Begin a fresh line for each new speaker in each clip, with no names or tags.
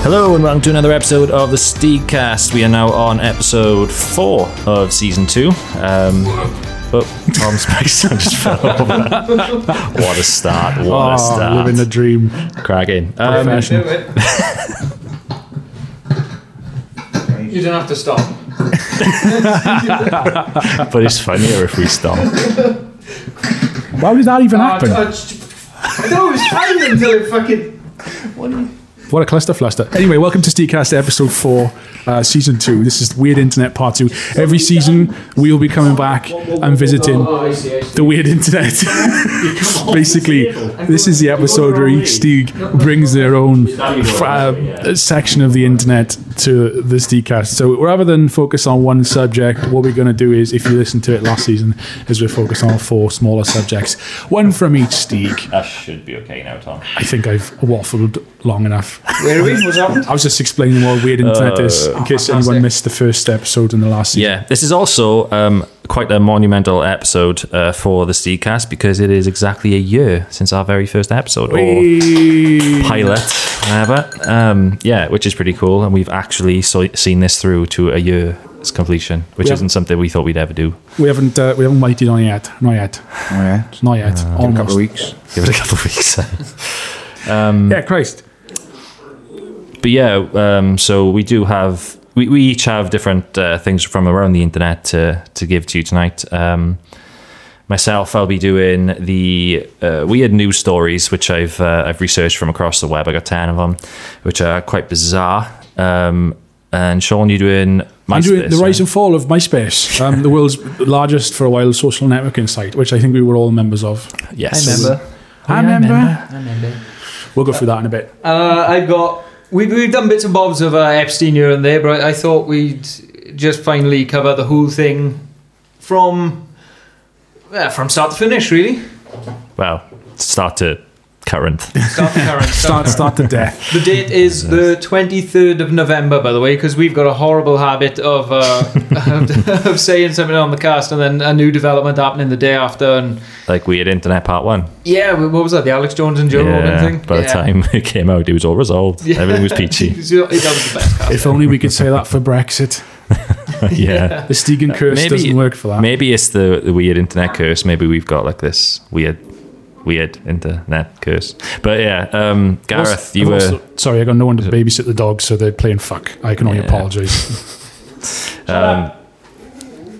Hello and welcome to another episode of the Steedcast. We are now on episode four of season two. Um, but Tom's microphone just fell over. what a start! What a
Oh,
start!
living the dream.
Cracking. Um,
Professional.
You don't have to stop.
but it's funnier if we stop.
Why would that even
I,
happen?
I, I know it was fine until it fucking.
What a cluster fluster. Anyway, welcome to Steakcast episode four, uh, season two. This is Weird Internet part two. Every season, we will be coming back and visiting
Oh, I see, I see.
the weird internet. Basically, this is the episode where each Steeg brings their own uh, section of the internet to the Steakcast. So rather than focus on one subject, what we're going to do is, if you listen to it last season, is we're focusing on four smaller subjects, one from each Steeg.
That should be okay now, Tom.
I think I've waffled long enough.
Where are we? What's happened?
I was just explaining what weird internet
Uh,
is in case anyone
fantastic.
missed the first episode in the last season.
Yeah, this is also um, quite a monumental episode uh, for the Steedcast because it is exactly a year since our very first episode. or pilot, whatever. Um, yeah, which is pretty cool, and we've actually so- seen this through to a year's completion, which
Yeah.
isn't something we thought we'd ever do.
We haven't uh, we haven't waited on yet. Not yet.
Oh,
Not
Uh,
yet. Almost.
couple of weeks.
Give it a couple of weeks.
Yeah, Christ.
but yeah, um, so we do have we, we each have different uh, things from around the internet to to give to you tonight. Um, myself, I'll be doing the uh, weird news stories, which I've uh, I've researched from across the web. I got ten of them, which are quite bizarre. Um, and Sean, you're doing.
I'm doing the
MySpace,
rise and fall of MySpace, um, the world's largest for a while social networking site, which I think we were all members of.
right? Yes.
I, remember. We'll go through that in a bit.
Uh, I've got. We've, we've done bits and bobs of uh, Epstein here and there, but I, I thought we'd just finally cover the whole thing from. Uh, from start to finish, really.
well, start to current.
Start to current.
Start start to death.
The date is the 23rd of November, by the way, because we've got a horrible habit of, uh, of, of saying something on the cast and then a new development happening the day after. And
like we had internet part one.
yeah, wh- what was that? The Alex Jones and Joe Rogan thing?
By the
Yeah.
time it came out, it was all resolved.
Yeah.
Everything was peachy.
It was the best cast.
If only we could say that for Brexit.
yeah.
The Stegan curse
Maybe-
doesn't work for that.
Maybe it's the, the weird internet curse. Maybe we've got like this weird, weird internet curse. But yeah, um, Gareth,
Also-
you
I've
were.
also- sorry, I got no one to babysit the dogs, so they're playing fuck. I can only
Yeah.
apologise.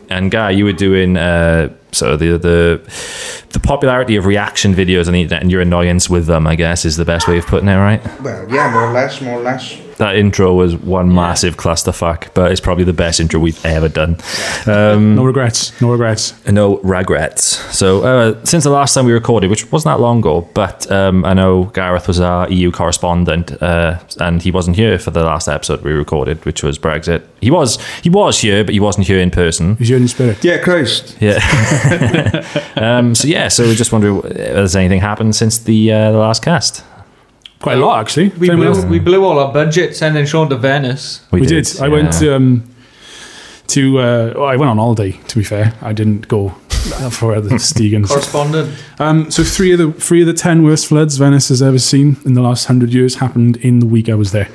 and Guy, you were doing uh, sort of the the the popularity of reaction videos on the internet and your annoyance with them. I guess is the best way of putting it, right?
Well, yeah, more or less, more or less.
That intro was one massive clusterfuck, but it's probably the best intro we've ever done. Um,
No regrets. No regrets.
Uh, no regrets. So uh, since the last time we recorded, which wasn't that long ago, but um, I know Gareth was our EU correspondent, uh, and he wasn't here for the last episode we recorded, which was Brexit. He was he was here, but he wasn't here in person.
He's yearning spirit.
Yeah, Christ.
Um, so yeah, so we just wonder if there's anything happened since the uh, the last cast.
Quite a lot, actually.
We
Anyone else?
blew, we blew all our budget sending Sean to Venice.
We did. I went to. Um, to uh, well, I went on holiday. To be fair, I didn't go for the Stegans.
Correspondent.
Um, so three of the three of the ten worst floods Venice has ever seen in the last hundred years happened in the week I was there,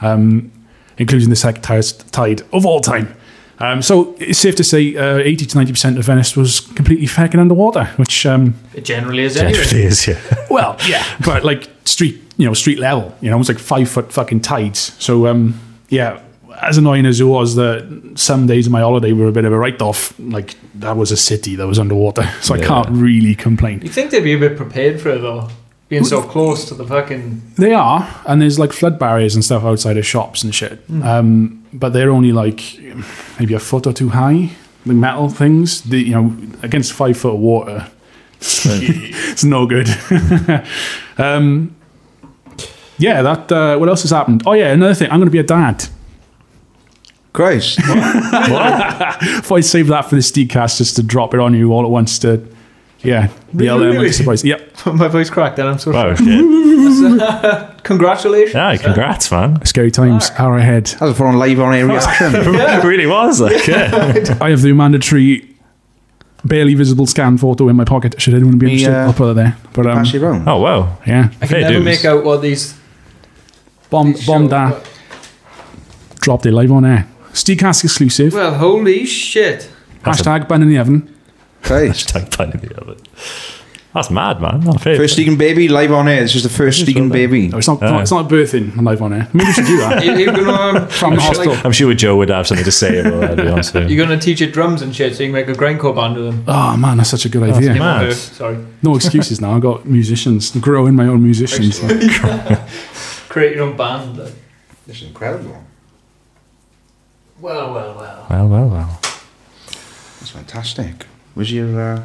um, including the second highest tide of all time. Um, so it's safe to say uh, eighty to ninety percent of Venice was completely fucking underwater, which um,
It generally is anyway.
is yeah.
well, yeah, but like street, you know, street level, you know, it's like five foot fucking tides. So, um, yeah, as annoying as it was that some days of my holiday were a bit of a write off, like that was a city that was underwater. So I can't really complain.
You'd think they'd be a bit prepared for it though, being so close to the fucking.
They are, and there's like flood barriers and stuff outside of shops and shit. Um, but they're only like maybe a foot or two high, the metal things, the, you know, against five foot of water. it's no good. um, yeah, that. Uh, what else has happened? Oh yeah, another thing. I'm going to be a dad.
Christ.
If I save that for this decast, just to drop it on you all at once to, yeah, the
Really?
element of surprise. Yep,
My voice cracked and I'm so
Wow.
sorry.
Okay.
Congratulations.
Oh, Yeah. Congrats, man.
scary times are ahead.
That was for on live on air reaction.
It really was. Like, yeah.
I have the mandatory. Barely visible scan photo in my pocket. Should anyone be
Me,
interested?
uh,
I'll put it there. But um,
Pass you round.
Oh wow.
yeah,
I can
Fair
never
dues.
make out what these.
bomb,
these
bomb
shows
da.
are.
dropped it live on air. Steelcast exclusive.
Well, holy shit.
That's a-
hashtag bun in the oven.
Christ.
Hashtag pun in the oven. That's mad, man. Not fair.
First Deacon Baby live on air. This is the first Deacon Baby.
No, it's not.
Oh.
it's not birthing live on air. Maybe we should do that.
You- You're gonna,
From the
like,
hospital.
I'm sure Joe would have something to say about that, to be honest with you.
you're gonna teach it drums and shit so you can make a grindcore band with them.
oh man, that's such a good idea.
mad.
Uh,
Nice.
Sorry.
No excuses now. I've got musicians, growing my own musicians.
Create your own band. Though.
This is incredible.
Well, well, well.
Well, well, well.
That's fantastic. Was your uh,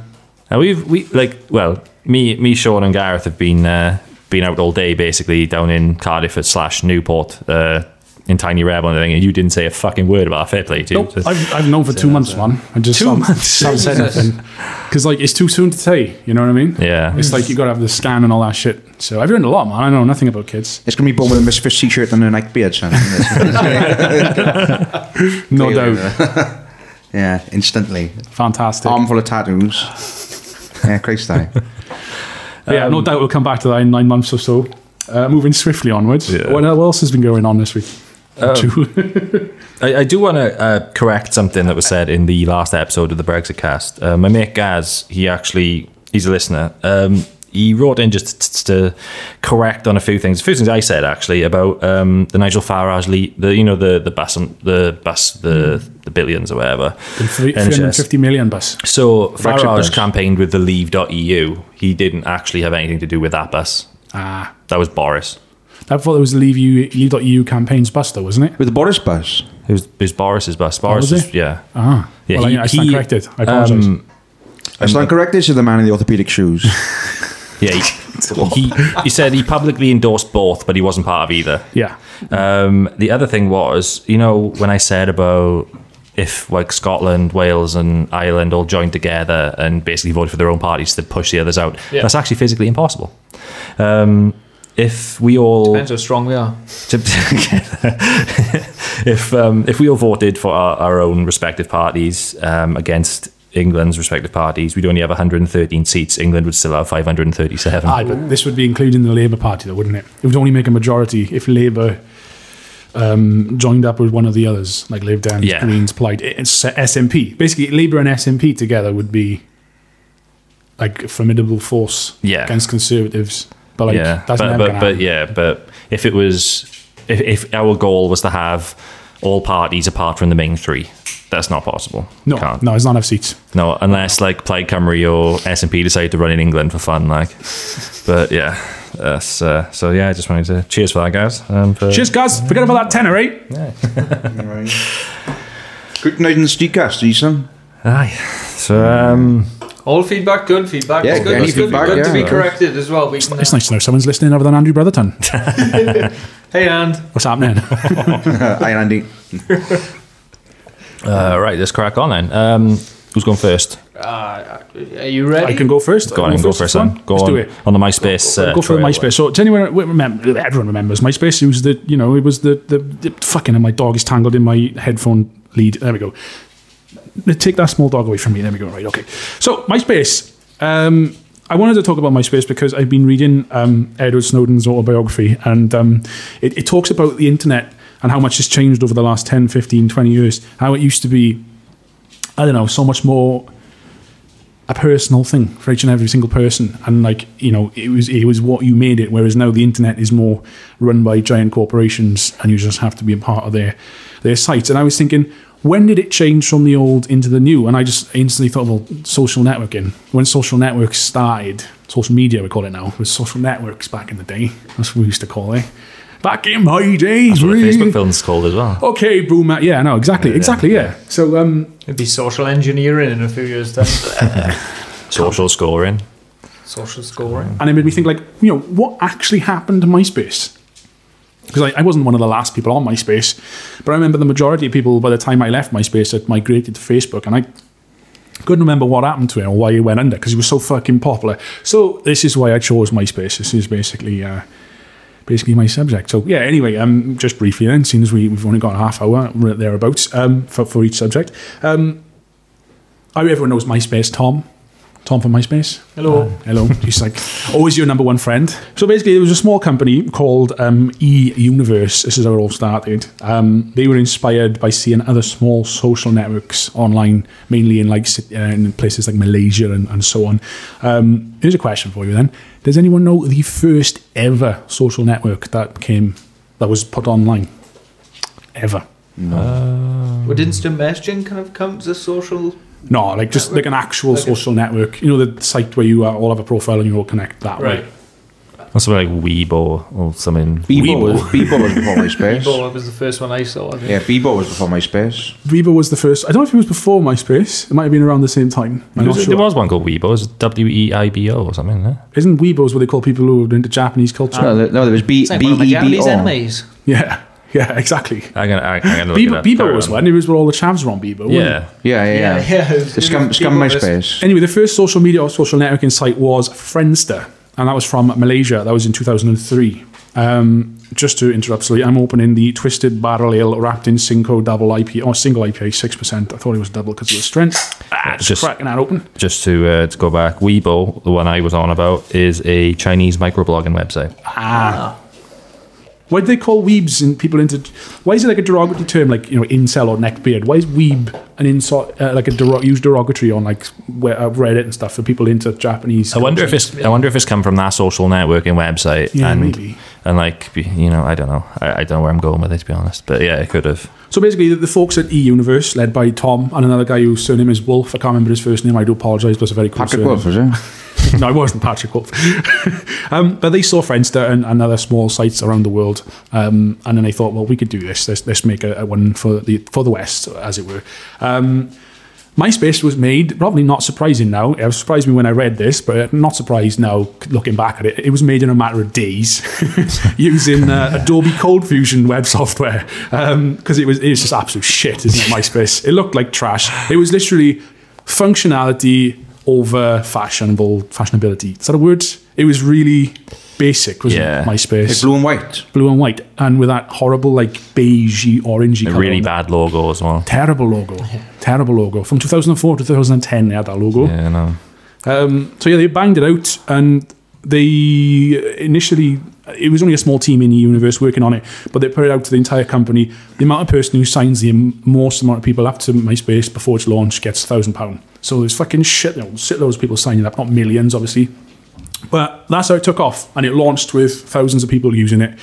Now we've we like well, me me Sean and Gareth have been uh, been out all day basically down in Cardiff at slash Newport uh, in Tiny Rebel and everything, and you didn't say a fucking word about Fair Play, dude.
Nope, I've, I've known for two months, man. I just
Two
haven't,
months?
haven't said
Jesus.
anything because like it's too soon to say. You know what I mean?
yeah.
It's like you got to have the scan and all that shit. So I've learned a lot, man. I know nothing about kids,
it's going to be born with a Misfits t-shirt and a Nike beard, son. isn't
no
it?
doubt.
uh, yeah, instantly.
Fantastic.
Armful of tattoos. yeah, Christ, I.
But yeah,
Um,
no doubt we'll come back to that in nine months or so. Uh, moving swiftly onwards.
Yeah.
What else has been going on this week?
I, I do want to uh, correct something that was said in the last episode of the Brexit cast. Uh, my mate Gaz, he actually, he's a listener. Um, he wrote in just t- t- to correct on a few things. A few things I said actually about um, the Nigel Farage, le- the you know the the bus, the bus, the the billions or whatever.
Three
NHS.
hundred fifty million bus.
So
Brexit
Farage
bus.
campaigned with the Leave.eu. He didn't actually have anything to do with that bus.
Ah,
That was Boris.
I thought it was the Leave You Leave.eu campaigns bus, though, wasn't it?
With the Boris bus.
It was, it was Boris's bus. Boris,
was
was- yeah.
Ah,
Yeah,
well,
he-
I, I stand
he-
corrected. I apologize.
Um,
I stand corrected to the man in the orthopedic shoes.
Yeah, he, he, he said he publicly endorsed both, but he wasn't part of either.
yeah,
Um, the other thing was, you know, when I said about if like Scotland, Wales, and Ireland all joined together and basically voted for their own parties to push the others out,
Yeah.
that's actually physically impossible. Um, if we all
Depends how strong we are.
to- if um, if we all voted for our, our own respective parties um, against England's respective parties, we'd only have 113 seats. England would still have 537.
aye, but this would be including the Labour Party, though, wouldn't it? It would only make a majority if Labour um, joined up with one of the others, like Lib Dems,
Yeah.
Greens, Plaid, eh, it- it's SNP. Basically, Labour and SNP together would be like a formidable force
Yeah.
against Conservatives. But like,
yeah,
that's
but
never
but,
gonna
but
happen.
yeah, but if it was, if, if our goal was to have all parties apart from the main three, that's not possible.
no,
Can't.
no, it's not enough seats.
no, unless like Plaid Cymru or SNP decide to run in England for fun, like. But yeah, that's, uh, so yeah, I just wanted to cheers for that, guys. Um, for,
Cheers, guys. Forget about that tenner, eh?
Good night in the steakcast, Ethan.
Aye. So um,
All feedback, good feedback.
Yeah,
it's good,
any
it's good,
feedback,
good to
yeah.
be corrected as well. We can,
It's
uh,
nice to know someone's listening other than Andrew Brotherton.
Hey, and
What's happening?
Hi, Andy.
uh, right, let's crack on then. Um, who's going first?
uh, are you ready?
I can go first.
Go
I'll
on, and go first
this
then.
one.
Go
Let's
on
do it.
on the MySpace. uh,
go for
trail.
MySpace. So, does anyone w- remember? Everyone remembers MySpace. It was the you know it was the the, the fucking and my dog is tangled in my headphone lead. There we go. Take that small dog away from me. There we go. Right. Okay. So MySpace. Um, I wanted to talk about MySpace because I've been reading um, Edward Snowden's autobiography, and um, it, it talks about the internet and how much has changed over the last 10, 15, 20 years. How it used to be, I don't know, so much more a personal thing for each and every single person and like you know it was it was what you made it whereas now the internet is more run by giant corporations and you just have to be a part of their their sites and i was thinking when did it change from the old into the new and i just instantly thought well social networking when social networks started social media we call it now was social networks back in the day that's what we used to call it back in my days
That's what a
really.
Facebook film's called as well.
okay boomer yeah no exactly exactly yeah so um
It'd be social engineering in a few years' time.
Social scoring.
social scoring.
and it made me think like you know what actually happened to myspace because I, I wasn't one of the last people on myspace but i remember the majority of people by the time i left myspace had migrated to facebook and i couldn't remember what happened to it or why it went under because it was so fucking popular so this is why i chose myspace this is basically uh, basically my subject so yeah anyway um, just briefly then seeing as we, we've only got a half hour we're thereabouts um, for, for each subject um, I, everyone knows myspace tom Tom from MySpace.
Hello.
Uh, hello. He's like, always your number one friend. So basically, there was a small company called um, E Universe. This is how it all started. Um, they were inspired by seeing other small social networks online, mainly in like sit- uh, in places like Malaysia and, and so on. Um, here's a question for you then: Does anyone know the first ever social network that came that was put online? Ever?
Well, did instant messaging kind of come as a social?
No, like just like an actual
Like a-
social network. You know, the site where you uh, all have a profile and you all connect that way.
That's something like Weebo or something.
Bebo was, Bebo was before MySpace.
Bebo was the first one I saw. I think.
yeah, Bebo was before MySpace.
Reba was the first. I don't know if it was before MySpace. It might have been around the same time. I'm
There
not
was,
sure.
there was one called Weibo. It's W E I B O or something. Isn't it?
Isn't Weebos what they call people who are into Japanese culture?
Ah. no, there, no, there was B,
It's like
B
one of my
E B
Japanese
O.
enemies.
yeah, yeah, exactly.
I'm gonna, I- I'm gonna look it
Bebo,
up.
Bebo
Carry
was
on.
one. It was where all the chavs were on Bebo. wasn't it?
Yeah,
Yeah, yeah, yeah.
yeah.
The Scum, scum
Bebo was-
MySpace.
Anyway, the first social media or social networking site was Friendster, and that was from Malaysia. That was in 2003. Um, just to interrupt slightly, I'm opening the Twisted Barrel Ale wrapped in Cinco double IP or single IPA, six percent. I thought it was double because it was strength. Ah, just,
Just-
cracking that open.
just to uh, to go back, Weibo, the one I was on about, is a Chinese microblogging website.
Ah. Why do they call weebs and people into? Why is it like a derogatory term, like you know, incel or neckbeard? Why is weeb an insult, uh, like a derog- used derogatory on like where, uh, Reddit and stuff for people into Japanese?
I wonder if it's I wonder if it's come from that social networking website
Yeah,
and
maybe.
and like you know I don't know I, I don't know where I'm going with it to be honest but yeah it could have
So basically, the, the folks at E Universe, led by Tom and another guy whose surname is Wolf. I can't remember his first name. I do apologise, but it's a very cool
Patrick
surname.
Wolf, was it?
no, it wasn't Patrick Wolf. um, but they saw Friendster and, and other small sites around the world, um, and then they thought, well, we could do this. Let's, let's make a, a one for the for the West, as it were. Um, MySpace was made, probably not surprising now. It surprised me when I read this, but not surprised now looking back at it. It was made in a matter of days using uh, Adobe Cold Fusion web software because it was it was just absolute shit, isn't it? MySpace. It looked like trash. It was literally functionality over fashionable fashionability. Is that a word? It was really basic, wasn't
Yeah.
it? MySpace.
It's blue and white.
Blue and white, and with that horrible, like beigey, orangey
a
colour
really
on the
bad logo as well
terrible logo. Terrible logo. From 2004 to 2010, they had that logo.
yeah I know
Um, so yeah, they banged it out, and they initially it was only a small team in the universe working on it, but they put it out to the entire company. The amount of person who signs the m- most amount of people up to MySpace before its launch gets thousand pound. So there's fucking shit, you know, shitloads of people signing up, not millions, obviously, but that's how it took off, and it launched with thousands of people using it,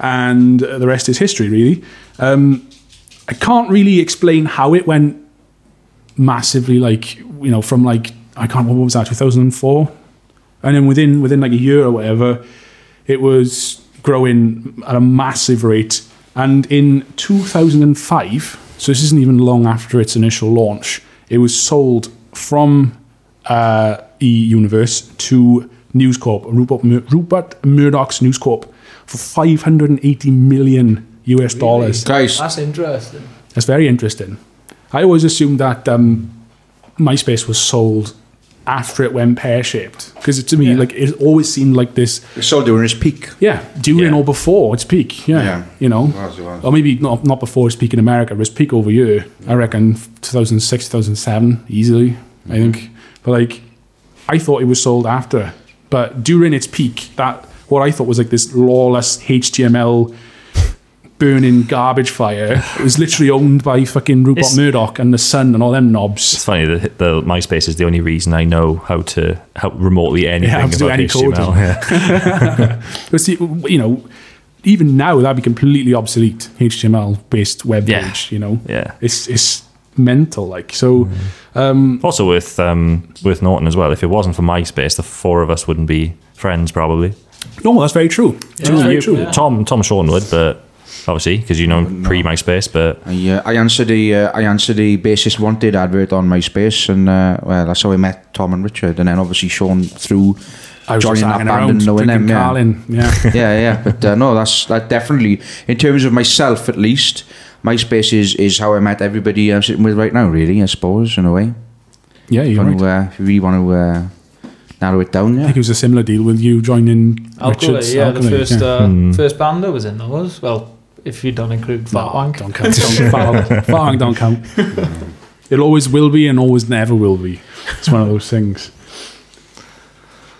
and uh, the rest is history, really. Um, I can't really explain how it went massively like you know from like I can't what was that 2004 and then within within like a year or whatever it was growing at a massive rate and in 2005 so this isn't even long after its initial launch it was sold from uh, e universe to News Corp Rupert, Mur- Rupert Murdoch's News Corp for 580 million US dollars
Guys,
That's interesting.
that's very interesting. I always assumed that um, MySpace was sold after it went pear shaped because to me,
Yeah.
like, it always seemed like this.
it's all during its peak.
Yeah, during
Yeah.
or before its peak. Yeah,
Yeah.
you know,
Was, it was.
or maybe not not before its peak in America. But its peak over here, I reckon, 2006, 2007, easily. I think, but like, I thought it was sold after, but during its peak, that what I thought was like this lawless HTML burning garbage fire. It was literally owned by fucking Rupert
It's-
Murdoch and the Sun and all them knobs.
it's funny that the MySpace is the only reason I know how to how remotely anything
how to do
about
any
HTML
coding.
yeah.
But see, you know, even now that'd be completely obsolete HTML based web
Yeah.
page. You know,
Yeah. Mm-hmm.
it's it's mental. Like so, um,
also with um with Norton as well if it wasn't for MySpace the four of us wouldn't be friends probably
no, that's very true. That's very
You-
true.
Tom Tom Sean would but obviously because you know him pre MySpace but
I, uh, I answered the uh, I answered the basis wanted advert on MySpace, and uh, well, that's how I met Tom and Richard, and then obviously Sean through
I was just
joining
hanging
that band and
around,
knowing them.
drinking
Yeah.
Carlin. Yeah.
yeah, yeah. But uh, no, that's that definitely in terms of myself at least. MySpace is, is how I met everybody I'm sitting with right now, really. I suppose in a way.
Yeah,
If you
you're
want
right.
to, uh, if you really want to uh, narrow it down,
I
yeah.
think it was a similar deal with you joining
Alcohol,
Richard's
yeah, the
Alchemy,
first
yeah.
Uh,
Mm.
first band I was in, that was. Well, if you don't include
No,
Fatwank.
don't count. Don't, Farwang- Farwang don't count. it always will be and always never will be. It's one of those things.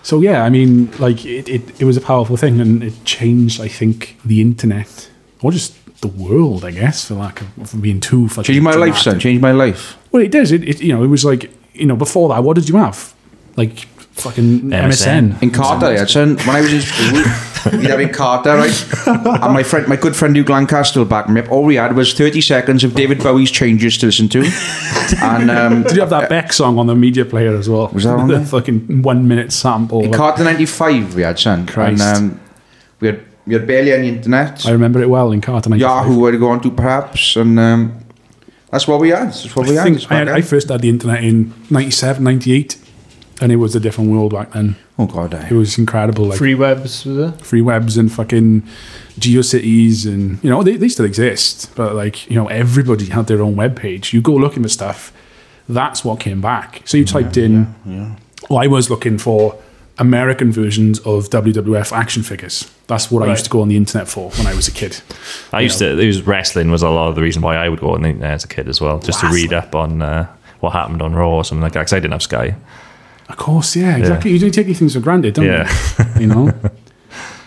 So yeah, I mean, like it, it, it was a powerful thing, and it changed, I think, the internet or just the world, I guess, for lack of for being too fucking.
Change my life,
dramatic.
son. Change my life.
Well, it does. It, it you know, it was like you know, before that, what did you have? Like fucking
MSN.
MSN.
In Carter, yeah, son. When I was in school, we'd have in Carter, right? And my friend, my good friend Hugh Lancaster back me up. All we had was 30 seconds of David Bowie's changes to listen to. And um,
Did you have that Beck song on the media player as well?
Was that on
the
there?
fucking one minute sample?
in
of-
Carter 95, we had, son.
Christ.
And um, we, had, we had barely any internet.
I remember it well in Carter. 95.
Yahoo, I'd go on to perhaps. And um, that's what we had. That's what we
I
had.
think I, had-
Back
I
then.
first had the internet in 97, 98, and it was a different world back then.
oh, God,
It
I.
was incredible, like free,
Free webs was there?
webs and fucking GeoCities, and you know they, they still exist, but like you know everybody had their own web page. You go looking for stuff, that's what came back. So you typed in, well, I was looking for American versions of WWF action figures. That's what I
Right.
used to go on the internet for when I was a kid.
I used to. It was wrestling was a lot of the reason why I would go on the internet as a kid as well, just to read up on uh, what happened on Raw or something like that. Because I didn't have Sky.
Of course, yeah, exactly. You don't take these things for granted, don't
Yeah.
you? You know?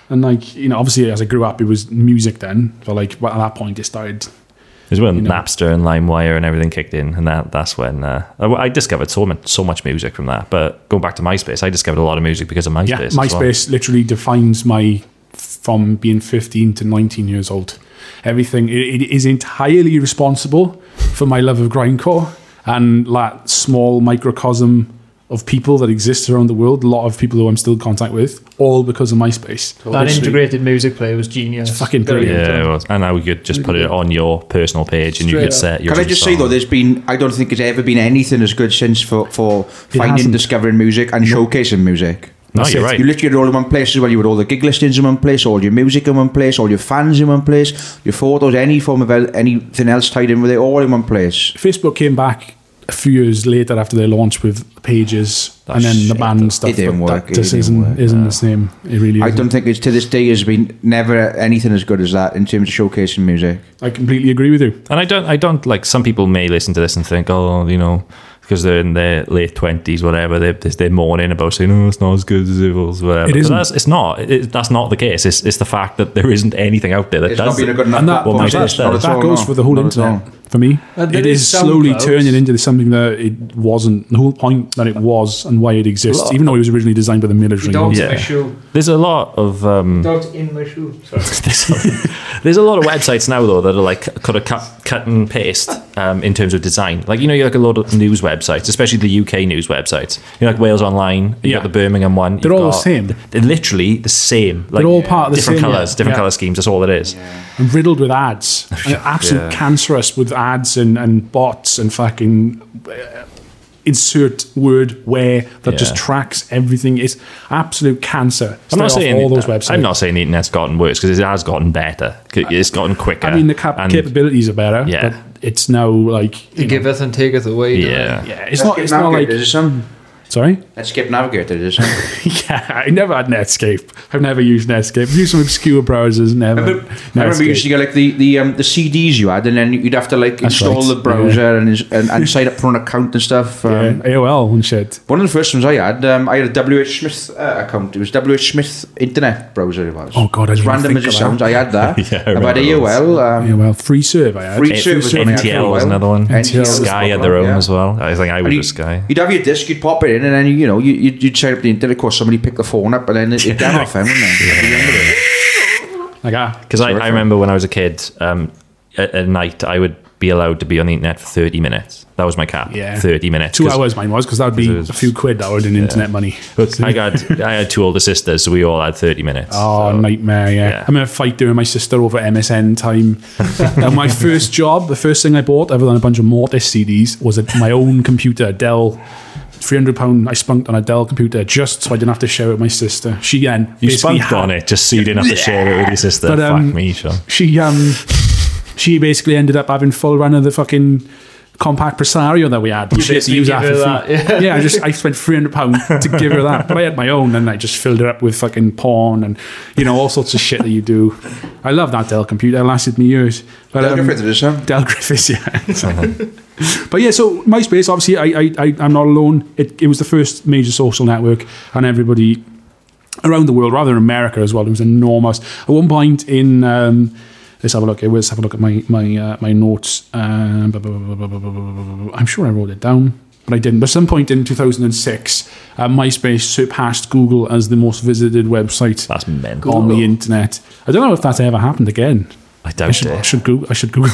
and like, you know, obviously as I grew up, it was music then. But like well, at that point, it started.
It was when
know.
Napster and LimeWire and everything kicked in, and that that's when uh, I, I discovered so much so much music from that. But going back to MySpace, I discovered a lot of music because of MySpace.
yeah,
as well.
MySpace literally defines my from being 15 to 19 years old. Everything, it, it is entirely responsible for my love of grindcore and that small microcosm of people that exist around the world, a lot of people who I'm still in contact with, all because of MySpace.
That
Literally.
integrated music player was genius.
fucking brilliant.
Yeah, it was. and now we could just put it on your personal page, and you
Straight
could
up.
set your.
Can I
own
just
song.
say though, there's been I don't think there's ever been anything as good since for for finding,
hasn't.
discovering music, and showcasing music.
No,
That's
you're
it.
right.
You literally had it all in one place as well. You had all the gig listings in one place, all your music in one place, all your fans in one place, your photos, any form of el- anything else tied in with it, all in one place.
Facebook came back a few years later after their launch with pages
That
and then the
shit,
band and stuff.
It didn't
but
work,
That
it
just
didn't
isn't,
work,
isn't the same. It really
I
isn't.
don't think it's to this day has been never anything as good as that in terms of showcasing music.
I completely agree with you.
And I don't, I don't like. Some people may listen to this and think, oh, you know, because they're in their late twenties, whatever. They're they're mourning about saying, oh, it's not as good as it was. Whatever.
It
But
isn't.
That's, it's not. It, that's not the case. It's, it's the fact that there isn't anything out there that
It's
does.
not been a good enough
And that,
Well,
platform.
my
that,
that's-
Not at
that
all,
goes
no.
for the whole
Not at all.
internet for me.
Uh, there
it
is
is, slowly
SoundCloud.
turning into something that it wasn't. The whole point that it was and why it exists,
Look.
even though it was originally designed by the military.
Dogs in
Yeah.
my shoe.
There's a lot of um,
Dogs in my shoe. Sorry.
there's, a, there's a lot of websites now though that are like cut a cut, cut and paste um, in terms of design. Like you know, you like a lot of news websites, especially the UK news websites. You know, like Wales Online, you
Yeah.
got the Birmingham one.
They're
you've
all the
got-
same.
They're literally the same. Like,
all part of the
different
same,
colours,
yeah.
different
Yeah.
colour schemes. That's all it is.
and riddled with ads, and absolute
Yeah.
cancerous with ads and, and bots and fucking uh, insert word where that just
Yeah.
tracks everything. It's absolute cancer.
I'm not
Stay off
saying
all those
I-
websites.
I'm not saying the internet's gotten worse because it has gotten better. C- It's gotten quicker.
I mean, the cap-
and-
capabilities are better,
Yeah.
but it's now like
He giveth and taketh away. don't
yeah.
yeah, it's
Let's
not.
skip
It's not like
Navigator, is it some?
sorry.
Let's skip Navigator, is it some?
yeah, I never had Netscape. I've never used Netscape. I've used some obscure browsers. Never.
But I remember you used to
Netscape.
get like the the, um, the CDs you had, and then you'd have to like
That's
install
right.
the browser and, is- and and sign up for an account and stuff. Um,
Yeah, AOL and shit.
One of the first ones I had, um, I had a WH Smith uh, account. It was WH Smith Internet browser. It was.
Oh, God, I
as
didn't
random
think
as it
of
sounds. I had that.
Yeah, I
I've had
remember those.
AOL. Um,
AOL free serve. I had.
Free
It-
service on it
NTL
for a
was
while.
another one.
NTL was
Sky had
one,
their own
yeah.
as well. I think I would
And
with
you'd,
Sky.
you'd have your disc, you'd pop it in, and then you know you, you'd, you'd set up the internet. Of course, somebody picked the phone up, and then it, it went off, him, wouldn't it?
Like ah,
Because I,
Terrific.
I remember when I was a kid, um, at, at night I would be allowed to be on the internet for 30 minutes. That was my cap.
Yeah.
30 minutes.
two
'Cause-
hours mine was because that would be
it was-
a few quid that would in internet money.
Look, I got I had two older sisters, so we all had 30 minutes.
Oh, nightmare, yeah.
yeah.
I'm in a fight doing my sister over MSN time. and my first job, the first thing I bought, other than a bunch of Mortis CDs, was a, my own computer, a Dell. £300 I spunked on a Dell computer just so I didn't have to share it with my sister. She then
you
basically
spunked
had-
on it just so you didn't have to share it with your sister.
But, um,
Fuck me, Sean.
She, um, she basically ended up having full run of the fucking compact Presario that we had. which
You
she had to
basically
use
give
half
her
a
that,
fee.
yeah.
I just I spent three hundred pound to give her that, but I had my own and I just filled her up with fucking porn and you know all sorts of shit that you do. I love that Dell computer. It lasted me years. But,
Del
um,
Griffith, it is, huh?
Del Griffiths, yeah. but yeah, so MySpace, obviously, I, I, I, I'm not alone. It, it was the first major social network, and everybody around the world, rather than America as well, it was enormous. At one point in. Um, Let's have a look. Let's have a look at my my uh, my notes. Um, blah, blah, blah, blah, blah, blah, blah, blah, blah. I'm sure I wrote it down, but I didn't. But some point in 2006, uh, MySpace surpassed Google as the most visited website
That's mental.
on the internet. I don't know if that's ever happened again.
I
I
doubt
should, I
it.
should Google. I should Google.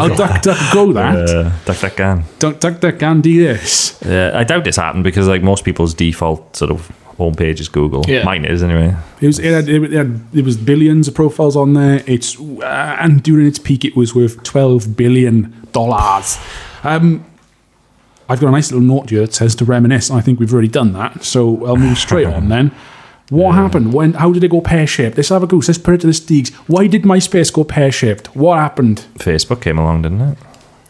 I'll duck, duck, go that.
Uh, duck, duck, can.
Duck, duck, duck, and do this.
Yeah, I doubt it's happened because like most people's default sort of homepage is Google.
Yeah.
Mine is anyway.
It was, it, had, it, had, it was billions of profiles on there. It's uh, and during its peak, it was worth twelve billion dollars. Um, I've got a nice little note here that says to reminisce. and I think we've already done that, so I'll move straight on then. What happened? When? How did it go pear shaped? Let's have a goose. Let's put it to the steaks. Why did MySpace go pear shaped? What happened?
Facebook came along, didn't it?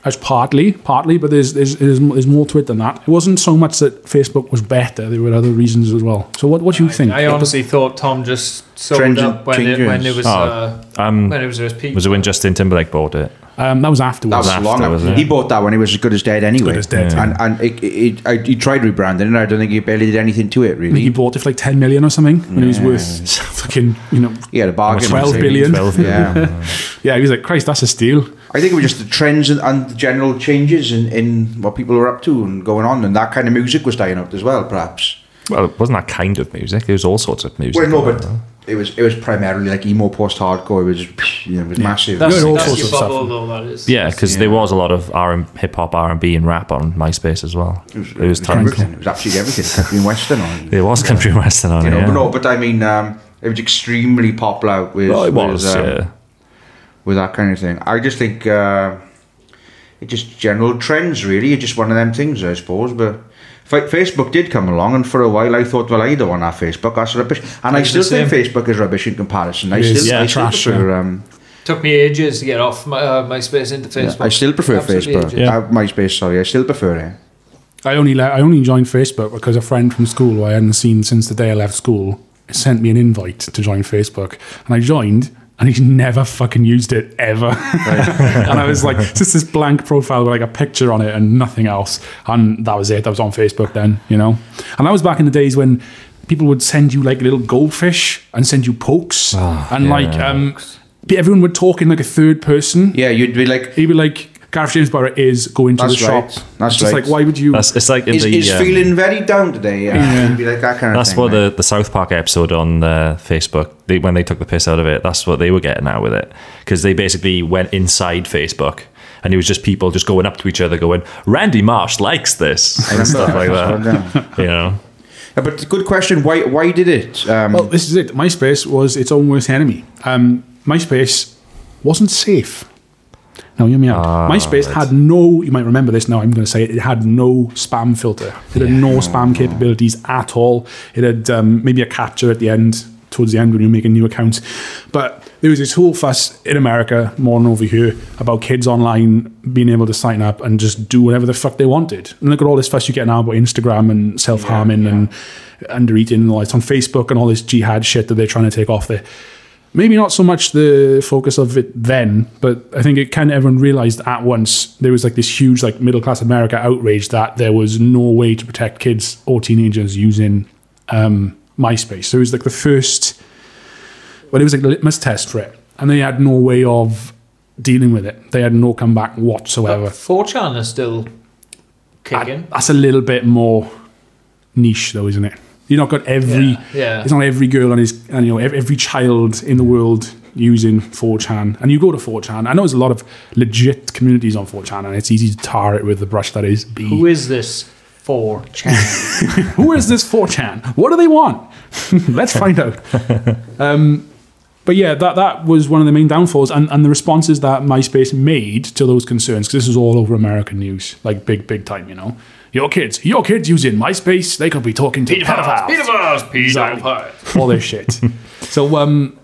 That's partly, partly, but there's, there's there's there's more to it than that. It wasn't so much that Facebook was better; there were other reasons as well. So, what what do you think?
I honestly thought Tom just sold
Transient
up when it,
changes.
when it was
Oh,
uh,
Um,
when it was his peak.
was it when Justin Timberlake bought it?
um, that was
That
afterwards.
was
after,
long.
wasn't it?
He bought that when he was as good as dead anyway.
good as dead,
And, and it, it, I, he tried rebranding and I don't think he barely did anything to it,
I think he
really.
bought it for like ten million or something, and it was worth fucking you know.
He had a bargain.
Twelve
I think.
billion.
Twelve
Yeah.
Yeah, he was like, Christ, that's a steal.
I think it was just the trends and, and the general changes in, in what people were up to and going on. And that kind of music was dying out as well, perhaps.
Well, it wasn't that kind of music. It was all sorts of music.
Well, no, but it was it was primarily like emo post hardcore. It was you know, it was massive.
That's-
It was-
all
that's
sorts
your
of stuff.
bubble, though. That is.
yeah, because there was a lot of R and hip hop, R and B, and rap on MySpace as well. It was, tons.
everything. It was absolutely everything. Country and western on.
There was country and western on
You know,
it.
but
yeah.
no, but I mean, um, it was extremely popular with
Well, it was.
with, um,
yeah.
with that kind of thing. I just think uh, it just general trends, really. It's just one of them things, I suppose. But fa- Facebook did come along, and for a while I thought, well, I don't want to have Facebook. That's rubbish, and I
It's
still
the
think Facebook is rubbish in comparison. I
It
still,
is,
yeah,
I still
trash,
prefer, um,
Took me ages to get off my uh, MySpace into
yeah,
Facebook.
I still prefer
Absolutely
Facebook.
ages.
Yeah.
Uh, MySpace, sorry, I still prefer it.
I only le- I only joined Facebook because a friend from school who I hadn't seen since the day I left school sent me an invite to join Facebook, and I joined. And he's never fucking used it ever. and I was like, it's just this blank profile with like a picture on it and nothing else. And that was it. That was on Facebook then, you know? And that was back in the days when people would send you like little goldfish and send you pokes.
Ah,
and like,
yeah.
um, everyone would talk in like a third person.
Yeah, you'd be like,
He'd be like, Gareth James Barrett is going to
That's
the
right.
shop.
That's
just
right.
like, why would you?
That's it's like in
is,
the.
is
um,
feeling very down today. Yeah, You'd be like that kind of
that's
thing.
what
right?
the, the South Park episode on uh, Facebook, they, when they took the piss out of it, that's what they were getting at with it. Because they basically went inside Facebook and it was just people just going up to each other going, Randy Marsh likes this
I
and stuff like
remember
that.
that. Yeah.
You know?
Yeah, Uh, but good question. Why? Why did it? Um,
Well, Oh, this is it. MySpace was its own worst enemy. Um, MySpace wasn't safe. Now, hear me out. MySpace had no, you might remember this now, I'm going to say it, it had no spam filter. It had no spam capabilities at all. It had um, maybe a capture at the end, towards the end when you make a new account. But there was this whole fuss in America, more than over here, about kids online being able to sign up and just do whatever the fuck they wanted. And look at all this fuss you get now about Instagram and self harming and under eating and all that. It's on Facebook and all this jihad shit that they're trying to take off there maybe not so much the focus of it then, but I think it kind of everyone realized at once there was like this huge like middle class America outrage that there was no way to protect kids or teenagers using um, MySpace. So it was like the first, well, it was like the litmus test for it, and they had no way of dealing with it. They had no comeback
But
whatsoever.
4chan is still kicking.
That's a little bit more niche, though, isn't it? You're not got every.
yeah. yeah.
It's not every girl and his, and you know, every, every child in the world using 4chan. And you go to 4chan. I know there's a lot of legit communities on 4chan, and it's easy to tar it with the brush that is B.
Who is this for?
Who is this 4chan? What do they want? Let's find out. Um, but yeah, that, that was one of the main downfalls, and, and the responses that MySpace made to those concerns, because this was all over American news, like big, big time, you know. Your kids, your kids using MySpace, they could be talking to pedophiles.
pedophiles, pedophiles,
Exactly. all this shit. So um,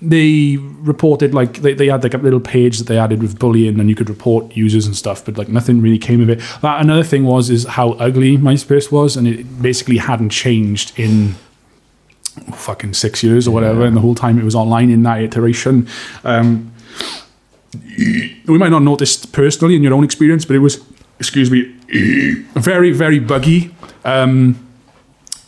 they reported like they, they had like a little page that they added with bullying and you could report users and stuff but like nothing really came of it that another thing was is how ugly myspace was and it basically hadn't changed in fucking six years or whatever and the whole time it was online in that iteration um we might not notice personally in your own experience but it was excuse me very very buggy um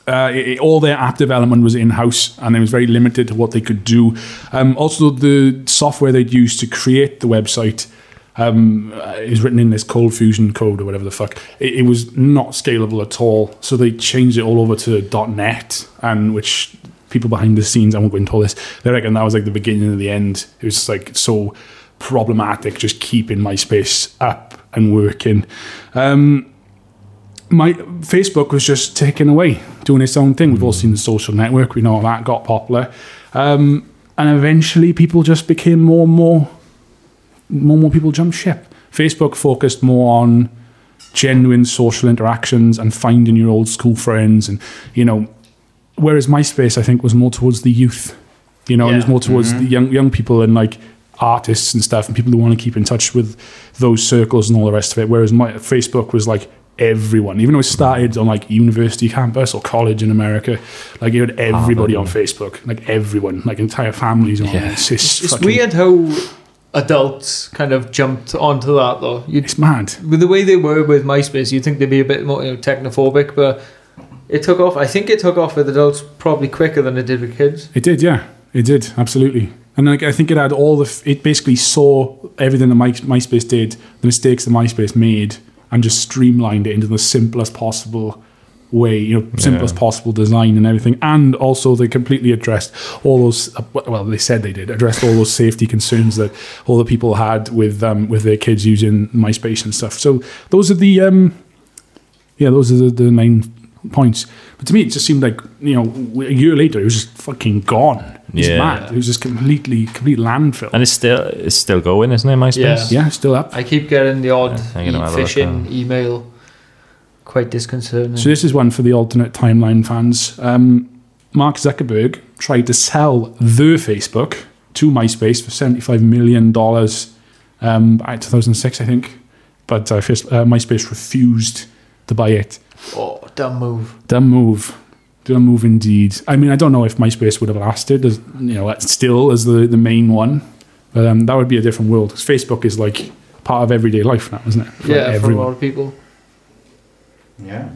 uh, it, it- all their app development was in house, and it was very limited to what they could do. Um, also, the software they'd used to create the website um, uh, is written in this Cold Fusion code or whatever the fuck. It, it was not scalable at all, so they changed it all over to .NET, and which people behind the scenes, I won't go into all this. They reckon that was like the beginning and the end. It was just like so problematic, just keeping MySpace up and working my Facebook was just taken away, doing its own thing. We've all seen the social network. We know how that got popular, um, and eventually people just became more and more, more and more people jumped ship. Facebook focused more on genuine social interactions and finding your old school friends, and you know, whereas MySpace I think was more towards the youth, you know, it was
Yeah. Mm-hmm.
more towards the young young people and like artists and stuff and people who want to keep in touch with those circles and all the rest of it. Whereas my Facebook was like everyone, even though it started on like university campus or college in America, like you had
Ah,
everybody on Facebook, like everyone, like entire families on
Yeah.
it. It's, just
It's
fucking-
weird how adults kind of jumped onto that though. You
It's mad.
with the way they were with MySpace, you'd think they'd be a bit more you know, technophobic, but it took off. I think it took off with adults probably quicker than it did with kids.
It did, yeah. It did, absolutely. And like, I think it had all the. F- it basically saw everything that My- MySpace did, the mistakes that MySpace made, and just streamlined it into the simplest possible way. You know, simplest possible design and everything. And also, they completely addressed all those. uh, Well, they said they did addressed all those safety concerns that all the people had with um, with their kids using MySpace and stuff. So those are the um, yeah, those are the, the main points. But to me, it just seemed like you know a year later, it was just fucking gone. It's
Yeah.
mad. It was just completely, complete landfill.
And it's still it's still going, isn't it? MySpace.
yeah, still up.
I keep getting the odd
Yeah, I'm gonna have a look
phishing
now.
email, quite disconcerting.
So this is one for the alternate timeline fans. Um, Mark Zuckerberg tried to sell the Facebook to MySpace for seventy-five million dollars um, back in two thousand six, I think. But uh, first, uh, MySpace refused to buy it.
oh, dumb move.
Dumb move. Dumb move indeed. I mean, I don't know if MySpace would have lasted as you know, as- still as the, the main one, but um, that would be a different world. 'cause Facebook is like part of everyday life now, isn't it? For
yeah, for a
everyone.
lot of people.
Yeah.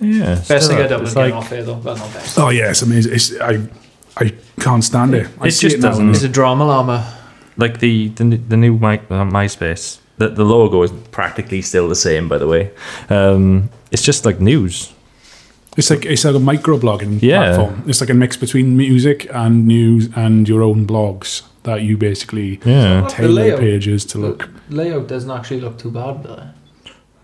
yeah.
Best
still
thing I
up.
don't
It's
want
like-
off here though. Well, not best.
Oh yeah, it's amazing. It's, I I can't stand it. I
It
see
just
now
doesn't-
and
It's a drama llama.
like the the, n- the new My, uh, MySpace. The, the logo is practically still the same, by the way. Um, it's just like news.
It's like it's like a microblogging
Yeah.
platform. It's like a mix between music and news and your own blogs that you basically
Yeah.
Not the
tailor the
layout.
pages to look.
Layout doesn't actually look too bad though.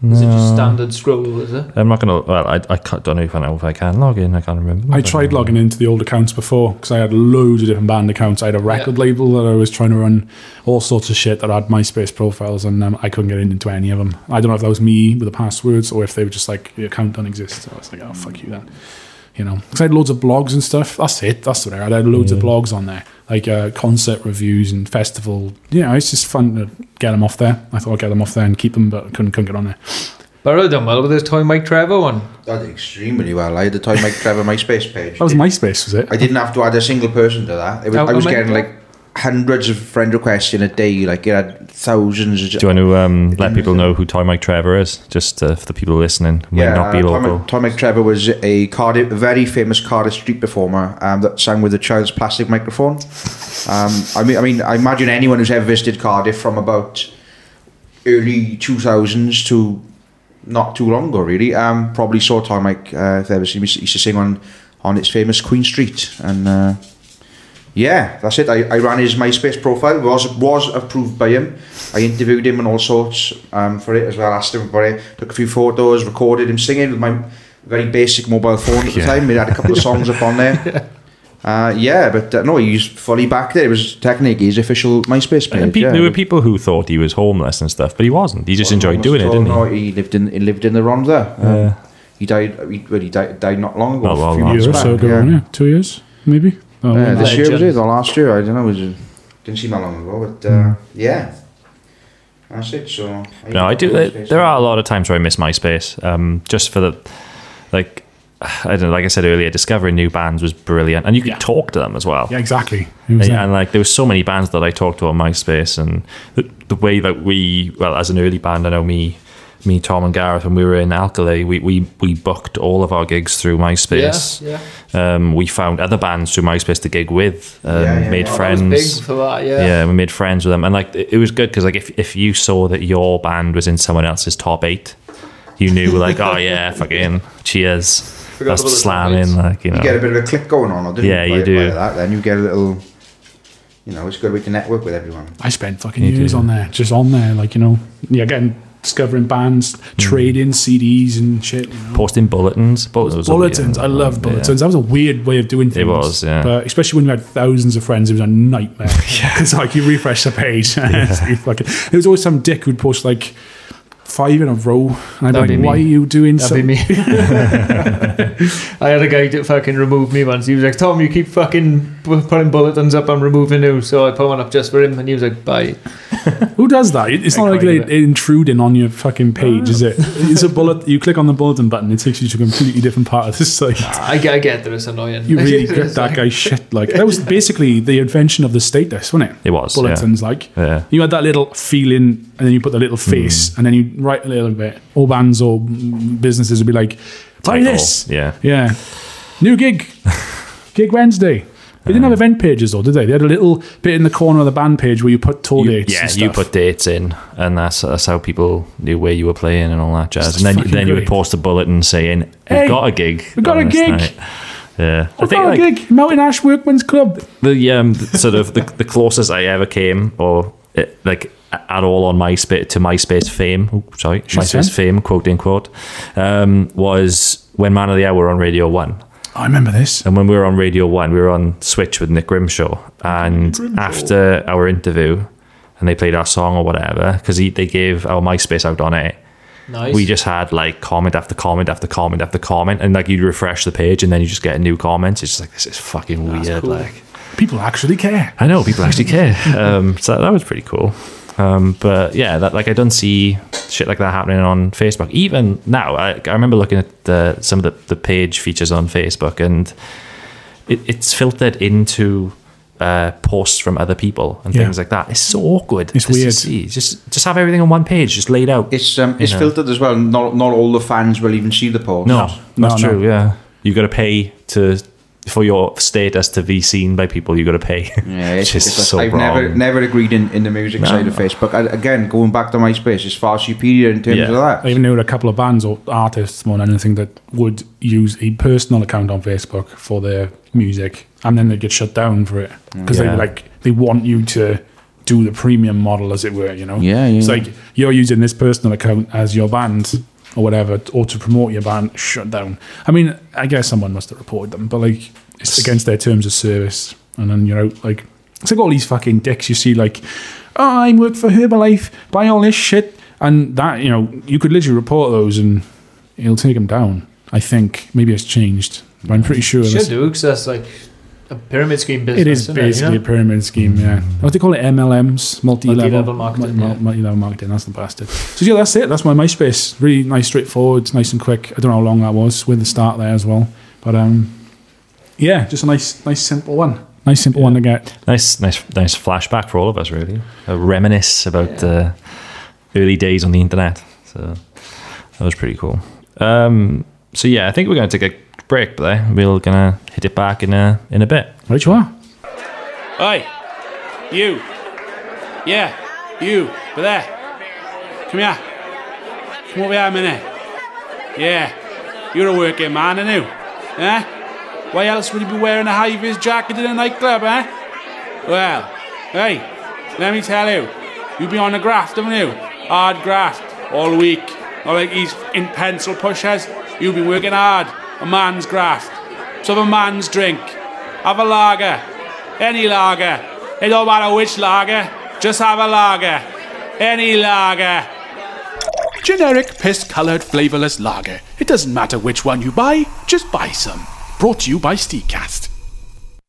Is it just standard scroll? Is it?
I'm not gonna. Well, I, I can't, don't know if I know if I can log in. I can't remember.
I tried logging into the old accounts before because I had loads of different band accounts. I had a record label that I was trying to run, all sorts of shit that had MySpace profiles, and um, I couldn't get in- into any of them. I don't know if that was me with the passwords or if they were just like the account doesn't exist. So I was like, oh fuck you then, you know. Because I had loads of blogs and stuff. That's it. That's what I had. I had loads of blogs on there, like uh, concert reviews and festival. You know, it's just fun to get them off there. I thought I'd get them off there and keep them, but I couldn't couldn't get on there.
Burrow done well with his toy Mike Trevor one.
That did extremely well. I had the time Mike Trevor MySpace page.
That was MySpace, was it?
I didn't have to add a single person to that. It was,
How-
I was
how many-
getting like hundreds of friend requests in a day. Like it had thousands. Of,
Do you want to um, let people know who Toy Mike Trevor is? Just uh, for the people listening, who may not be
uh, Tom-
local.
Tom McTrevor was a Cardiff, a very famous Cardiff street performer um, that sang with a child's plastic microphone. Um, I mean, I mean, I imagine anyone who's ever visited Cardiff from about early two thousands to not too long ago, really, um, probably saw Tom Mike uh, if they ever seen him. He used to sing on on its famous Queen Street, and uh, yeah, that's it. I, I ran his MySpace profile. was was approved by him. I interviewed him and all sorts um, for it as well. Asked him about it. Took a few photos. Recorded him singing with my very basic mobile phone at the
Yeah.
time. It had a couple of songs up on there. Uh, yeah, but uh, no, he's fully back there. It was technically his official MySpace page.
And peop
yeah.
there were people who thought he was homeless and stuff, but he wasn't. He just enjoyed doing it,
Oh,
didn't he?
no, he lived in he lived in the Rhondda. Um,
Yeah.
He died. He, well, he died, died not long ago.
Not
a
long
few
ago.
A
months
year or
back,
so ago,
yeah.
yeah. two years maybe. Oh,
Yeah,
well,
Uh, this year was
Legend.
it or last year? I don't know. It was didn't seem that long ago, but uh, yeah, that's it. So
No, I do. There, there are a lot of times where I miss MySpace. Um, just for the, like, I don't know. Like I said earlier, discovering new bands was brilliant, and you could
Yeah.
talk to them as well.
yeah, exactly. Who was uh,
And,
that?
and, like, there was so many bands that I talked to on MySpace, and the, the way that we, well, as an early band, I know me, me, Tom, and Gareth, when we were in Alkali, we we, we booked all of our gigs through MySpace.
Yeah, yeah.
Um, we found other bands through MySpace to gig with, um,
Yeah, yeah,
made
yeah.
I was
friends
big for that. Yeah.
yeah, we made friends with them, and like it, it was good because like if if you saw that your band was in someone else's top eight, you knew like oh yeah, fucking cheers,
Forgot
that's
about the top
slamming,
eights.
like you know,
You get a bit of a click going on, or didn't
Yeah,
you?
you
by-
do.
by that, then you get a little. You know, it's a good way to network with everyone.
I spent fucking
You
years
do.
on there, just on there, like you know, yeah, again, discovering bands, trading CDs and shit. You know.
posting bulletins, bulletins,
bulletins. I love bulletins. That was a weird way of doing things.
was, yeah.
But especially when you had thousands of friends, it was a nightmare. Because like you refresh the page, and it's fucking- there was always some dick who'd post like five in a row, and I'd
That'd
be like,
be me.
"Why are you doing
That'd
something?"
be me. I had a guy that fucking removed me once. He was like, Tom, you keep fucking p- putting bulletins up. I'm removing you. So I put one up just for him. And he was like, bye.
Who does that? It- It's
I
not like
can't
they
do
are intruding on your fucking page, is it? It's a bullet. You click on the bulletin button, it takes you to a completely different part of the site.
I, get- I get that it's annoying.
You really grip
It's
that
like-
guy's shit. Like that was basically the invention of the status, wasn't it?
It was, yeah.
bulletins. Like
Yeah. Hmm.
you had that little feeling, and then you put the little face, and then you write a little bit. All bands or mm, businesses would be like, "Buy
Title,
this,
oh, yeah.
yeah, new gig, gig Wednesday." They didn't have event pages though, did they? They had a little bit in the corner of the band page where you put tour
You-
dates.
yeah,
and
you
stuff.
put dates in, and that's that's how people knew where you were playing and all that jazz.
That's
and then
fucking
then you would
great.
post a bulletin saying, "We've
Hey,
got a gig,
we've got
on
a
this
gig."
night." Yeah, I
I've got
like,
a gig, Mountain Ash Workman's Club.
the um th- sort of the, the closest I ever came or uh, like a- at all on MySpace to MySpace fame. Oh, sorry,
said.
MySpace fame, quote unquote, um, was when Man of the Hour were on Radio One.
I remember this.
And when we were on Radio One, we were on Switch with Nick Grimshaw. And after our interview, and they played our song or whatever, because they gave our MySpace out on it.
Nice.
We just had like comment after comment after comment after comment, and like you'd refresh the page, and then you just get new comments. It's just like this is fucking weird.
cool.
Like,
People actually care.
I know people actually care. Um, so that was pretty cool. Um, but yeah, that like I don't see shit like that happening on Facebook. Even now, I, I remember looking at the, some of the, the page features on Facebook, and it, it's filtered into uh, posts from other people and
Yeah.
things like that. It's so awkward.
It's
to
weird.
See. Just just have everything on one page, just laid out.
It's um, it's
know.
filtered as well. Not not all the fans will even see the post.
no,
No,
that's
no.
true. Yeah, you got to pay to for your status to be seen by people. You got to pay.
Yeah, it's,
Which is
it's-
so
I've never
wrong.
never agreed in, in the music
No,
side of Facebook. I, again, going back to MySpace, it's far superior in terms
Yeah. Oh,
of
I
that.
even knew a couple of bands or artists more than anything that would use a personal account on Facebook for their music, and then they get shut down for it because
Yeah.
they like they want you to do the premium model, as it were. You know,
Yeah, yeah.
It's like you're using this personal account as your band or whatever, or to promote your band. Shut down. I mean, I guess someone must have reported them, but like it's against their terms of service, and then you're out like. It's like all these fucking dicks you see, like, oh, I work for Herbalife, buy all this shit. And that, you know, you could literally report those and it'll take them down. I think. Maybe it's changed. But I'm pretty sure.
should
that's-
do because that's like a pyramid scheme business.
It is
isn't
basically
you
a pyramid scheme, yeah. What do they call it? MLMs, multi-level,
Multi-level marketing, yeah.
multi-level marketing. That's the bastard. So yeah, that's it. That's my MySpace. Really nice, straightforward, it's nice and quick. I don't know how long that was with the start there as well, but um, yeah, just a nice, nice simple one. Nice simple one to get.
Nice, nice, nice flashback for all of us, really. A reminisce about
Yeah.
uh, early days on the internet. So that was pretty cool. Um, so yeah, I think we're going to take a break there. We're gonna hit it back in a in a bit.
Right you are.
Oi! You! Yeah, you! Over there! Come here! Come over here a minute! Yeah, you're a working man, aren't you? Eh? Why else would you be wearing a high vis jacket in a nightclub, eh? Well, hey, let me tell you, you've been on a graft, haven't you? Hard graft, all week. Not like these in pencil pushers. You've been working hard. A man's graft. So have a man's drink. Have a lager. Any lager. It don't matter which lager. Just have a lager. Any lager. Generic, piss coloured, flavourless lager. It doesn't matter which one you buy, just buy some. Brought to you by Steakcast.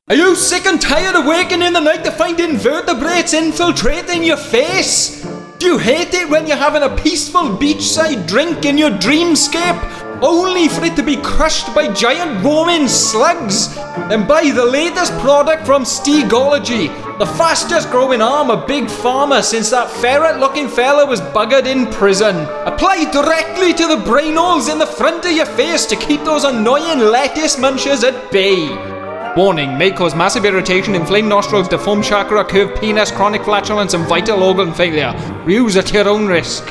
Are you sick and tired of waking in the night to find invertebrates infiltrating your face? Do you hate it when you're having a peaceful beachside drink in your dreamscape, only for it to be crushed by giant roaming slugs? Then buy the latest product from Stegology, the fastest growing arm of Big Pharma since that ferret looking fella was buggered in prison. Apply directly to the brain holes in the front of your face to keep those annoying lettuce munchers at bay. Warning may cause massive irritation, inflamed nostrils, deformed chakra, curved penis, chronic flatulence, and vital organ failure. Use at your own risk.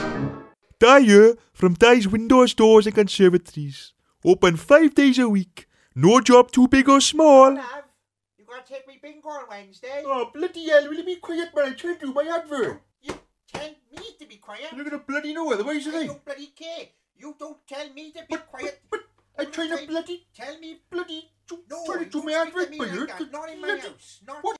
Tire from Ty's Window Stores and Conservatories. Open five days a week. No job too big or small.
Nav, you gotta take me bingo on Wednesday.
Oh, bloody hell, will you be quiet when I try to do my advert?
You tell me to be quiet.
You're gonna bloody know otherwise,
I
today.
don't bloody care. You don't tell me to be
But,
quiet.
but, but, I try to bloody,
Tell me.
bloody, to,
No,
try to
you
do my
don't speak to
advert,
me
but
like
you're...
that. Not in my
you're-
house. Not
What?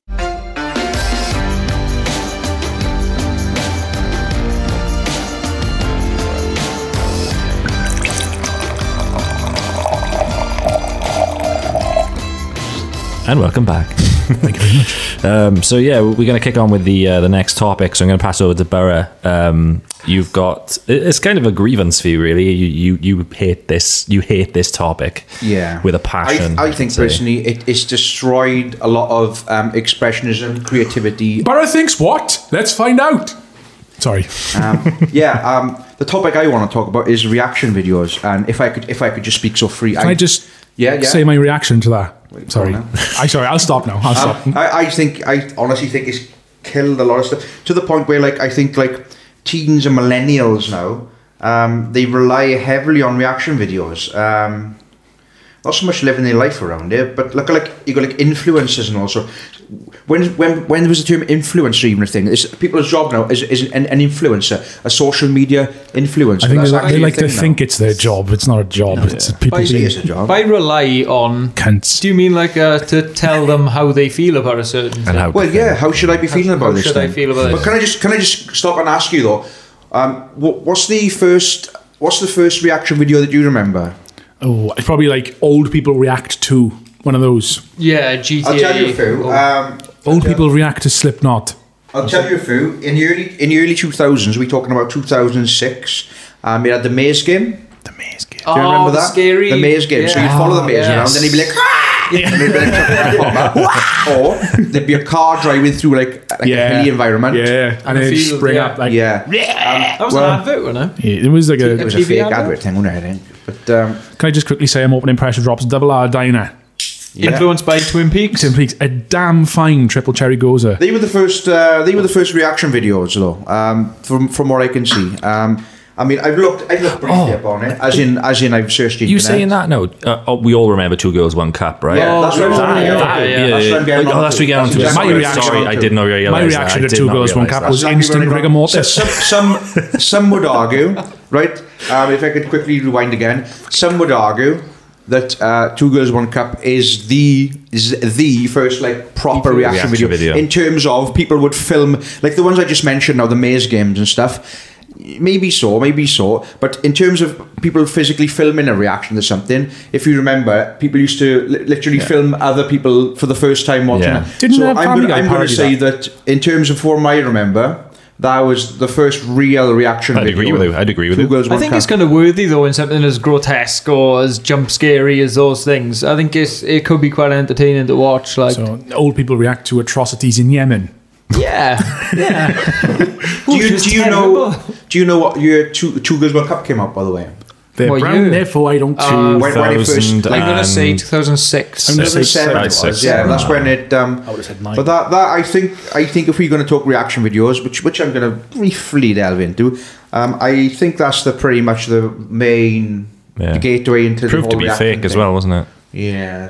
And welcome back. Thank you very much. Um, so yeah, we're going to kick on with the uh, the next topic. So I'm going to pass over to Burra. Um, you've got it- it's kind of a grievance for you, really. You you, you hate this you hate this topic.
Yeah.
with a passion.
I, I
I'd
think
say.
personally it, it's destroyed a lot of um, expressionism, creativity.
Barra thinks what? Let's find out. Sorry.
Um, yeah, um, the topic I want to talk about is reaction videos. And if I could if I could just speak so free,
Can I just
Yeah, yeah.
say my reaction to that?
Wait,
sorry.
go on
I sorry, I'll stop now. I'll stop.
Um, I, I think I honestly think it's killed a lot of stuff to the point where like I think like teens and millennials now um, they rely heavily on reaction videos. Um, not so much living their life around it, but look like you got like influencers and also when when when was the term influencer even a thing? It's, people's job now is, is an, an influencer, a social media influencer.
I think
That's
they, like- they
actually a
like to
thing now.
think it's their job. It's not a job. it's people
Basically,
being
it's a job.
By rely on,
cunts.
do you mean like uh, to tell them how they feel about a certain
And
thing?
how
Well, yeah. How should I be feeling
how
about this?
should I
then?
feel about
but
it?
Can I just can I just stop and ask you though? Um, what, what's the first what's the first reaction video that you remember?
Oh, it's probably like old people react to one of those.
Yeah, GTA.
I'll tell you a few.
or-
Um,
Old people react to Slipknot.
I'll tell you a few. In the early in the early two thousands, we're talking about two thousand six. Um, you had the maze game.
The maze game.
Do you
Oh,
remember
the
that?
scary-
The maze game. So
yeah.
you'd follow the maze
Ah,
around, and he'd be like. "Ah!" And they'd be like, "Chuck that bomb." or there'd be a car driving through like, like a hilly environment.
Yeah, and
The
then
field,
spring
yeah.
up like
yeah. Um,
that was
well,
an advert, wasn't it?
It was like
It
a.
was a
TV
fake
advert?
advert thing, wasn't it? I think. But um,
Can I just quickly say I'm opening pressure drops? Double R diner.
yeah.
Influenced by Twin Peaks.
Simply a damn fine triple cherry goza.
They were the first. Uh, they were the first reaction videos, though. Um, from from what I can see. Um, I mean, I've looked. I've looked briefly
Oh.
upon it, as in as in I've searched. the
you
internet.
saying that? No, uh, oh, we all remember Two Girls One Cup, right?
Yeah, that's what I'm
Oh,
trying to get
yeah,
onto.
yeah,
yeah,
That's what
yeah.
I'm getting
Like, oh, that's
onto.
we get onto.
That's
this.
exactly
My
what I'm
reaction.
getting
Sorry, I
onto.
did not realize.
My reaction to Two Girls One Cup was
That's exactly
instant
what I
rigor
got.
mortis.
So- Some, some, some would argue, right? Um, if I could quickly rewind again, some would argue that uh, Two Girls One Cup is the is the first like proper reaction,
Reaction
video,
video.
in terms of people would film like the ones I just mentioned now, the maze games and stuff. Maybe so, maybe so. But in terms of people physically filming a reaction to something, if you remember, people used to li- literally film other people for the first time watching
Yeah.
it
Didn't,
so
uh,
I'm
Family
gonna,
Guy
I'm gonna
parody
say that? in terms of form I remember, that was the first real reaction.
I'd
video.
agree with you. I'd agree with
Two
you.
Girls,
I
One
think
Cup.
it's kind of worthy though in something as grotesque or as jump scary as those things. I think it's it could be quite entertaining to watch. Like,
So old people react to atrocities in Yemen.
yeah, yeah.
Do you, do you know? Do you know what year two, two Girls One Cup came out? By the way,
They're
What
brown,
year?
therefore I don't.
Uh,
when, when it first,
2000
like
I'm gonna say
And-
2006.
I'm gonna say
2007 it
I'd
was.
say
yeah,
seven.
that's when it. Um,
I would've said nine.
But that, that I think I think if we're going to talk reaction videos, which which I'm going to briefly delve into, um, I think that's the pretty much the main
Yeah.
gateway into the
Proved to
whole
be
reaction
fake as
thing.
well, wasn't it?
Yeah,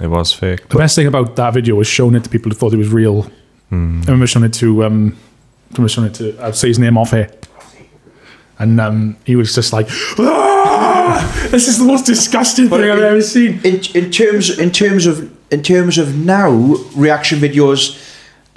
It was fake.
The best thing about that video was showing it to people who thought it was real.
Hmm.
I remember showing it to um, I remember showing it to I'll say his name off here, and um, he was just like, "Ah, "This is the most disgusting
But
thing I've
it-
ever seen."
in, in terms in terms of in terms of now reaction videos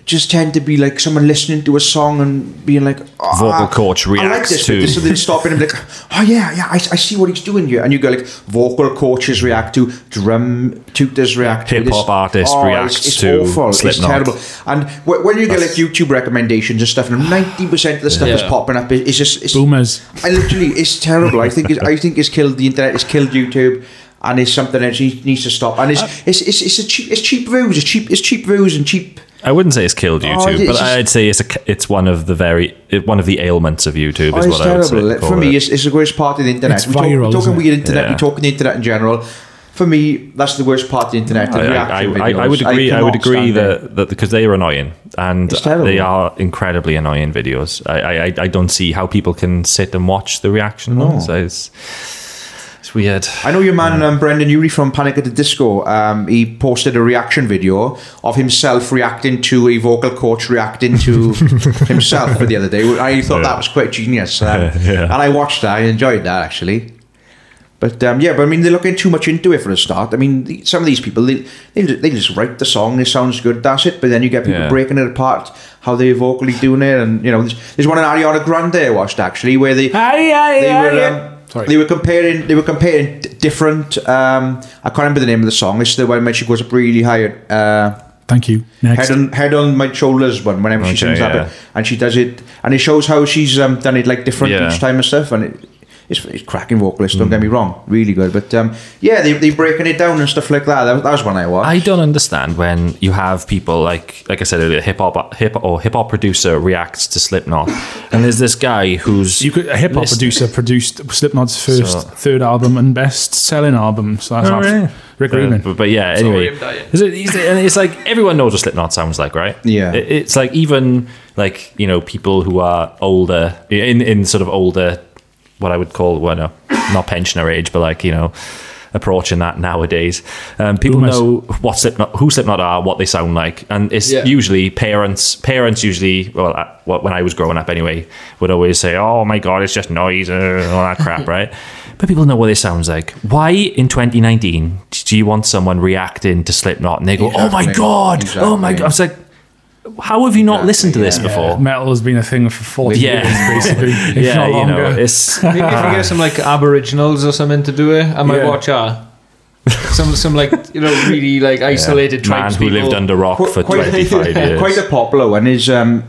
just tend to be like someone listening to a song and being like, oh,
Vocal coach
I like
reacts
this,
to-
but this, so they stop in and be like, oh yeah, yeah, I, I see what he's doing here, and you go like, vocal coaches react to, drum tutors react, to this. Oh,
Hip-hop artist
it's-
reacts
it's
to
awful, it's
Slipknot.
terrible. And wh- when you get like YouTube recommendations and stuff, and ninety percent of the stuff that's
Yeah.
popping up is, is just it's,
Boomers.
I literally, it's terrible. I think, it's, I think it's killed the internet. It's killed YouTube, and it's something that needs needs to stop. And it's,
Uh,
it's, it's, it's a cheap, it's cheap views. It's cheap, it's cheap views and cheap.
I wouldn't say it's killed YouTube,
it's
but
just-
I'd say it's a, c- it's one of the very it, one of the ailments of YouTube
Oh,
is
it's
what I would say.
terrible. Like,
call
For me,
it.
it's, it's the worst part of the internet.
It's
we talk,
viral,
we're talking
isn't it?
weird internet.
Yeah.
We're talking the internet in general. For me, that's the worst part of the internet. the
I, I,
reaction
I, I
videos.
would agree. I, would
cannot
agree
stand it.
that, that because they are annoying and
It's terrible.
they are incredibly annoying videos. I, I I- I don't see how people can sit and watch the reaction. ones. It's, it's weird.
I know your man um, Brendan Urie from Panic at the Disco. Um, he posted a reaction video of himself reacting to a vocal coach reacting to himself for the other day. I thought that was quite genius, um,
Yeah.
and I watched that. I enjoyed that actually. But um, yeah, but I mean, they're looking too much into it for a start. I mean, the, some of these people they they just, they just write the song. It sounds good, that's it. But then you get people
Yeah.
breaking it apart, how they're vocally doing it, and you know, there's, there's one in Ariana Grande I watched actually where they
Aye, aye,
they
aye,
were
aye.
um, they were comparing they were comparing d- different um, I can't remember the name of the song it's the one when she goes up really high uh,
Thank you. Next.
head on head on my shoulders one whenever she
Okay,
sings that
yeah.
bit, and she does it and it shows how she's um, done it like different
Yeah. Mm.
each time and stuff and it it's, it's cracking vocalist don't get me wrong really good but um, yeah they, they're breaking it down and stuff like that that was, that was one I watched
I don't understand when you have people like, like I said earlier, hip hop, hip or hip hop producer reacts to Slipknot, and there's this guy who's
You could, a hip hop
Listen.
producer produced Slipknot's first,
So-
third album and best selling album. So that's
Oh,
off.
really?
Rick
Uh,
Rubin.
But, but yeah, anyway,
I'm dying.
Is it- is it- and it's like everyone knows what Slipknot sounds like, right?
Yeah.
It- it's like even like you know people who are older in in sort of older, what I would call well, no, not pensioner age, but like you know. Approaching that nowadays, um, people
Boomers.
know what Slipknot, who Slipknot are, what they sound like, and it's
Yeah.
usually parents. Parents usually, well, I, well, when I was growing up, anyway, would always say, "Oh my god, it's just noise," uh, and all that crap, right? But people know what it sounds like. Why in 2019 do you want someone reacting to Slipknot and they go, "Oh my
Exactly.
god, oh my god"? I was like, "How have you not listened to this
yeah.
before?"
Metal has been a thing for 40
Yeah.
years, basically. if
Yeah,
not
you
longer.
know, it's
Maybe if you get some like Aboriginals or something to do it, I might
Yeah.
watch that. Some some like you know really like isolated
man
tribes
who
people.
lived under rock
Qu-
for 25 years.
Quite a popular one is um,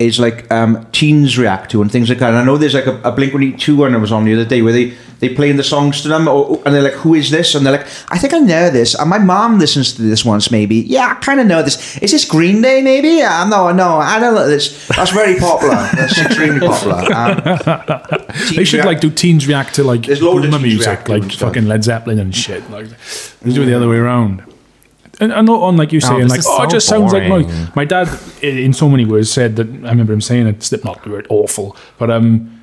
is like um, teens react to and things like that. And I know there's like a, a Blink One Eight Two one I was on the other day where they they playing the songs to them or, and they're like, "Who is this?" And they're like, "I think I know this." And my mom listens to this once, maybe. Yeah, I kind of know this. Is this Green Day? Maybe? Yeah, no, no, I don't know this. That's very popular. That's extremely popular. Um,
They should like do teens react to like
There's loads of
boomer
teens
music,
react to
like
and stuff.
fucking Led Zeppelin and shit. Like they do it the other way around. And, and on like you saying,
this
like
is
oh, it
so
just sounds like
boring."
my my dad. i- In so many words, said that I remember him saying it. Slipknot were awful, but um,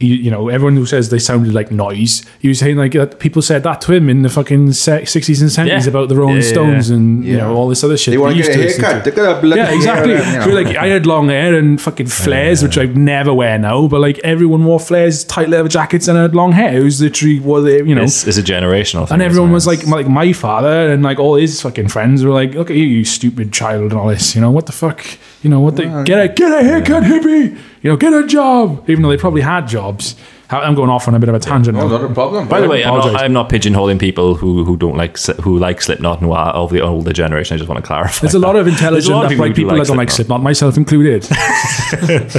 you, you know, everyone who says they sounded like noise, he was saying like that people said that to him in the fucking sixties and seventies
Yeah.
about the Rolling
Yeah, yeah,
Stones
yeah.
and you know all this other shit.
they want
He
to get
used
a
listen
haircut.
to.
They're gonna bloody
Yeah,
hair
exactly.
and, you know.
We're like I had long hair and fucking flares, which I never wear now. But like everyone wore flares, tight leather jackets, and had long hair. It was literally what they, you know.
It's, it's a generational thing.
and everyone
isn't
was
it?
like, my, like my father and like all his fucking friends were like, "Look at you, you stupid child," and all this. You know what the fuck? You know what? They, get a get a haircut, hippie. You know, get a job. Even though they probably had jobs. How- I'm going off on a bit of a tangent.
Oh,
now.
not a problem.
By the way, I'm not,
apologise.
I'm not pipigeonholing people who, who don't like Sli- who like Slipknot and who are of the older generation. I just want to clarify.
There's a lot of intelligent,
lot of people
like, people,
who do like
that don't like
Slipknot.
Slipknot, myself included.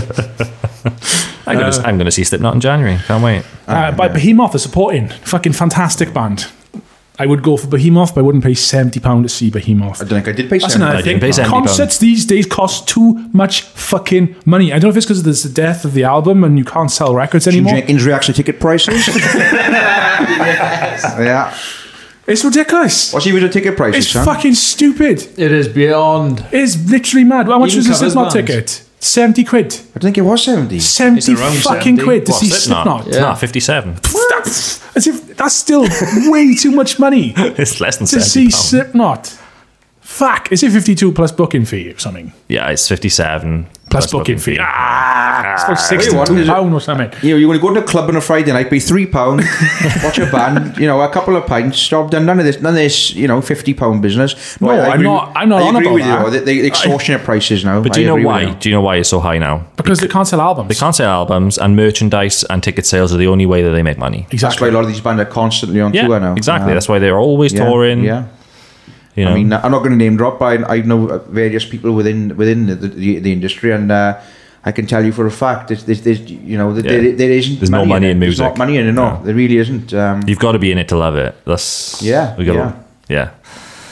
I'm gonna, I'm gonna see Slipknot in January. Can't wait.
Uh, but Behemoth are supporting. Fucking fantastic band. I would go for Behemoth, but I wouldn't pay seventy pound to see Behemoth.
I don't think I did pay.
That's
70.
another
didn't
thing.
pay £70.
Concerts these days cost too much fucking money. I don't know if it's because there's the death of the album and you can't sell records anymore.
Jenkins reaction ticket prices. Yeah.
It's ridiculous.
What's he with the ticket prices,
It's
son?
fucking stupid.
it is beyond.
It's literally mad. How much
Even
was this
covers
Slipknot
bands.
ticket? Seventy quid.
I think it was 70.
Seventy
around
fucking
70.
quid to
What,
see Slipknot.
Nah, 57.
That's, as if that's still way too much money.
it's less than
to see
70.
Slipknot. Fuck, is it 52 plus booking fee or something?
yeah, it's 57
plus booking fee. Ah, it's about sixty-two
Uh, what is it?
pound or something.
You know, you're going to go to a club on a Friday night, pay three pound, watch a band, you know, a couple of pints. Stop done none of this, none of this, you know, fifty pound business.
No, I'm
agree-
not- I'm not
I
on
agree
about
with
that.
you. though. They, they extortionate prices now.
But do you know why? Do you know why it's so high now?
Because they can't sell albums.
They can't sell albums, and merchandise and ticket sales are the only way that they make money.
That's why
Exactly.
a lot of these bands are constantly on
Yeah,
tour now.
exactly.
Yeah.
That's why they're always
yeah.
touring.
Yeah.
you know.
I mean, I'm not going to name drop, but I, I know uh, various people within within the, the, the industry, and uh, I can tell you for a fact, there's, there's, there's you know, that
Yeah.
there, there isn't.
There's no money
it.
in
There's
music.
not money in it. No,
No.
there really isn't. Um,
You've got to be in it to love it. That's
Yeah,
We got
yeah.
to, yeah.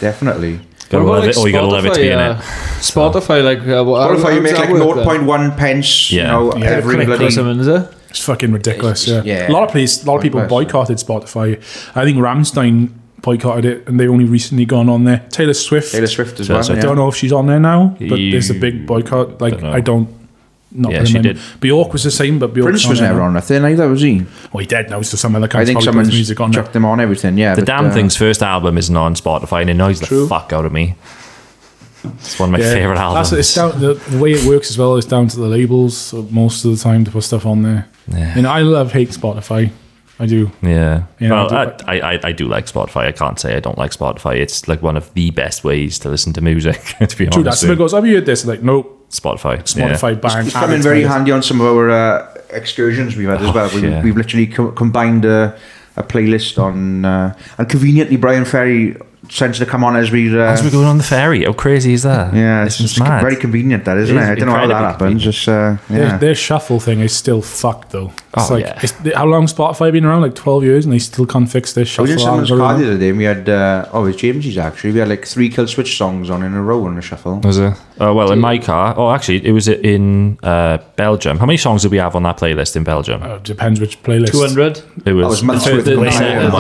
definitely.
Got to love
What about, like,
it, or you got to love it to be in
Spotify,
it.
uh, Spotify, like uh, what- how-
What if
how
I
does
make
that
like
work then?
0.1 pence?
Yeah.
You know,
Yeah,
every
Click or
bloody.
something, is it?
It's fucking ridiculous.
It's-
yeah.
yeah.
A lot of places, a lot of people
Ridiculous,
boycotted Spotify. I think Ramstein boycotted it, and they only recently gone on there. Taylor Swift.
Taylor Swift as
Taylor
well.
Swift.
I
yeah.
don't know if she's on there now, but
You-
there's a big boycott. Like
Dunno.
I don't. Not
Yeah,
put him
she
in.
did.
Bjork was the same, but Bjork
Prince was never on nothing either, was he?
Well, Oh, he dead now, so some other
I
kind
think
of
someone's
music on
chucked
it.
them on everything. Yeah,
The
but,
damn
uh,
thing's first album isn't on Spotify, and it annoys the fuck out of me. It's one of my favorite albums.
That's it. It's down, the, the way it works as well is down to the labels so most of the time to put stuff on there.
Yeah.
And I love hate Spotify. I do.
yeah.
Yeah,
well,
I
I,
do-
I, I, I do like Spotify. I can't say I don't like Spotify. It's like one of the best ways to listen to music. to be honest,
True that. Someone goes, "Have you heard this?" Like, nope.
Spotify. yeah.
Spotify bang.
It's coming very handy on some of our uh, excursions we've had as
Oh,
well. We've,
yeah.
we've literally co- combined a, a playlist on, uh, and conveniently Brian Ferry tends to come on as we. Uh,
As we're going on the ferry, how crazy is that?
yeah,
it's
it's,
just
it's
mad.
very convenient that, isn't
It
it?
is
I don't know how that
incredibly
happens. It's, uh, yeah.
Their, their shuffle thing is still fucked though. It's
Oh,
like
yeah.
it's, how long Spotify been around? Like twelve years, and they still can't fix their
I
shuffle.
was in someone's car the
algorithm.
other day and we had, uh, oh, it was James's actually. We had like three Kill Switch songs on in a row on a shuffle.
Was it? Oh well, in my car. Oh, actually, it was in uh, Belgium. How many songs did we have on that playlist in Belgium?
Oh, depends which playlist.
Two hundred.
it was,
was much
the,
worth
the,
the
the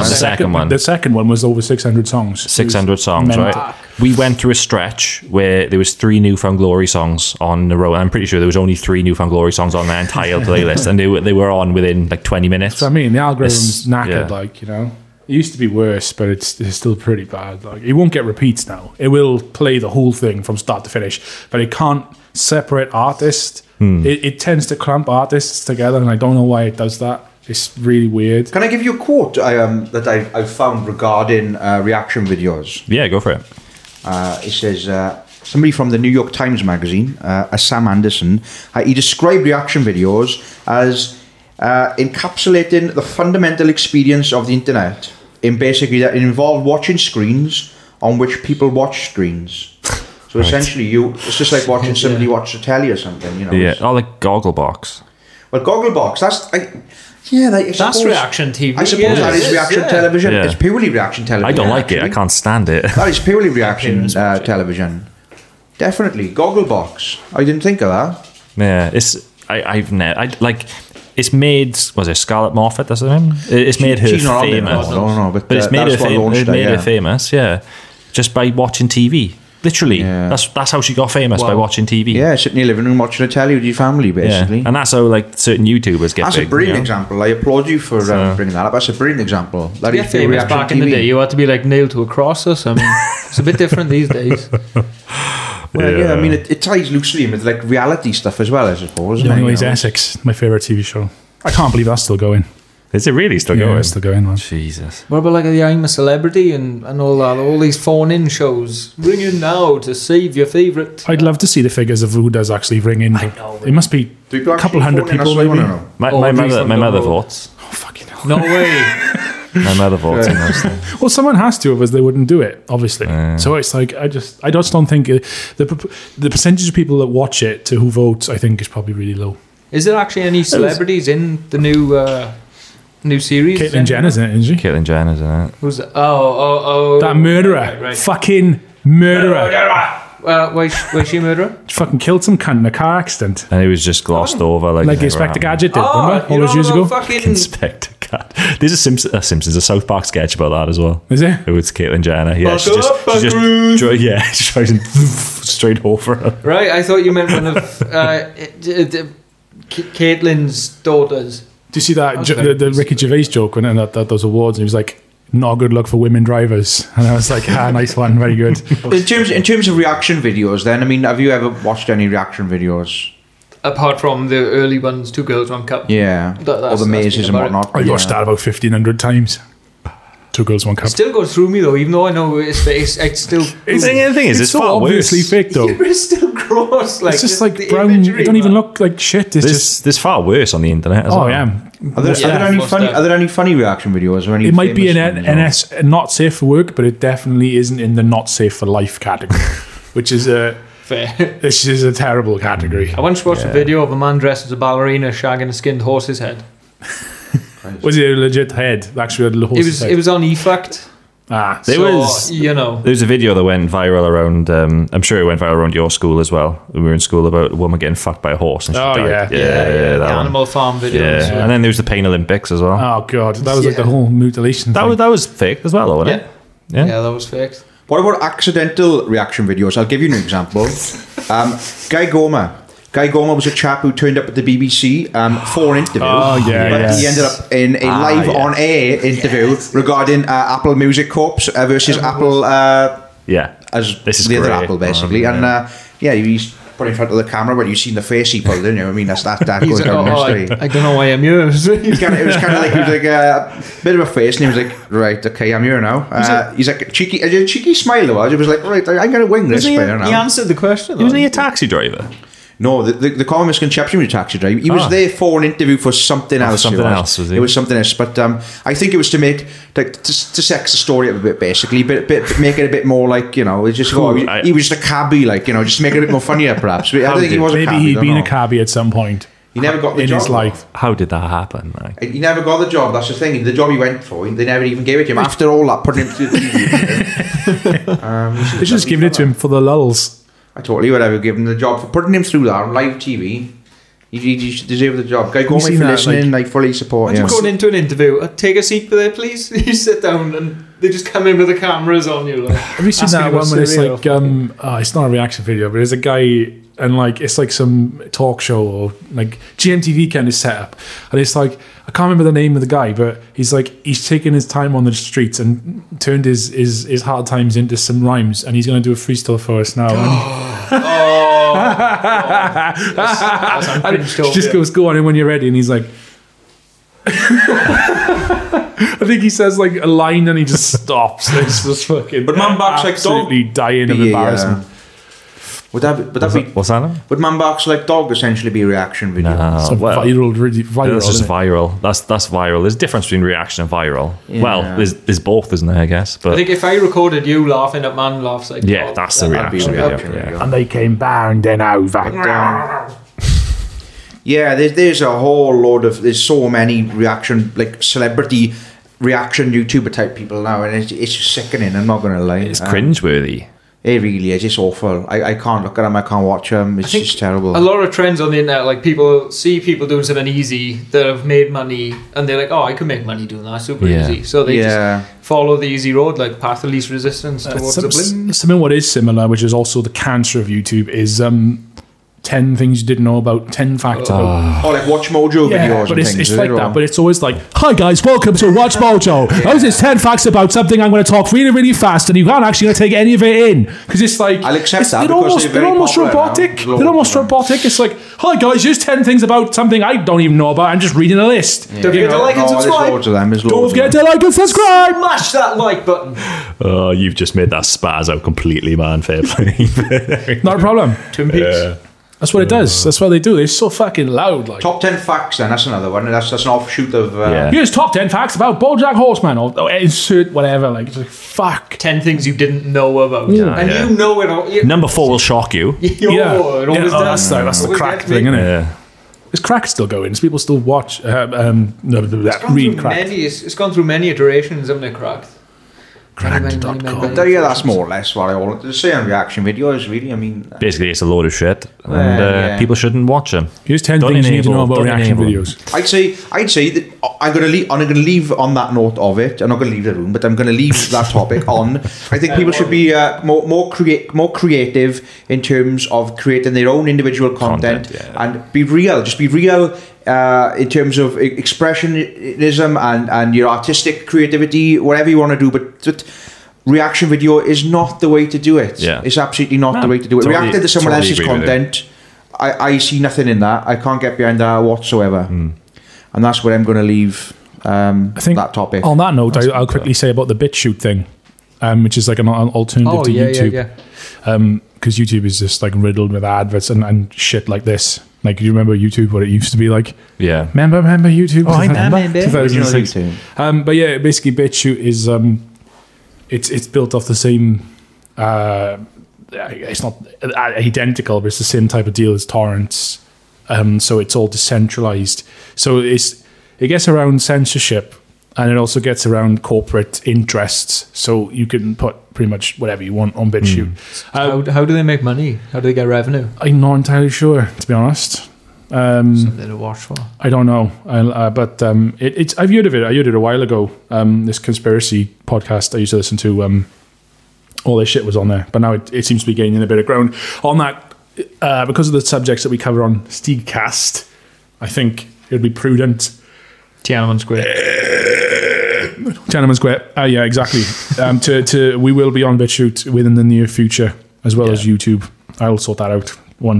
second
playlist.
one. The second one.
The second one was over six hundred songs.
600 songs,
mental.
right? We went through a stretch where there was three New Found Glory songs on the row. I'm pretty sure there was only three New Found Glory songs on the entire playlist, and they were they were on within like 20 minutes.
So I mean, the
It's-
algorithm's knackered.
yeah.
Like you know, it used to be worse, but it's, it's still pretty bad. Like it won't get repeats now. It will play the whole thing from start to finish, but it can't separate artists. It, it tends to clump artists together, and I don't know why it does that. It's really weird.
Can I give you a quote I, um, that I've, I've found regarding uh, reaction videos?
yeah, go for it.
Uh, it says uh, somebody from the New York Times magazine, uh, a Sam Anderson, uh, he described reaction videos as uh, encapsulating the fundamental experience of the internet. In basically, that it involved watching screens on which people watch screens. So essentially, you it's just like watching somebody watch the telly or something, you know.
Yeah. Oh, like Gogglebox.
Well, Gogglebox, that's I, yeah, like, I
That's
suppose-
reaction TV.
I suppose
yeah,
that
it
is, reaction
yeah.
television.
Yeah.
It's purely reaction television.
I don't like it. I
actually.
can't stand it.
That is purely reaction uh, television. Definitely. Gogglebox. I didn't think of that.
yeah, it's I, I've never I like. It's made was it Scarlett Moffat? That's her name. It- It's made her
she's not on there
famous.
now, no, no, but,
it's
uh,
made her
that's what
famous.
launched
It
her,
made her
yeah.
famous. Yeah, just by watching TV. Literally,
Yeah.
that's that's how she got famous by watching TV.
Yeah, sitting in your living room watching a telly with your family, basically.
And that's how like certain YouTubers get
That's
big.
a brilliant
you know?
example. I applaud you for
So-
uh, bringing that up. That's a brilliant example. That
To
is
get
pure
famous
reaction
back in the
TV.
day, you had to be like nailed to a cross or something. it's a bit different these days.
Well, yeah. I mean, it, it ties loosely in with like reality stuff as well, I suppose. isn't it, you
Anyways,
know?
Essex, my favorite TV show. I can't believe that's still going.
Is it really still
Yeah,
going?
it's still going, man.
Jesus.
What about like the I'm a Celebrity and, and all that? All these phone-in shows. Ring in now to save your favourite.
I'd love to see the figures of who does actually ring in. but it must be
Do
a couple
actually
hundred
phone in? That's
people,
what I
maybe.
wanna know.
My,
Oh,
my
at least
mother,
on
my
the
mother
road.
votes.
Fucking hell.
No way.
My mother votes. in those things.
Well, someone has to, otherwise they wouldn't do it, obviously. So it's like I just, I just don't think it, the prop- the percentage of people that watch it to who votes, I think, is probably really low.
Is there actually any celebrities in the new uh, new series?
Caitlyn Jenner's in it, isn't she?
Caitlyn Jenner's in it.
Who's that? Oh, oh, oh.
That murderer,
Right, right.
fucking murderer,
Uh, why, sh- why she a murderer?
fucking killed some cunt in a car accident,
And it was just glossed over like
Oh. like
it never
Inspector
happened.
Gadget did, remember all
Oh, you
those
know
years
the
ago?
Fucking
Inspector Gadget. There's a Simpsons, uh, Simpsons, a South Park sketch about that as well.
Is there?
It was Caitlyn Jenner. Yeah, she
Buck
just,
up,
she just dro- yeah, she tries and straight over her.
right. I thought you meant one of uh, it- it- it- Ca- Caitlyn's daughters.
Do you see that jo- the,
very
the Ricky Gervais joke when at, at those awards? And he was like, "Not a good look for women drivers," and I was like, "Ah, nice one, very good."
In terms, in terms of reaction videos, then, I mean, have you ever watched any reaction videos?
apart from the early ones, Two Girls, One Cup.
Yeah.
That- that's-
All the
that's
mazes
been
and
about it.
whatnot.
I
yeah.
watched that about 1500 times. Two girls, one cup.
Still goes through me though, even though I know it's it's, it's still.
The thing the thing is, it's,
so
far
obviously
worse.
fake, though.
It's still gross. Like
it's just
the-
like
the
brown.
imagery,
It don't even
man.
look like shit. It's
There's,
just.
there's far worse on the internet. As
Oh
well.
yeah,
Are there, are, there
Yeah,
any
most
funny,
definitely.
are there any funny reaction videos or any?
it might be an
famous ones, or-
NS not safe for work, but it definitely isn't in the not safe for life category, which is a
Fair.
this is a terrible category.
I once watched a video of a man dressed as a ballerina shagging a skinned horse's head.
Was it a legit head? Actually, had a little
It was it was on E Efact.
ah,
There
so,
was-
you know.
There's a video that went viral around. Um, I'm sure it went viral around your school as well. when We were in school about a woman getting fucked by a horse. And she
Oh,
died.
yeah.
yeah, yeah, that
the
one.
Animal Farm videos.
Yeah. and then there was the Pain Olympics as well.
oh god, that was like the
Yeah.
whole mutilation.
that
thing.
was that was fake as well, though, wasn't
Yeah.
Yeah.
Yeah. that was faked.
What about accidental reaction videos? I'll give you an example. Um, Guy Gomer. Guy Gomer was a chap who turned up at the BBC um, for an interview.
Oh, yeah,
But
yes.
he ended up in a
Ah,
live
yes.
on air interview regarding uh, Apple Music Corps uh, versus Apple uh,
it? Yeah.
as
This is
the other
great.
Apple, basically.
Um,
and uh, yeah, he's put in front of the camera, but you've seen the face he pulled in. You know what I mean? That's that, that
He's
goes
like,
down
oh,
in
I,
history.
I don't know why I'm here.
He kinda- it was kind of like he was like uh, a bit of a face, and he was like, "Right, okay, I'm here now." Uh, he's like cheeky, a cheeky smile. though. He was like, "Right, I- I'm gonna wing this
he,
bit now."
answered the question.
Wasn't he a taxi driver?
No, the, the, the common misconception with taxi driver, he was
Ah.
there for an interview for something else.
something
it was.
else, was he?
It was something else, but um, I think it was to make like to, to sex the story up a bit, basically, but, but make it a bit more like you know, it's just oh, he,
I-
he was just a cabbie, like you know, just make it a bit more funnier, perhaps. But I don't think he
did-
was a
Maybe
cabbie.
he'd
don't
been a
know.
cabbie at some point
He never got the
in
job.
his life.
How did that happen? Like,
He never got the job. That's the thing. The job he went for, they never even gave it to him. After all that, putting him through the TV. um, he should
They should just
have
given it to
done
him for the lulls.
that. I totally would have given him the job for putting him through that on live TV. You, you, you should deserve the job. Guy, go
seen
me for
that,
listening. Like, fully support.
Imagine
him.
going into an interview. Uh, take a seat there, please. You sit down and they just come in with the cameras on you. Like,
Have you seen
Ask me
that
about
one when it's
cereal.
like um, oh, it's not a reaction video, but there's a guy and like it's like some talk show or like GMTV kind of setup, and it's like I can't remember the name of the guy, but he's like he's taken his time on the streets and turned his his, his hard times into some rhymes, and he's gonna do a freestyle for us now. And
I'm pretty
he
Oh,
sure.
just goes, "Go on, and when you're ready," and he's like. I think he says like a line and he just stops. It's just fucking.
But man back's like, "Don't
absolutely dying of
be a,
embarrassment.
uh, Would that be, would that be
What's that?
would man box like dog essentially be a reaction video?
Uh,
Some
well,
viral, really viral.
that's just
isn't it?
viral. That's that's viral. There's a difference between reaction and viral. Well,
Yeah.
there's there's both, isn't there? I guess.
I
But
think if I recorded you laughing at man laughs, like
yeah,
oh,
that's the
that-
That'd be a
reaction.
reaction
Yeah, yeah.
video.
and they came bounding over.
Um, yeah, there's there's a whole load of there's so many reaction like celebrity reaction YouTuber type people now, and it's it's just sickening. I'm not gonna lie,
It's
Um,
cringeworthy.
It really is. It's awful. I, I can't look at them. I can't watch them. It's just terrible.
A lot of trends on the internet, like people see people doing something easy that have made money, and they're like, "Oh, I could make money doing that, super
Yeah.
easy." So they
yeah,
just follow the easy road, like path of least resistance towards
Some-
the blim.
Something what is similar, which is also the cancer of YouTube, is um, ten things you didn't know about, ten facts about.
or Oh, like Watch Mojo videos.
but
and
it's,
things,
it's
is
like
it, or-
that. But it's always like, "Hi guys, welcome to Watch Mojo. Those is ten facts about something I'm going to talk really, really fast, and you aren't actually going to take any of it in because it's like
I'll accept
it's-
that
They're
because
almost,
they're
they're
very
almost
popular now.
robotic.
Loads
They're almost
of them.
robotic. It's like, "Hi guys, here's ten things about something I don't even know about. I'm just reading a list.
Don't forget to like
no,
and
Oh,
there's
subscribe.
loads of them. There's
Don't
loads
forget
of them.
to like and subscribe."
Smash that like button.
Oh, you've just made that spaz out completely, man. Fair play.
Not a problem.
Twin Peaks.
That's what it does. That's what they do. They're so fucking loud. Like,
Top ten facts. Then that's another one. That's that's an offshoot of. Uh,
Yeah.
here's top ten facts about BoJack Horseman Oh, or, or insert whatever. Like, it's like fuck.
Ten things you didn't know about, and
yeah.
you know it all. You,
Number four will shock you.
you know it always
oh, that's
does.
the, that's the
Always
crack
gets me.
thing, isn't it?
Yeah.
Is crack still going? Is people still watch? Uh, um, no, no, no,
It's gone
read
through
crack.
Many, it's, it's gone through many iterations, haven't it? Cracked. Cracked.com.
Oh,
But uh, yeah, that's more or less what I all the same reaction videos. Really, I mean,
Basically, it's a load of shit, and
Well,
uh,
yeah.
people shouldn't watch them.
Here's 10
Don't
things you need to
enable-
know about
don't
reaction
enable them.
videos.
I'd say I'd say that I'm gonna leave. I'm gonna leave on that note of it. I'm not gonna leave the room, but I'm gonna leave that topic on. I think people should be uh, more more create more creative in terms of creating their own individual content,
Content,
and be real. Just be real. Uh, in terms of e- expressionism and, and your artistic creativity, whatever you want to do, but that reaction video is not the way to do it.
Yeah.
It's absolutely not
No,
the way to do it.
totally-
Reacting to someone
totally
else's
agree with you.
content I, I see nothing in that. I can't get behind that whatsoever.
Mm.
And that's where I'm going to leave um,
I think
that topic.
On that note, I, I'll quickly say about the BitChute thing, um, which is like an al- alternative
Oh
to
yeah, yeah,
YouTube.
yeah.
because YouTube is just like riddled with adverts and, and shit like this. Like, do you remember YouTube? What it used to be like?
Yeah.
Remember, remember YouTube?
Oh, I remember.
2006.
Original
Um, but yeah, basically, BitChute is um, it's it's built off the same. Uh, it's not uh, identical, but it's the same type of deal as torrents. Um, so it's all decentralized. So it's it gets around censorship, and it also gets around corporate interests. So you can put pretty much whatever you want on BitChute. Uh,
How, how do they make money? How do they get revenue?
I'm not entirely sure, to be honest. Um,
Something to watch for.
I don't know, I, uh, but um, it, it's I've heard of it. I heard it a while ago. Um, this conspiracy podcast I used to listen to. Um, all this shit was on there, but now it, it seems to be gaining a bit of ground on that uh, because of the subjects that we cover on Steedcast. I think it'd be prudent. Uh,
Tiananmen Square.
Tiananmen Square. Uh, yeah, exactly. um, to, to we will be on BitChute within the near future, as well as YouTube. I'll sort that out one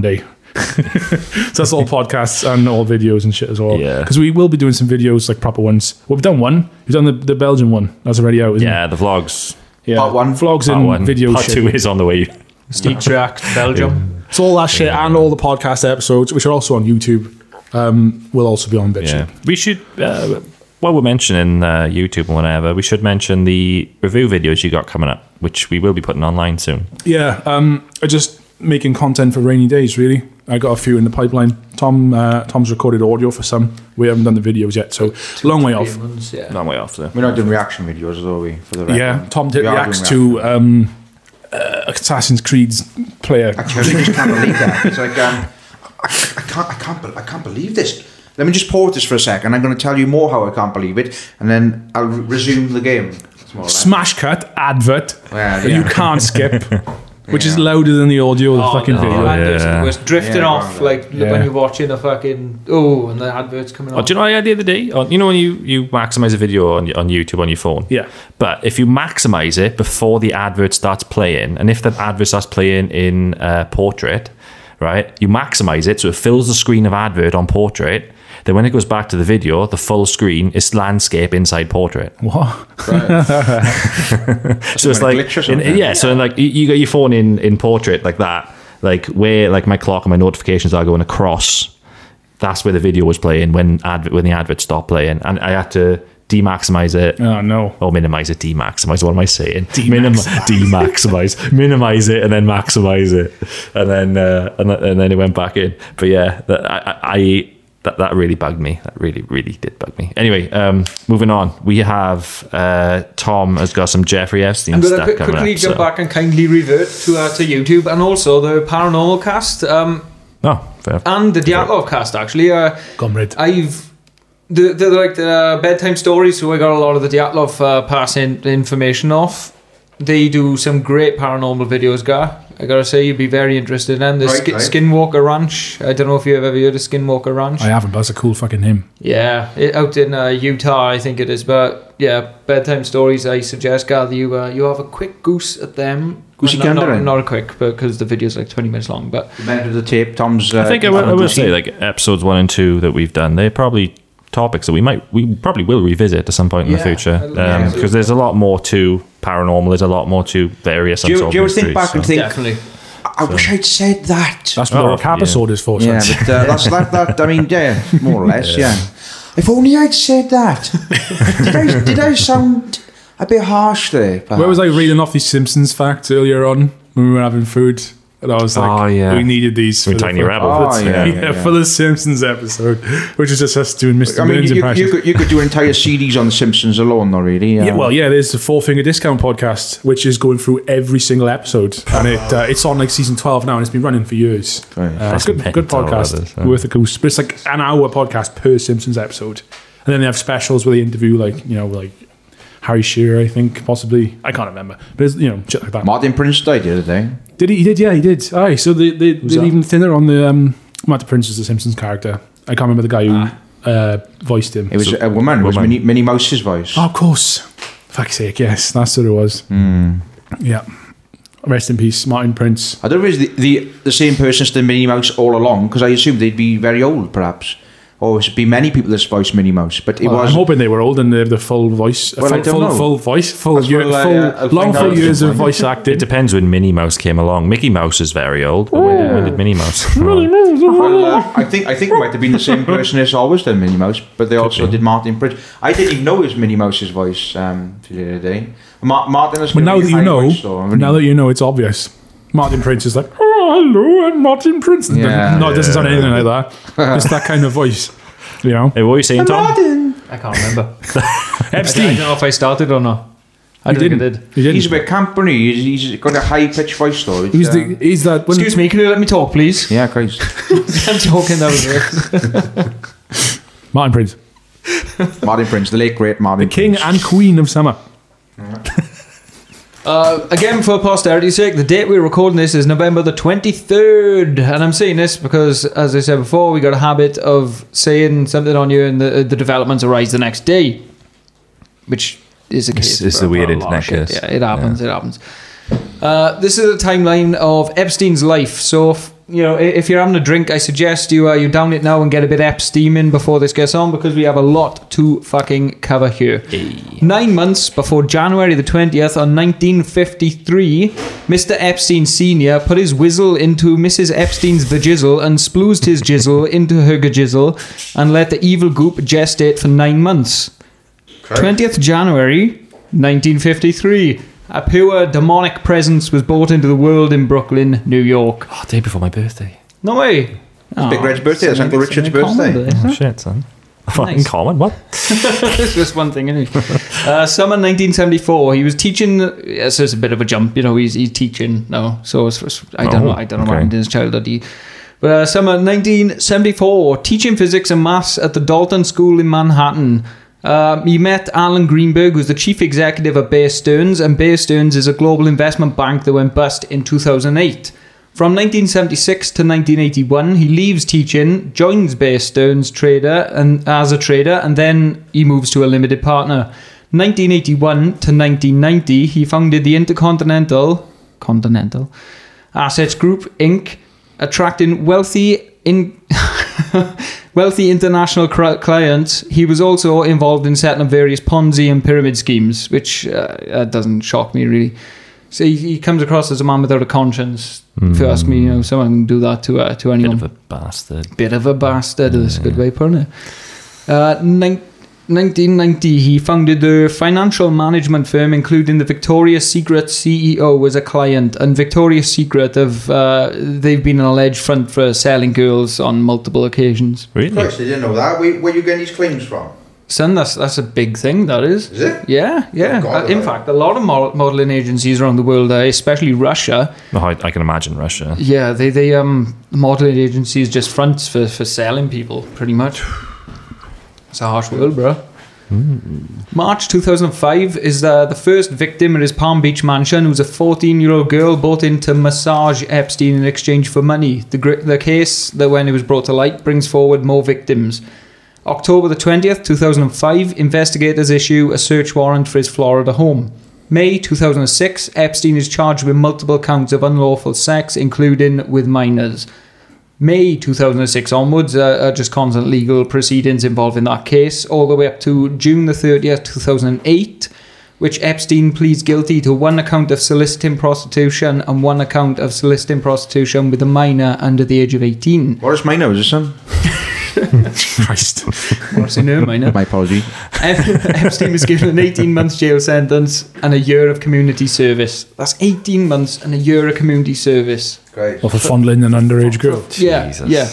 day. so that's all podcasts and all videos and shit as well.
Yeah.
Because we will be doing some videos, like proper ones. Well, we've done one. We've done the, the Belgian one. That's already out, isn't
Yeah, the vlogs.
it? Yeah.
Part one.
Vlogs
Part
and
one.
video
Part
shit.
two is on the way.
Steak Track, Belgium.
So all that shit and all the podcast episodes, which are also on YouTube, um, will also be on
Yeah.
BitChute.
We should, uh, while we're mentioning uh, YouTube and whatever, we should mention the review videos you got coming up, which we will be putting online soon.
Yeah. um, I just making content for rainy days, really. I got a few in the pipeline. Tom, uh, Tom's recorded audio for some. We haven't done the videos yet, so long way off.
Humans, yeah.
Long way off, though.
We're not doing reaction videos, though, are we? For the record.
Yeah, Tom did
We are
reacts
doing
to um, uh, Assassin's Creed's player.
reaction. Actually, I just can't believe that. It's like um, I, I can't, I can't, be- I can't believe this. Let me just pause this for a second. I'm going to tell you more how I can't believe it, and then I'll re- resume the game. It's more like-
Smash cut advert
Well,
that
yeah.
you can't skip, which is
Yeah.
louder than the audio of the fucking
Oh, no,
video.
adverts are the
Oh, Yeah.
worst. drifting
Yeah,
off
wrong
like
Yeah.
when you're watching a fucking oh, and the adverts coming
Oh,
on.
do you know what I had the other day? On, you know when you, you maximize a video on, on YouTube on your phone?
Yeah.
But if you maximize it before the advert starts playing, and if the advert starts playing in uh, portrait, right, you maximize it so it fills the screen of advert on portrait. Then when it goes back to the video, the full screen is landscape inside portrait.
What?
so it's
like
like
a glitch or
in-
something.
yeah, so in like you, you got your phone in in portrait like that like where like my clock and my notifications are going across that's where the video was playing when advert when the advert stopped playing and i had to demaximize it
Oh no.
or minimize it demaximize what am i saying Minim- demaximize minimize it and then maximize it and then uh, and, th- and then it went back in but yeah that i, I- I that, that really bugged me. That really, really did bug me. Anyway, um, moving on. We have uh, Tom has got some Jeffrey Epstein
I'm going
stuff
to
coming
quickly
up.
jump
so-
back and kindly revert to uh, to YouTube and also the Paranormal Cast um,
Oh, fair.
and the Diatlov Cast actually. Uh,
Comrade.
I've the, the like the uh, bedtime stories, so I got a lot of the Diatlov uh, passing information off. They do some great paranormal videos, Gar. I gotta say, you'd be very interested in them. There's
Right,
Ski-
right.
Skinwalker Ranch. I don't know if you've ever heard of Skinwalker Ranch.
I haven't, but that's a cool fucking name.
Yeah, it, out in uh, Utah, I think it is. But yeah, bedtime stories. I suggest, Gar, that you uh, you have a quick goose at them.
Goosey
Well, not, not,
eh?
gandering.
not a quick, because the video's like 20 minutes long. But
The men of the tape. Tom's. Uh,
I think I will, I will
Tom's-
say like episodes one and two that we've done. They're probably topics that we might we probably will revisit at some point in
Yeah,
the future
I'd love
because
to.
there's a lot more to paranormal. There's a lot more to various
Do you, do
unsolved
you ever think
mysteries,
back
so-
and think?
definitely.
I wish I'd said that.
That's what
Oh,
our cap
yeah.
episode is for.
yeah,
so-
but uh, that's that, that. I mean, yeah, more or less. Yeah. If only I'd said that. did, I, did I sound a bit harsh there?
Where was I reading off these Simpsons facts earlier on when we were having food? And I was like,
Oh, yeah.
we needed these.
With
the-
Tiny
for-
Rabbit.
Oh,
yeah,
yeah, yeah, yeah.
for the Simpsons episode, which is just us doing Mr.
I mean,
Burns
you, you,
impressions.
you, could, you could do entire CDs on The Simpsons alone, though, really. um,
Um,
yeah, well, yeah. There's the Four Finger Discount podcast, which is going through every single episode, and it uh, it's on like season twelve now, and it's been running for years.
Right.
Uh, it's good, good
mental,
podcast,
that is, yeah.
worth a goose. But it's like an hour podcast per Simpsons episode, and then they have specials where they interview like you know like Harry Shearer, I think possibly. I can't remember, but it's, you know shit like that.
Martin Prince died the other day.
Did he? He did. Yeah, he did. Aye. So they they they're
that?
even thinner on the um. Martin Prince is the Simpsons character. I can't remember the guy who
Ah.
uh, voiced him.
It was a woman. It was
woman.
Minnie, Minnie Mouse's voice. Hmm.
Oh, of course. Fuck's sake, yes, that's what it was. Yeah. Rest in peace, Martin Prince.
I don't know if it's the, the, the same person as the Minnie Mouse all along, because I assumed they'd be very old, perhaps. Or it'd be many people that's voiced Minnie Mouse, but it
Well, I'm
was.
hoping they were old and they have the full voice,
Well,
full,
I don't
full,
know.
full voice, full,
That's
year,
what uh, I-
full
I'll
long
find out
full
at some
years of
point.
voice acting.
It depends when Minnie Mouse came along. Mickey Mouse is very old. but When, when did Minnie Mouse come along?
Well, uh, I think I think it might have been the same person as always done Minnie Mouse, but they also did Martin Prince. I didn't even know it was Minnie Mouse's voice um, for the other day. Ma- Martin has
But now that you know, now
that
that you know, it's obvious. Martin Prince is like, oh, hello, I'm Martin Prince.
Yeah.
no, it doesn't sound anything like that. It's that kind of voice, you know.
Hey, what were you saying, Tom?
I can't remember. I don't
Epstein,
know if I started or not. I
you
don't think
didn't.
I did.
You didn't.
he's a bit company. He's, he's got a high pitched voice though. It's,
He's,
um,
the, he's that. When
Excuse me, can you let me talk, please?
yeah, Christ.
I'm talking that was it.
Martin Prince,
Martin Prince, the late great Martin.
the king
Prince.
and queen of summer.
Uh, again, for posterity's sake, the date we're recording this is November the 23rd. And I'm saying this because, as I said before, we got a habit of saying something on you and the, the developments arise the next day, which is a case.
it's
for
the weird
a lot of
internet
shit.
curse.
Yeah, it happens, it happens. Uh, this is a timeline of Epstein's life. So, if, you know, i- if you're having a drink, I suggest you uh, you down it now and get a bit Epstein in before this gets on because we have a lot to fucking cover here. Nine months before January the 20th, on 1953, Mr. Epstein Sr. put his whistle into Mrs. Epstein's vajizzle and sploozed his jizzle into her gajizzle and let the evil goop gestate for nine months. 20th January 1953, a pure demonic presence was brought into the world in Brooklyn, New York.
Oh, day before my birthday.
No way. Oh,
Big Red's birthday, it's Uncle Richard's birthday.
Oh, shit, son. Fucking
Nice.
Colin, what?
That's just one thing, isn't it? uh, summer 1974, he was teaching. Yeah, so it's a bit of a jump, you know. He's, he's teaching now, so it's, it's- I don't
Oh,
know. I don't know what
okay.
happened in his childhood. He, but uh, summer 1974, teaching physics and maths at the Dalton School in Manhattan. Um, he met Alan Greenberg, who's the chief executive at Bear Stearns, and Bear Stearns is a global investment bank that went bust in 2008. From 1976 to 1981, he leaves teaching, joins Bear Stearns trader and as a trader, and then he moves to a limited partner. 1981 to 1990, he founded the Intercontinental Continental Assets Group Inc., attracting wealthy in wealthy international cr- clients. He was also involved in setting up various Ponzi and pyramid schemes, which uh, uh, doesn't shock me really. So he, he comes across as a man without a conscience. If you ask me, you know, someone can do that to uh, to
Bit
anyone
of a bastard.
bit of a bastard. That's a good way of putting it. Uh, nine- 1990, he founded the financial management firm, including the Victoria's Secret CEO was a client, and Victoria's Secret have uh, they've been an alleged front for selling girls on multiple occasions.
Really?
Christ, I didn't know that. Where, where you getting these claims from?
Son, that's that's a big thing. That is.
Is it?
Yeah, yeah.
God,
Uh, in
right.
fact, a lot of mo- modeling agencies around the world, uh, especially Russia,
No, Oh, I, I can imagine Russia.
Yeah, they they um modeling agencies just fronts for for selling people pretty much. It's a harsh world, bro. March 2005 is uh, the first victim at his Palm Beach mansion, who's a 14-year-old girl bought into massage Epstein in exchange for money. The gr- the case that when it was brought to light brings forward more victims. October the 20th, 2005, investigators issue a search warrant for his Florida home. May 2006, Epstein is charged with multiple counts of unlawful sex, including with minors. May 2006 onwards uh, are just constant legal proceedings involving that case, all the way up to June the 30th, 2008, which Epstein pleads guilty to one account of soliciting prostitution and one account of soliciting prostitution with a minor under the age of 18.
Boris Minor, is it son?
Christ.
What's in her minor?
My apology.
Epstein was given an 18 month jail sentence and a year of community service. That's 18 months and a year of community service.
Christ.
Well, for fondling an underage girl.
Yeah,
Jesus.
yeah,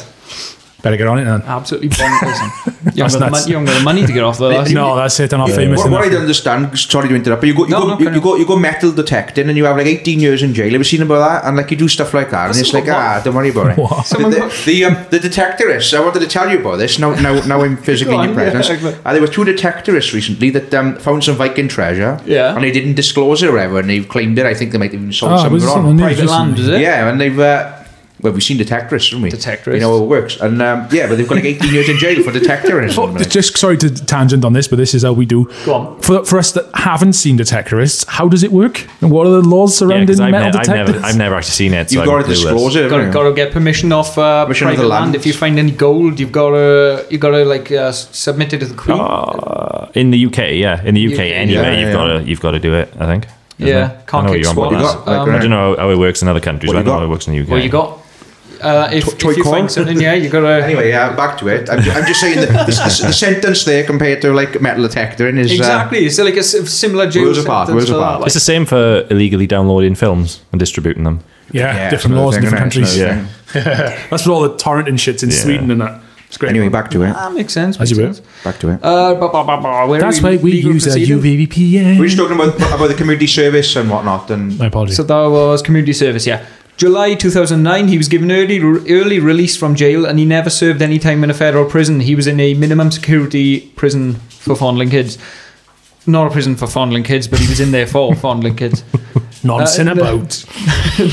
Better get on it then.
absolutely bonkers. you, haven't
That's
got the
nuts.
mon- you haven't got the money to get off the last.
No, that's it. I'm not famous
What, what I
enough.
don't understand, sorry to interrupt, but you go, you,
No,
go,
no,
you,
carry
you
on.
go, you go metal detecting, and you have like 18 years in jail. Have you seen about that? And like you do stuff like that, and it's like, ah, don't worry about it.
What?
The, the, the, um, the detectorists. I wanted to tell you about this. Now, now, now I'm physically
Go
in
on,
your presence.
yeah, exactly.
Uh, there were two detectorists recently that um, found some Viking treasure.
Yeah.
And they didn't disclose it ever, and they've claimed it. I think they might have even sold
Ah,
some
was
of it
this on
on.
the news
Private land,
recently?
is it?
Yeah, and they've. Uh, Well, we've seen Detectorist, haven't we?
Detectorist.
You know how it works. And um, yeah, but they've got like 18 years in jail for Detectorist.
Oh, just sorry to tangent on this, but this is how we do. Go on. For, for us that haven't seen Detectorists, how does it work? And what are the laws
Yeah,
surrounding
because I've,
metal
ne- I've
detectors?
never, I've never actually seen it. so
You've
I'm
got to
clueless.
disclose it.
Got to,
haven't
got
you?
to get permission off uh,
Permission of
private
the
land.
land.
If you find any gold, you've got to you got to like uh, s- submit it to the queen.
Uh, in the UK, yeah, in the UK,
UK,
anyway,
yeah,
you've
yeah.
got to you've got to do it. I think. isn't
Yeah,
it?
can't
I know
kick
you're on board with
squats.
You got,
that.
like,
I
uh,
don't know how it works in other countries.
what
but I
you
don't know how
got?
it works in the UK.
Well, you got uh, if,
Toy
if you
coin.
find something, yeah, you got to
Anyway, yeah, back to it. I'm, ju- I'm just saying that the, the, the sentence there compared to like Metal Detector and is uh,
exactly. It's like a s- similar jail
Worlds apart,
sentence
worlds
for that,
apart.
like-
it's the same for illegally downloading films and distributing them.
yeah,
yeah,
different laws
sort of
in
thing,
different
isn't it?
countries.
Sort of
Yeah.
thing.
That's what all the torrent and shits in
Yeah.
Sweden and that. It's great.
Anyway, back to it.
That makes sense.
As
makes
you were.
sense.
Back to it.
Uh, blah, blah, blah, blah. Where
That's
are we?
why we
Legal
use our
proceeding?
We're
UVVPN.
just talking about, about the community service and whatnot, and
My apologies.
So that was community service, yeah. July 2009, he was given early, early release from jail and he never served any time in a federal prison. He was in a minimum security prison for fondling kids. Not a prison for fondling kids, but he was in there for fondling kids.
Nonsense
uh, no.
about.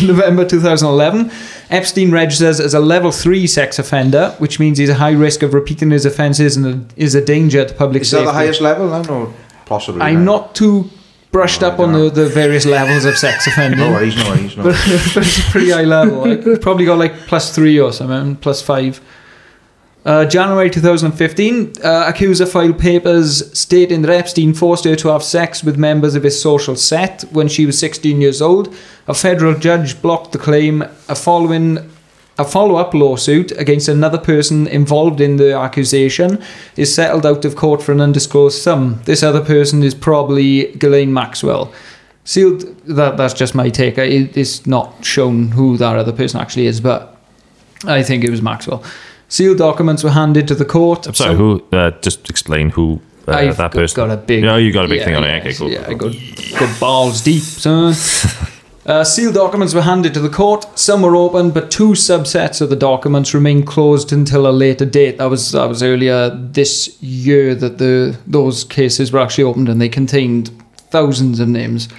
November 2011, Epstein registers as a level 3 sex offender, which means he's a high risk of repeating his offences and is a danger to public
is that
safety.
the highest level then, or possibly?
I'm
then?
not too brushed up on the, the various levels of sex offending.
No worries, no worries, no
but
worries.
it's a pretty high level. Like, you've probably got like plus three or something, plus five. Uh, January 2015, uh, accuser filed papers stating that Epstein forced her to have sex with members of his social set when she was 16 years old. A federal judge blocked the claim. A following a follow-up lawsuit against another person involved in the accusation is settled out of court for an undisclosed sum. This other person is probably Ghislaine Maxwell. Sealed. That that's just my take. I- It, it's not shown who that other person actually is, but I think it was Maxwell. Sealed documents were handed to the court.
I'm sorry. who? Uh, just explain who uh,
I've
that
got-
person.
got a big.
No, you got a big
yeah,
thing on
yeah,
it. Okay, cool.
Yeah,
cool,
I got, got balls deep, son. Uh, sealed documents were handed to the court. Some were opened, but two subsets of the documents remained closed until a later date. That was that was earlier this year that the those cases were actually opened, and they contained thousands of names.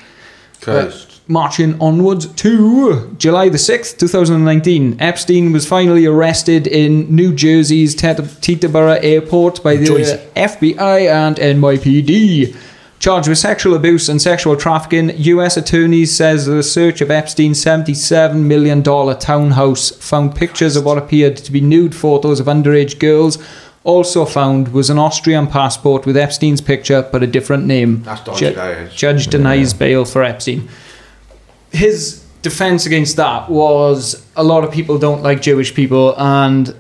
Christ.
Marching onwards to July the 6th, 2019. Epstein was finally arrested in New Jersey's Tet- Teterboro airport by the
Jersey.
FBI and NYPD. Charged with sexual abuse and sexual trafficking, U.S. attorneys says the search of Epstein's $77 million townhouse found pictures of what appeared to be nude photos of underage girls. Also found was an Austrian passport with Epstein's picture but a different name.
That's dodgy,
Ju-
that is.
Judge denies bail for Epstein his defense against that was a lot of people don't like Jewish people, and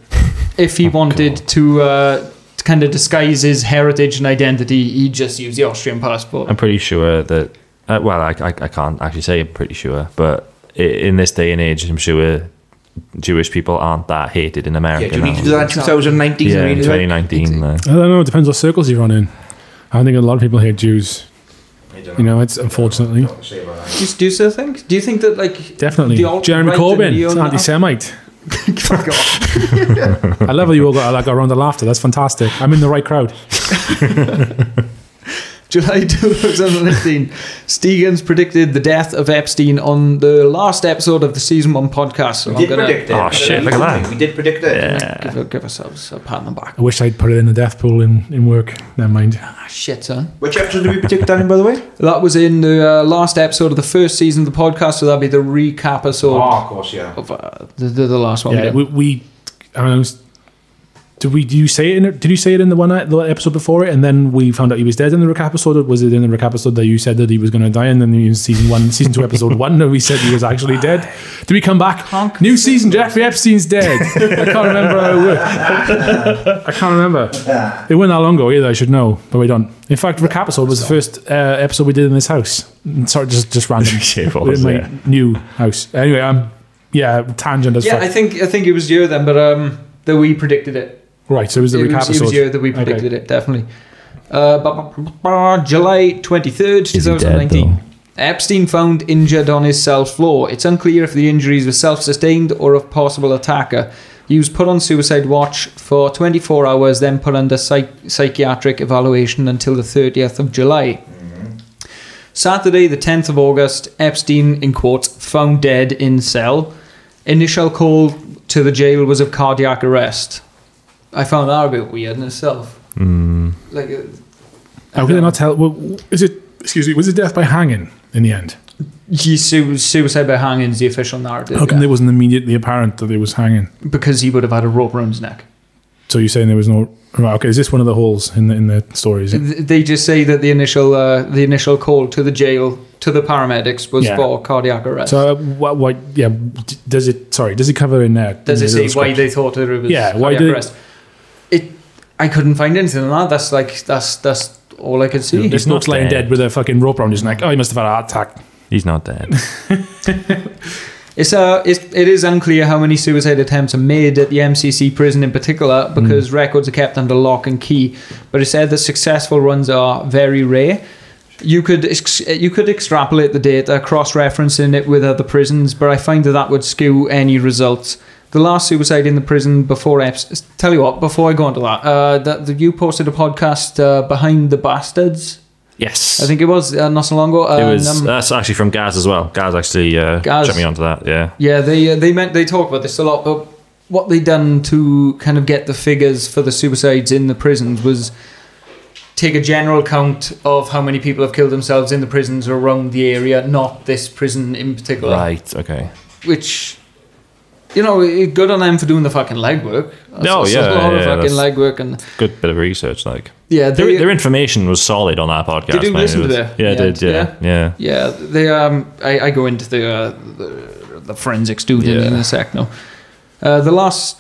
if he wanted to, uh, to kind of disguise his heritage and identity, he just used the Austrian passport.
I'm pretty sure that. Uh, well, I, I I can't actually say I'm pretty sure, but i- in this day and age, I'm sure Jewish people aren't that hated in America.
Yeah, do you
now.
need to do that in 2019?
Yeah, in
really?
2019. uh,
I don't know. It depends what circles you run in. I think a lot of people hate Jews. You know, it's unfortunately.
Do you, do you still think? Do you think that like
Definitely.
The alt-
Jeremy
right
Corbyn,
and the
it's an
alt-
anti Semite. I love how you all got like around the laughter. That's fantastic. I'm in the right crowd.
July 2015, Stegans predicted the death of Epstein on the last episode of the season one podcast. So
We
I'm
did
gonna
predict it.
Oh, shit, look at that.
We did predict it.
give, give ourselves a pat on the back.
I wish I'd put it in the death pool in, in work. Never mind.
Ah, shit, son.
Which episode did we predict that in, by the way?
That was in the uh, last episode of the first season of the podcast, so that'll be the recap episode.
Oh, of course, yeah.
of uh, the, the, the last
Oh,
one.
Yeah, we, we I don't know. s- Did we? Did you say it? In, did you say it in the one e- the episode before it? And then we found out he was dead in the recap episode. Or was it in the recap episode that you said that he was going to die? And then in season one, season two, episode one, no, we said he was actually dead. Did we come back?
Honk.
New season, Jeffrey Epstein's dead. I can't remember how it worked. I can't remember. It wasn't that long ago either. I should know, but we don't. In fact, recap episode was the first uh, episode we did in this house. Sorry, just just random.
Yeah, it was,
in my
yeah.
new house. Anyway, um, yeah, tangent as
yeah,
fuck.
I think I think it was you then, but um, that we predicted it.
Right, so it was the
it,
recap
was, it
episode.
was you that we predicted it definitely. Uh, ba- ba- ba- ba- July twenty third, two
Is he
thousand
dead,
nineteen. Epstein found injured on his cell floor. It's unclear if the injuries were self sustained or of possible attacker. He was put on suicide watch for 24 hours, then put under psych- psychiatric evaluation until the 30th of July. Saturday, the 10th of August, Epstein, in quotes, found dead in cell. Initial call to the jail was of cardiac arrest. I found that a bit weird in itself. Like, uh,
How could they not tell? Well, is it? Excuse me. Was it death by hanging in the end?
he su- suicide by hanging is the official narrative.
How come
yeah.
there wasn't immediately apparent that it was hanging?
because he would have had a rope around his neck.
So you're saying there was no? Right, okay, is this one of the holes in the in the story? Is it?
Th- They just say that the initial uh, the initial call to the jail to the paramedics was
Yeah.
for cardiac arrest.
So uh, why, why? Yeah, d- does it? Sorry, does it cover in there?
Does it
in the
say
little
why
script?
they thought it was
Yeah, why
cardiac
did-
arrest? It, I couldn't find anything on that. That's like that's that's all I could see.
This
not
not lying
dead.
dead. with a fucking rope around his neck. Oh, he must have had a heart attack.
He's not dead.
It's uh, it's, it is unclear how many suicide attempts are made at the MCC prison in
Hmm.
particular because records are kept under lock and key. But it said that successful runs are very rare. You could ex- you could extrapolate the data, cross-referencing it with other prisons, but I find that that would skew any results. The last suicide in the prison before Epps. Tell you what, before I go on to that, uh, that that you posted a podcast uh, behind the bastards.
yes.
I think it was uh, not so long ago.
it
and,
was.
um,
that's actually from Gaz as well. Gaz actually uh,
Gaz.
checked me onto that. Yeah.
Yeah, they uh, they meant they talk about this a lot, but what they done to kind of get the figures for the suicides in the prisons was take a general count of how many people have killed themselves in the prisons or around the area, not this prison in particular.
Right. Okay.
Which, you know, i- good on them for doing the fucking legwork. That's-
No,
that's
yeah,
a lot
yeah,
of fucking
that's-
legwork and
Good bit of research. Like
yeah, they,
their, their information was solid on that podcast.
Did you
man. It
listen to
was-
that?
Yeah, I
Yeah,
did. Yeah. Yeah.
Yeah, they um, I, I go into the uh, the, the forensic student
Yeah.
in a sec now. Uh, the last,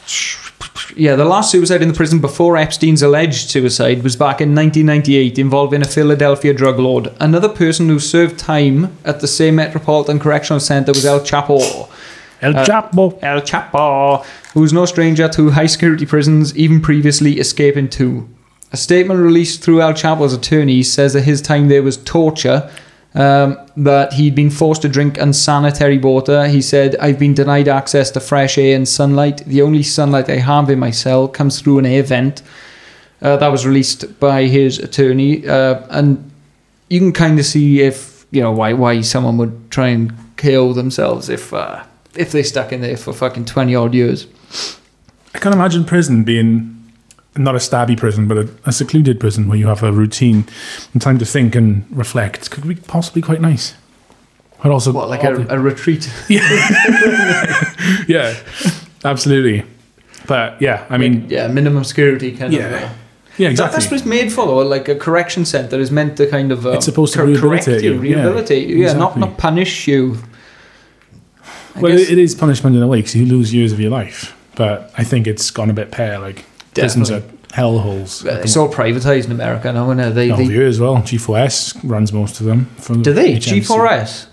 yeah, the last suicide in the prison before Epstein's alleged suicide was back in 1998, involving a Philadelphia drug lord. Another person who served time at the same Metropolitan Correctional Center was El Chapo.
El
Uh,
Chapo.
El Chapo, who's no stranger to high security prisons, even previously escaping two. A statement released through El Chapo's attorney says that his time there was torture, um, that he'd been forced to drink unsanitary water. He said, I've been denied access to fresh air and sunlight. The only sunlight I have in my cell comes through an air vent. Uh, that was released by his attorney, uh, and you can kind of see if you know why why someone would try and kill themselves if uh, if they stuck in there for fucking twenty odd years.
I can't imagine prison being not a stabby prison, but a, a secluded prison where you have a routine and time to think and reflect. Could be possibly quite nice. But also,
What like a, a retreat?
yeah, absolutely. But yeah, I mean,
yeah, minimum security kind of.
Yeah,
Uh,
yeah,
that-
exactly.
That's what it's made for, though. Like a correction center is meant to kind of. Um,
It's supposed to
correct
rehabilitate you, yeah.
rehabilitate you, yeah,
Exactly.
not not punish you. I
well,
guess-
it is punishment in a way because you lose years of your life. But I think it's gone a bit pale. Like prisons are hell holes.
Well, It's all privatized in America now, and they,
Oh,
they
you as well. G4S runs most of them. From
do they
HMC.
G4S.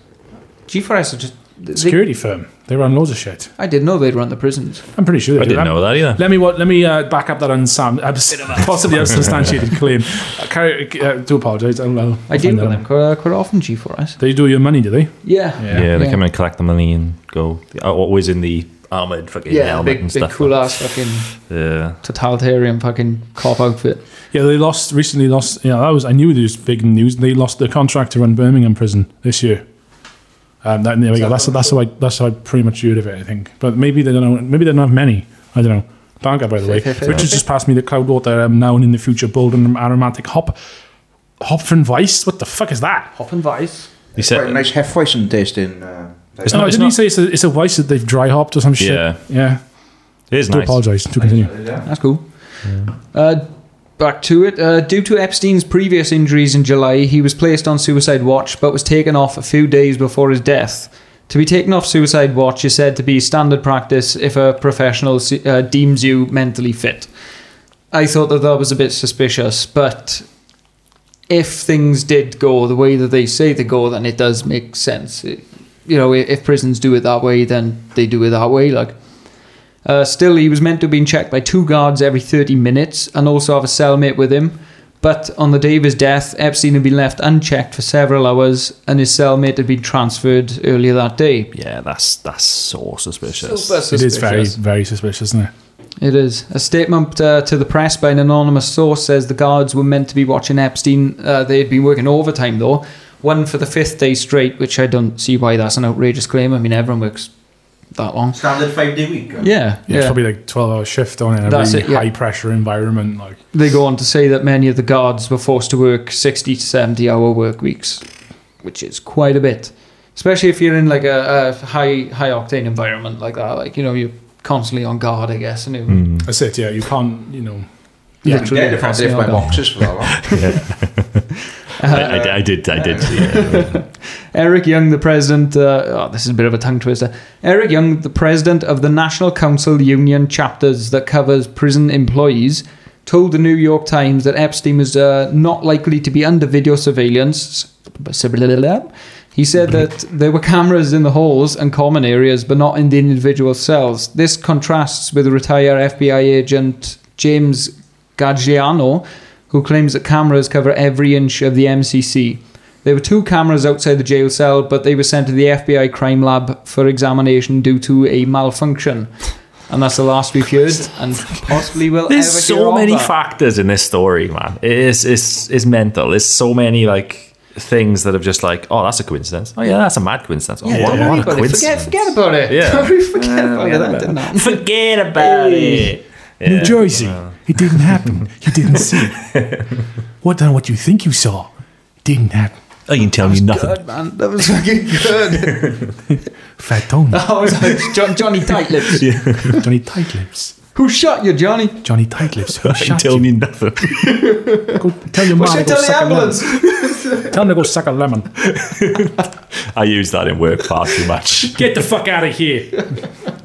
G4S are just. they-
security firm. They run loads of shit.
I didn't know they'd run the prisons.
I'm pretty sure they
I
do
didn't know that either.
Let me what? Let me uh, back up that unsam, abs- possibly unsubstantiated claim. Uh, carry, uh, do apologise. I'll, I'll
I deal
find
with
out.
them quite, uh, quite often, G4S.
They do your money, do they?
Yeah.
Yeah. They come and collect the money and go. are Always in the armored fucking
Yeah,
helmet
big,
and
big
stuff.
cool ass fucking
Yeah.
totalitarian fucking cop outfit.
Yeah, they lost recently. Lost. Yeah, that was. I knew this was big news. They lost the contract to run Birmingham prison this year. Um, that, there we go. That's that's how I that's how I pretty much heard of it. I think, but maybe they don't know. Maybe they don't have many. I don't know. Banker, by the way, Richard's just passed me the Cloudwater um, now and in the future bold and aromatic hop, Hopfen Weiss. What the fuck is that?
Hop and Vice.
He said-
Quite a nice Hefeweizen taste in. Uh, like-
No,
not- it's
Oh, didn't he say it's a, it's a Weiss that they've dry hopped or some shit?
Yeah.
yeah.
it is
Do
nice.
apologise. Do continue.
That's cool. Uh, back to it. Uh, due to Epstein's previous injuries in July, he was placed on suicide watch but was taken off a few days before his death. To be taken off suicide watch is said to be standard practice if a professional se- uh, deems you mentally fit. I thought that that was a bit suspicious, but if things did go the way that they say they go, then it does make sense. It- you know, i- if prisons do it that way, then they do it that way. Like, uh, still, he was meant to have been checked by two guards every 30 minutes and also have a cellmate with him. But on the day of his death, Epstein had been left unchecked for several hours and his cellmate had been transferred earlier that day.
Yeah, that's that's so suspicious.
Super
It is
suspicious.
very very suspicious, isn't it?
It is. A statement uh, to the press by an anonymous source says the guards were meant to be watching Epstein. Uh, they had been working overtime, though. One for the fifth day straight, which I don't see why that's an outrageous claim. I mean, everyone works that long.
Standard five day week. uh,
Yeah,
Yeah,
yeah.
It's probably like 12 hour shift on it in a
That's
really
it, yeah.
high pressure environment. Like,
They go on to say that many of the guards were forced to work 60 to 70 hour work weeks, which is quite a bit. Especially if you're in like a, a high high octane environment like that, like you know you're constantly on guard, I guess, and you
that's it, yeah. You can't, you know.
yeah,
I'm dead if I
constantly
lift
on
my
guard.
boxes for that long.
I, I- I did. I did. Yeah.
Eric Young, the president. Uh, oh, this is a bit of a tongue twister. Eric Young, the president of the National Council Union chapters that covers prison employees, told the New York Times that Epstein was uh, not likely to be under video surveillance. He said that there were cameras in the halls and common areas, but not in the individual cells. This contrasts with retired FBI agent James Gaggiano, who claims that cameras cover every inch of the MCC. There were two cameras outside the jail cell, but they were sent to the FBI crime lab for examination due to a malfunction. And that's the last we've heard, and possibly will
There's
ever hear
so
of
many
that.
factors in this story, man. It is it's it's mental. There's so many like things that have just like, oh, that's a coincidence. Oh yeah, that's a mad coincidence. Oh,
Yeah,
what,
don't worry
what a
about it.
coincidence.
Forget, forget about it.
Yeah.
Don't worry, forget about it. That didn't happen.
Forget about it.
New Jersey. It didn't happen. You didn't see it. What done what you think you saw didn't happen.
I can tell you nothing.
Good man, that was fucking good.
Fat Tony.
I was like John, Johnny Tightlips.
Johnny Tight Lips.
Who shot you, Johnny?
Johnny Tight Lips. Who shot
tell
you?
me nothing.
Go, tell your
What's your
mom to go
telling
suck a lemon.
ambulance?
Tell him to go suck a lemon.
I use that in work far too much.
Get the fuck out of here.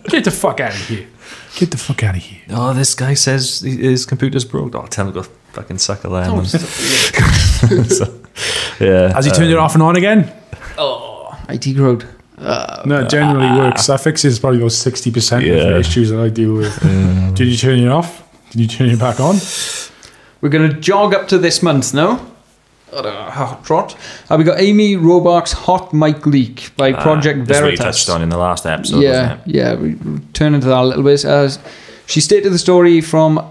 Get the fuck out of here. Get the fuck out of here.
oh, this guy says his computer's broke. Oh, tell him to go fucking suck a lemon. So, yeah. Uh,
Has he turned it off and on again?
IT Road.
No, it generally works. That fixes probably about 60% of
Yeah.
the issues that I deal with. Did you turn it off? Did you turn it back on?
We're going to jog up to this month now. I don't know, Hot trot. Uh, we got Amy Robark's Hot Mic Leak by Project
Ah, That's what you
Veritas.
uh, touched on in the last episode,
yeah,
wasn't
yeah. We we turn into that a little bit. Uh, she stated the story from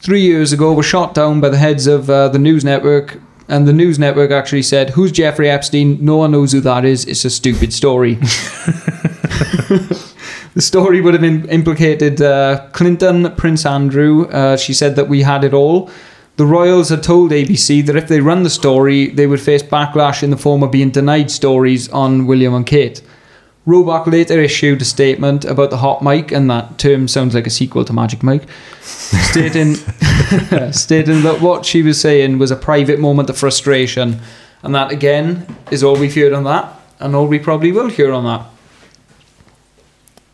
three years ago was shot down by the heads of uh, the news network, and the news network actually said, "Who's Jeffrey Epstein? No one knows who that is. It's a stupid story." the story would have im- implicated uh, Clinton, Prince Andrew. Uh, she said that we had it all. The royals had told ABC that if they run the story, they would face backlash in the form of being denied stories on William and Kate. Roebuck later issued a statement about the hot mic, and that term sounds like a sequel to Magic Mike, stating, stating that what she was saying was a private moment of frustration. And that, again, is all we've heard on that, and all we probably will hear on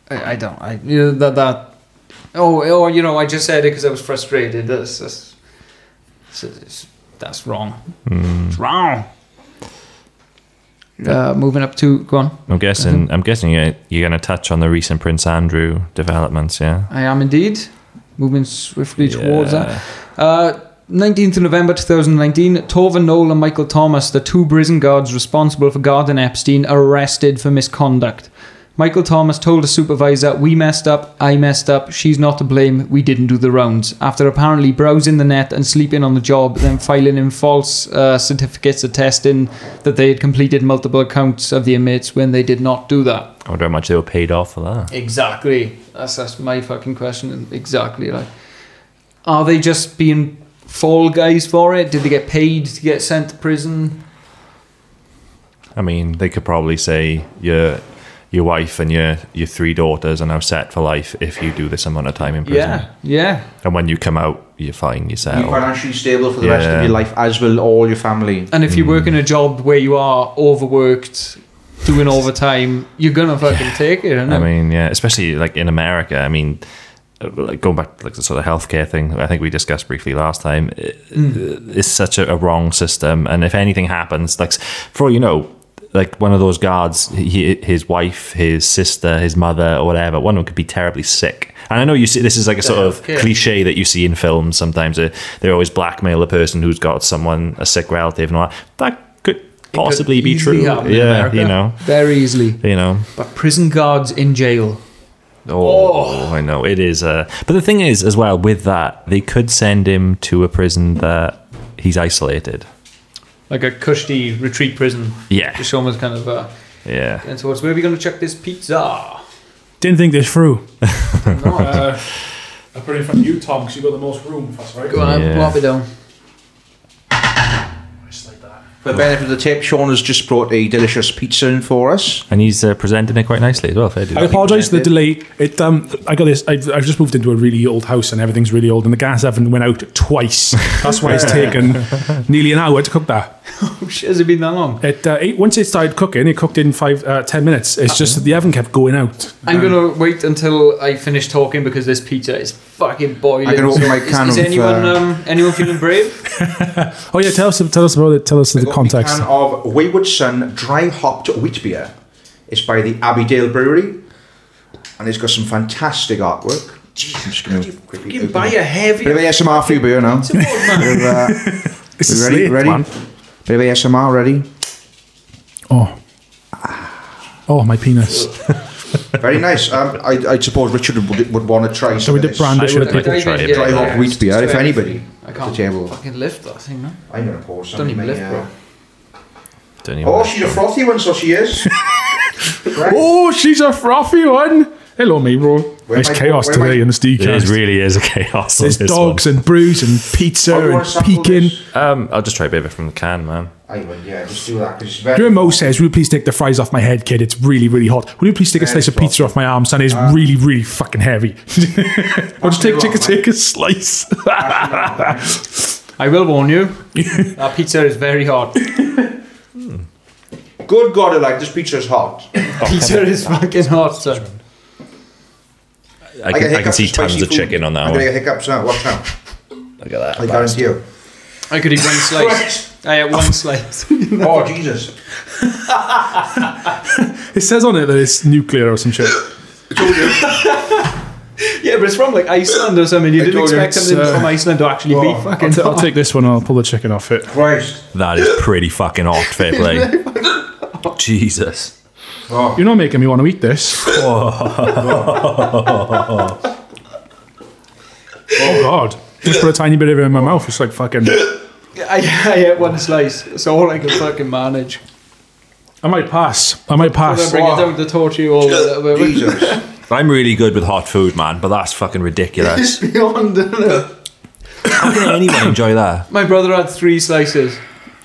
that. I, I don't, I, you know, that, that, oh, oh, you know, I just said it because I was frustrated. That's, that's, that's, that's wrong. It's wrong. Uh, moving up to, go on.
it? I'm guessing. I'm guessing you're, you're going to touch on the recent Prince Andrew developments. Yeah.
I am indeed. Moving swiftly towards
Yeah.
that. Uh, 19th of November 2019, Torvin Noel and Michael Thomas, the two prison guards responsible for guarding Epstein, are arrested for misconduct. Michael Thomas told a supervisor, We messed up, I messed up, she's not to blame, we didn't do the rounds. After apparently browsing the net and sleeping on the job, then filing in false uh, certificates attesting that they had completed multiple accounts of the inmates when they did not do that.
I wonder how much they were paid off for that.
Exactly. That's that's my fucking question. Exactly. Like, are they just being fall guys for it? Did they get paid to get sent to prison?
I mean, they could probably say your your wife and your your three daughters are now set for life if you do this amount of time in prison.
Yeah. Yeah.
And when you come out, you're fine
You're
yourself.
financially stable for the rest
Yeah.
of your life, as will all your family.
And if you work in a job where you are overworked, doing overtime, you're gonna fucking take it. Isn't
I mean, yeah, especially like in America. I mean, uh, like going back to like the sort of healthcare thing, I think we discussed briefly last time. i-
Hmm.
It's such a, a wrong system, and if anything happens, like s- for all you know, like one of those guards, he, his wife, his sister, his mother, or whatever, one of them could be terribly sick. And I know you see this is like a sort of
healthcare.
cliche that you see in films sometimes. Uh, they always blackmail a person who's got someone a sick relative and all that. That could possibly be
easily
true.
happen in
Yeah,
America.
you know,
Very easily.
you know.
But prison guards in jail.
Oh, I know it is. Uh, but the thing is, as well, with that, they could send him to a prison that he's isolated.
Like a cushy retreat prison.
Yeah,
It's almost kind of uh
yeah.
and towards where are we gonna check this pizza?
Didn't think this through. no, uh, I put it in front of you, Tom, because you got the most room. That's right.
Go on,
Yeah.
plop it down.
Just like that.
For the benefit of the tape, Sean has just brought a delicious pizza in for us.
And he's uh, presenting it quite nicely as well. Fair
I
dues.
apologise for the delay. It um, I got this. I, I've just moved into a really old house and everything's really old, and the gas oven went out twice. That's why it's taken nearly an hour to cook that.
Oh, shit, has it been that long?
It, uh, it once it started cooking, it cooked in five uh, ten minutes. It's just that the oven kept going out.
I'm gonna wait until I finish talking because this pizza is fucking boiling.
I can open
So
my
is,
can
is
of,
anyone
uh,
um, anyone feeling brave?
Oh yeah, tell us tell us about it. Tell us the
Got
context.
A can of Wayward Sun dry hopped wheat beer. It's by the Abbeydale Brewery, and it's got some fantastic artwork. I'm just going to quickly
You
open
buy
it.
a heavy
Bit of ASMR for you, beer now. Bit of, uh,
It's
you
a
ready?
slate,
Ready?
man.
Bit of ASMR. Ready?
Oh, oh my penis.
Very nice. Um, I, I suppose Richard would, would want to try some
So we
of
did
this.
brandish
I would
it.
like-
Dry
Try
beer,
it.
yeah,
Dry
yeah,
hot
yeah.
wheat beer, if
Try it.
anybody.
I
At
can't
the table.
fucking lift that thing, no?
I'm going to pour some.
Don't
in
even
my,
lift,
uh,
bro.
Don't even-
Oh, she's a frothy one, so she is. Right.
Oh, she's a frothy one. Hello, me, bro.
Where
It's
am I-
chaos
where am I-
today in the
It is,
steakhouse.
really is a chaos. on
There's
this
dogs and brews and pizza
Oh, you wanna
and
sample
peeking.
this?
One. Um, I'll just try a bit of it from the can, man.
I would, yeah, just do that. 'cause it's very-
Your Mo says, "Will you please take the fries off my head, kid? It's really, really hot. Will you please take a
Yeah,
slice of
it's
pizza off my arm, son? It's
Uh,
really, really fucking heavy. I'll just
me
take, take, a,
wrong, mate.
take a slice.
I will warn you. that pizza is very hot.
Good God, I like this pizza is hot.
pizza is fucking hot, son.
I can, I can
hiccups
see
for spicy
tons of
food.
chicken on that
I'm gonna
one.
get hiccups now. Watch out.
Look at
I
that.
guarantee you.
I could eat one slice. I had one slice.
Oh Jesus!
it says on it that it's nuclear or some shit.
yeah, but it's from like Iceland or something. You didn't
told you
expect
it's,
something
uh,
from Iceland to actually
Oh,
be fucking
I'll
hot.
take this one. and I'll pull the chicken off it.
Christ!
That is pretty fucking hot, fair play. Jesus.
You're not making me want to eat this. oh God! Just put a tiny bit of it in my mouth. It's like fucking.
I, I had one slice. That's all I could fucking manage.
I might pass. I might
I'm gonna
pass.
bring it down to torture you all. a little bit.
Jesus!
I'm really good with hot food, man, but that's fucking ridiculous.
It's beyond.
How can anyone enjoy that?
My brother had three slices.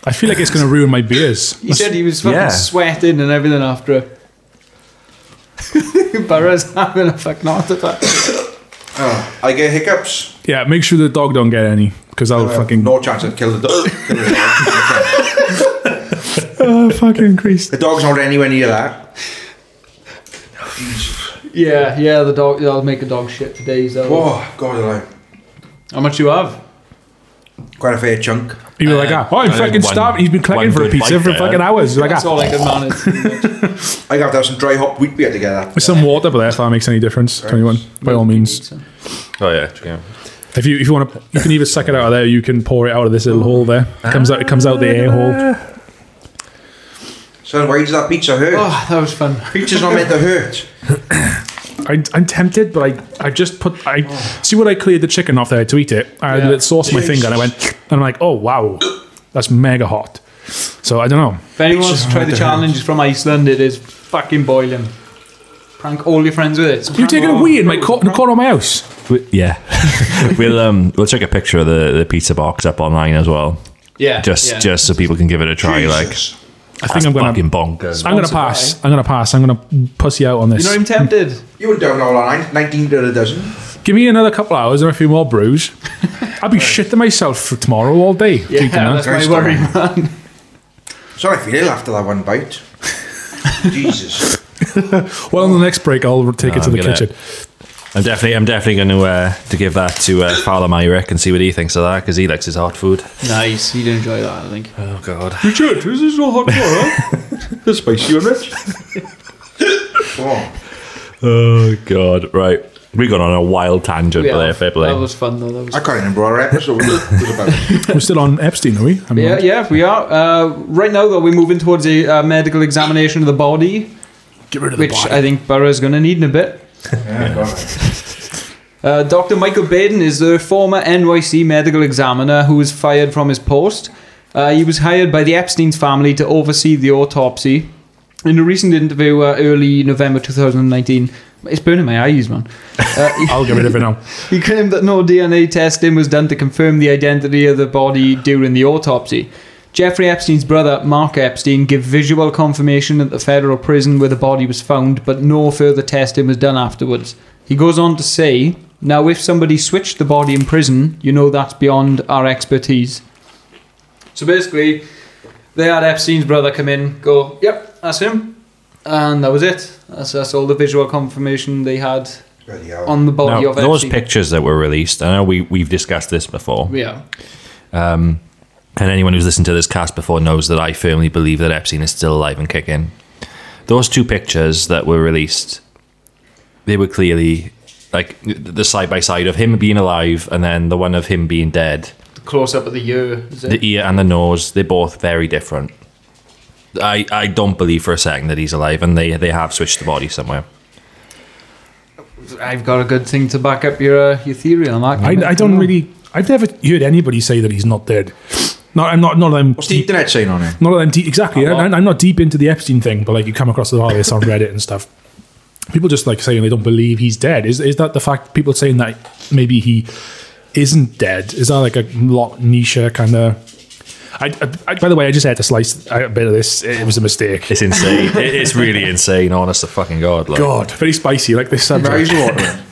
I feel like it's gonna ruin my beers.
He said he was fucking
yeah.
sweating and everything after it. Burrows having a fucking heart attack.
Oh, I get hiccups.
Yeah, make sure Ah. the dog don't get any, because I'll fucking
No chance. I'd kill the dog. Kill the, dog.
Oh, fucking Christ.
the dog's not anywhere near that.
Yeah, yeah, the dog. I'll make a dog shit today. So.
Oh God! I like
How much you have?
quite a fair chunk.
You were like, ah, oh, I'm
uh, I
fucking
had one-
starving. He's been
one
collecting for a
good
pizza
bite
for
there.
fucking hours. He's like,
That's
ah,
all I can manage.
I have to have some dry hop wheat beer together.
with some water, but if that makes any difference, 21, by all means.
Oh, yeah. yeah.
If you if you want to, you can either suck it out of there, you can pour it out of this little hole there. It comes out, it comes out the air hole.
So why does that pizza hurt?
oh, that was fun.
Pizza's not meant to hurt.
I, I'm tempted, but I I just put I see what I cleared the chicken off there to eat it. I had
Yeah.
the sauce on my finger, and I went, and I'm like, oh wow, that's mega hot. So I don't know.
If anyone wants to try the challenge from Iceland, it is fucking boiling. Prank all your friends with it. It's
You're
prank-
taking a wee in my cor- in the corner of my house.
We- yeah. we'll um we'll check a picture of the, the pizza box up online as well.
yeah,
Just
yeah.
just so people can give it a try.
Jesus.
I
Like
think
that's
I'm gonna
fucking bonkers.
I'm gonna
Sponsored
pass. I'm gonna pass. I'm gonna pussy out on this.
You're not even tempted.
You were down all night. Nineteen to a dozen.
Give me another couple hours and a few more brews. I'll be shitting myself for tomorrow all day.
Yeah,
drinking that.
that's my
Christ
worry, man.
Sorry if you ill after that one bite. Jesus.
Well, on the next break, I'll take it to
I'm
the
gonna-
kitchen.
I'm definitely I'm definitely going to uh, to give that to uh, Father Myrick and see what he thinks of that because he likes his hot food.
Nice, he'd enjoy that, I think.
Oh God.
Richard, this is not hot water.
The spicy one, Rich. oh.
Oh God. Right. We got on a wild tangent
Yeah,
there. Fair play.
That was fun though. That was
I can't remember our episode. It was about
We're still on Epstein, are we? I'm
Yeah,
on-
yeah, we are. Uh, right now, though, we're moving towards a uh, medical examination of the body,
Get rid of
which I think Burrow's going to need in a bit.
yeah, God.
Uh, Dr. Michael Baden is the former NYC medical examiner who was fired from his post. Uh, he was hired by the Epstein's family to oversee the autopsy. In a recent interview uh, early November 2019, It's burning my eyes, man. Uh, he-
I'll get rid of it now.
He claimed that no DNA testing was done to confirm the identity of the body during the autopsy. Jeffrey Epstein's brother, Mark Epstein, gave visual confirmation at the federal prison where the body was found, but no further testing was done afterwards. He goes on to say, Now, if somebody switched the body in prison, you know that's beyond our expertise. So basically, they had Epstein's brother come in, go, Yep, that's him. And that was it. That's, that's all the visual confirmation they had
Bloody hell.
on the body
Now,
of
those
Epstein.
pictures that were released, I know we, we've discussed this before.
yeah.
Um, and anyone who's listened to this cast before knows that I firmly believe that Epstein is still alive and kicking. Those two pictures that were released, they were clearly like the side by side of him being alive and then the one of him being dead.
close up of the year. Is it?
The ear and the nose, they're both very different. I, I don't believe for a second that he's alive and they, they have switched the body somewhere.
I've got a good thing to back up your uh, your theory on that.
I, I don't really. I've never heard anybody say that he's not dead. No, I'm not. Not that I'm.
What's the internet saying on it?
Not that I'm deep. Exactly. I, I'm not deep into the Epstein thing, but like you come across a lot of this on Reddit and stuff. People just like saying they don't believe he's dead. Is is that the fact? People saying that maybe he isn't dead. Is that like a lot niche kind of? I, I, I- by the way, I just had to slice a bit of this. It was a mistake.
It's insane. It- it's really insane, honest to fucking God. Like,
God, very spicy. Like this
Eyes
subject.
watering.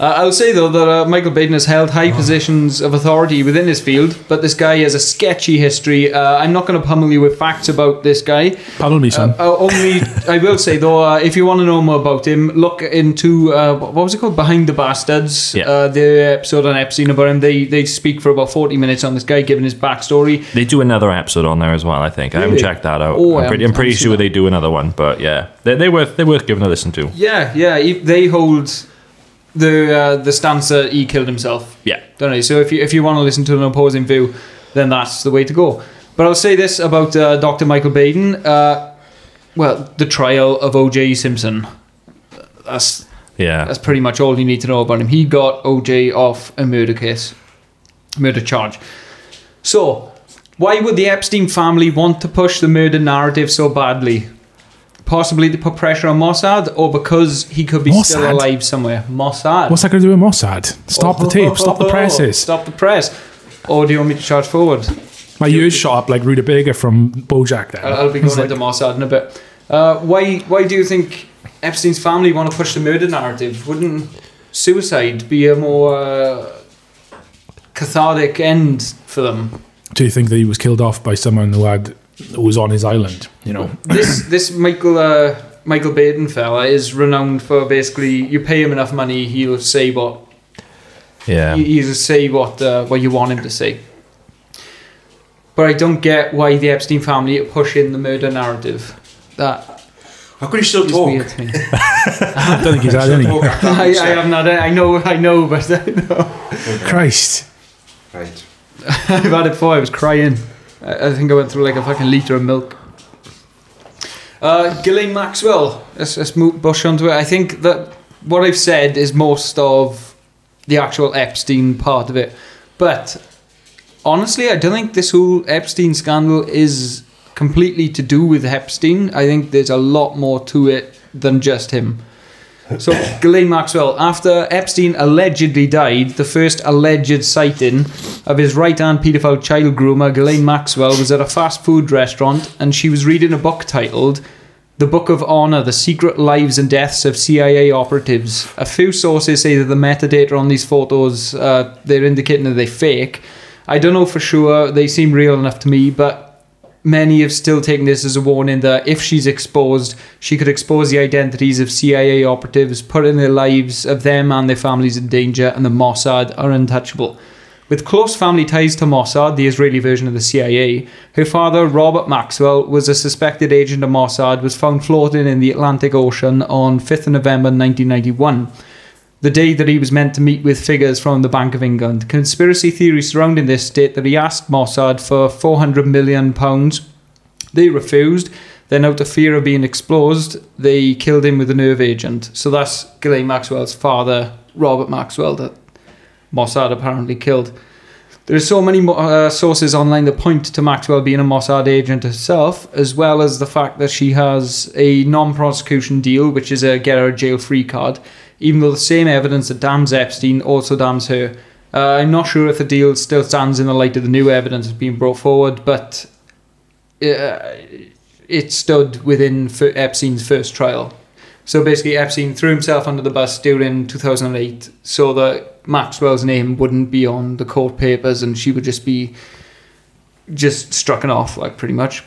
Uh, I'll say though that uh, Michael Baden has held
Oh.
high positions of authority within his field, but this guy has a sketchy history. Uh, I'm not going to pummel you with facts about this guy.
Pardon me, son.
Uh, only I will say though, uh, if you want to know more about him, look into uh, what was it called, Behind the Bastards.
Yeah.
Uh, the episode on Epstein about him. They they speak for about 40 minutes on this guy, giving his backstory.
They do another episode on there as well, I think. I haven't
Really?
checked that out.
Oh, I
I'm pretty,
haven't-
I'm pretty
haven't seen
sure
that.
they do another one, but yeah, they're, they're worth they're worth giving a listen to.
Yeah, yeah. He, they hold the uh, the stance that he killed himself.
Yeah,
don't know. So if you if you want to listen to an opposing view, then that's the way to go. But I'll say this about uh, Dr. Michael Baden. Uh, well, the trial of O.J. Simpson. That's
yeah.
that's pretty much all you need to know about him. He got O.J. off a murder case, murder charge. So why would the Epstein family want to push the murder narrative so badly? Possibly to put pressure on Mossad, or because he could be still
Mossad?
alive somewhere. Mossad.
What's that going to do with Mossad? Stop
oh,
the tape. Stop the presses.
Stop the press. Or do you want me to charge forward?
My ears shot up like Rutabaga from BoJack. Then
I'll, I'll be going into Mossad in a bit. Uh, why? Why do you think Epstein's family want to push the murder narrative? Wouldn't suicide be a more uh, cathartic end for them?
do you think that he was killed off by someone who had who was on his island? You know,
This this Michael uh, Michael Baden fella is renowned for basically you pay him enough money, he'll say what
Yeah.
He- he'll say what uh, what you want him to say. But I don't get why the Epstein family are pushing the murder narrative. That
How could he still
is
talk?
weird to me.
I don't think he's had any.
Talk after
I,
that
I haven't had it. I know, I know, but I
Christ,
Right.
have had it before. I was crying. I, I think I went through like a fucking liter of milk. Uh, Ghislaine Maxwell. Let's, let's move Bush onto it. I think that what I've said is most of the actual Epstein part of it, but honestly, I don't think this whole Epstein scandal is completely to do with Epstein. I think there's a lot more to it than just him. So, Ghislaine Maxwell, after Epstein allegedly died, the first alleged sighting of his right hand paedophile child groomer, Ghislaine Maxwell, was at a fast food restaurant and she was reading a book titled The Book of Honor The Secret Lives and Deaths of CIA Operatives. A few sources say that the metadata on these photos, uh, they're indicating that they're fake. I don't know for sure, they seem real enough to me, but many have still taken this as a warning that if she's exposed, she could expose the identities of CIA operatives, putting the lives of them and their families in danger, and the Mossad are untouchable. With close family ties to Mossad, the Israeli version of the CIA, her father, Robert Maxwell, was a suspected agent of Mossad, was found floating in the Atlantic Ocean on 5th of November 1991 the day that he was meant to meet with figures from the Bank of England. Conspiracy theories surrounding this state that he asked Mossad for 400 million pounds. They refused. Then, out of fear of being exposed, they killed him with a nerve agent. So that's Ghislaine Maxwell's father, Robert Maxwell, that Mossad apparently killed. There are so many mo- uh, sources online that point to Maxwell being a Mossad agent herself, as well as the fact that she has a non prosecution deal, which is a get out of jail free card, even though the same evidence that damns Epstein also damns her. Uh, I'm not sure if the deal still stands in the light of the new evidence that's being brought forward, but uh, it stood within F- Epstein's first trial. So basically, Epstein threw himself under the bus during 2008 so that Maxwell's name wouldn't be on the court papers and she would just be just struck and off, like pretty much.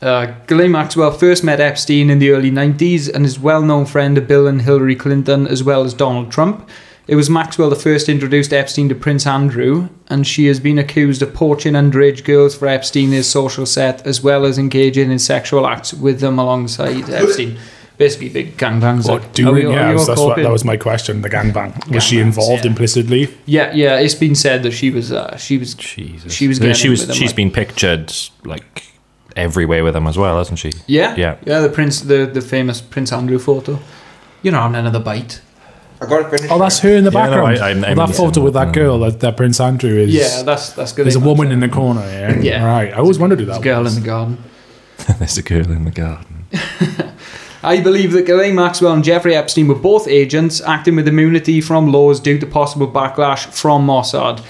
Uh, Ghislaine Maxwell first met Epstein in the early 90s and his well known friend to Bill and Hillary Clinton, as well as Donald Trump. It was Maxwell that first introduced Epstein to Prince Andrew, and she has been accused of poaching underage girls for Epstein his social set, as well as engaging in sexual acts with them alongside Epstein. Basically, big gangbangs.
What
like,
doing?
are we- are
yeah,
we all
that's what,
coping?
that was my question. The gangbang was she
Gangbangs,
involved
yeah.
implicitly?
Yeah, yeah. It's been said that she was, uh, she was,
Jesus.
she was,
Uh,
getting
she
with him,
was. She's
like-
been pictured like everywhere with him as well, hasn't she?
yeah,
Yeah.
yeah. The prince, the the famous Prince Andrew photo. You know, I'm another bite.
I got to finish.
Oh, that's her in the
Yeah, no,
background.
I- I'm-
Well,
I'm
that
missing
photo with
that.
that girl that, that Prince Andrew is.
Yeah, that's that's good.
There's a woman in the corner. Yeah.
Yeah.
Right. I always wondered who
There's
that
a girl
was.
in the garden.
There's a girl in the garden.
I believe that Ghislaine Maxwell and Jeffrey Epstein were both agents acting with immunity from laws due to possible backlash from Mossad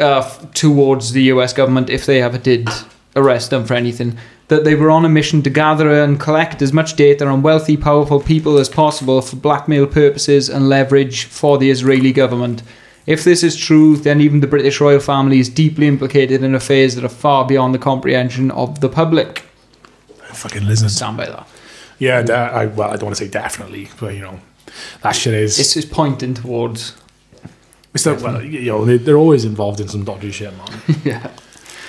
uh, f- towards the US government if they ever did arrest them for anything. That they were on a mission to gather and collect as much data on wealthy, powerful people as possible for blackmail purposes and leverage for the Israeli government. If this is true, then even the British royal family is deeply implicated in affairs that are far beyond the comprehension of the public.
Fucking lizard.
Stand by that.
Yeah. de- I, well, I don't want to say definitely, but you know, that shit is.
It's, it's pointing towards
It's that, well, you know, they, they're always involved in some dodgy shit, man.
Yeah.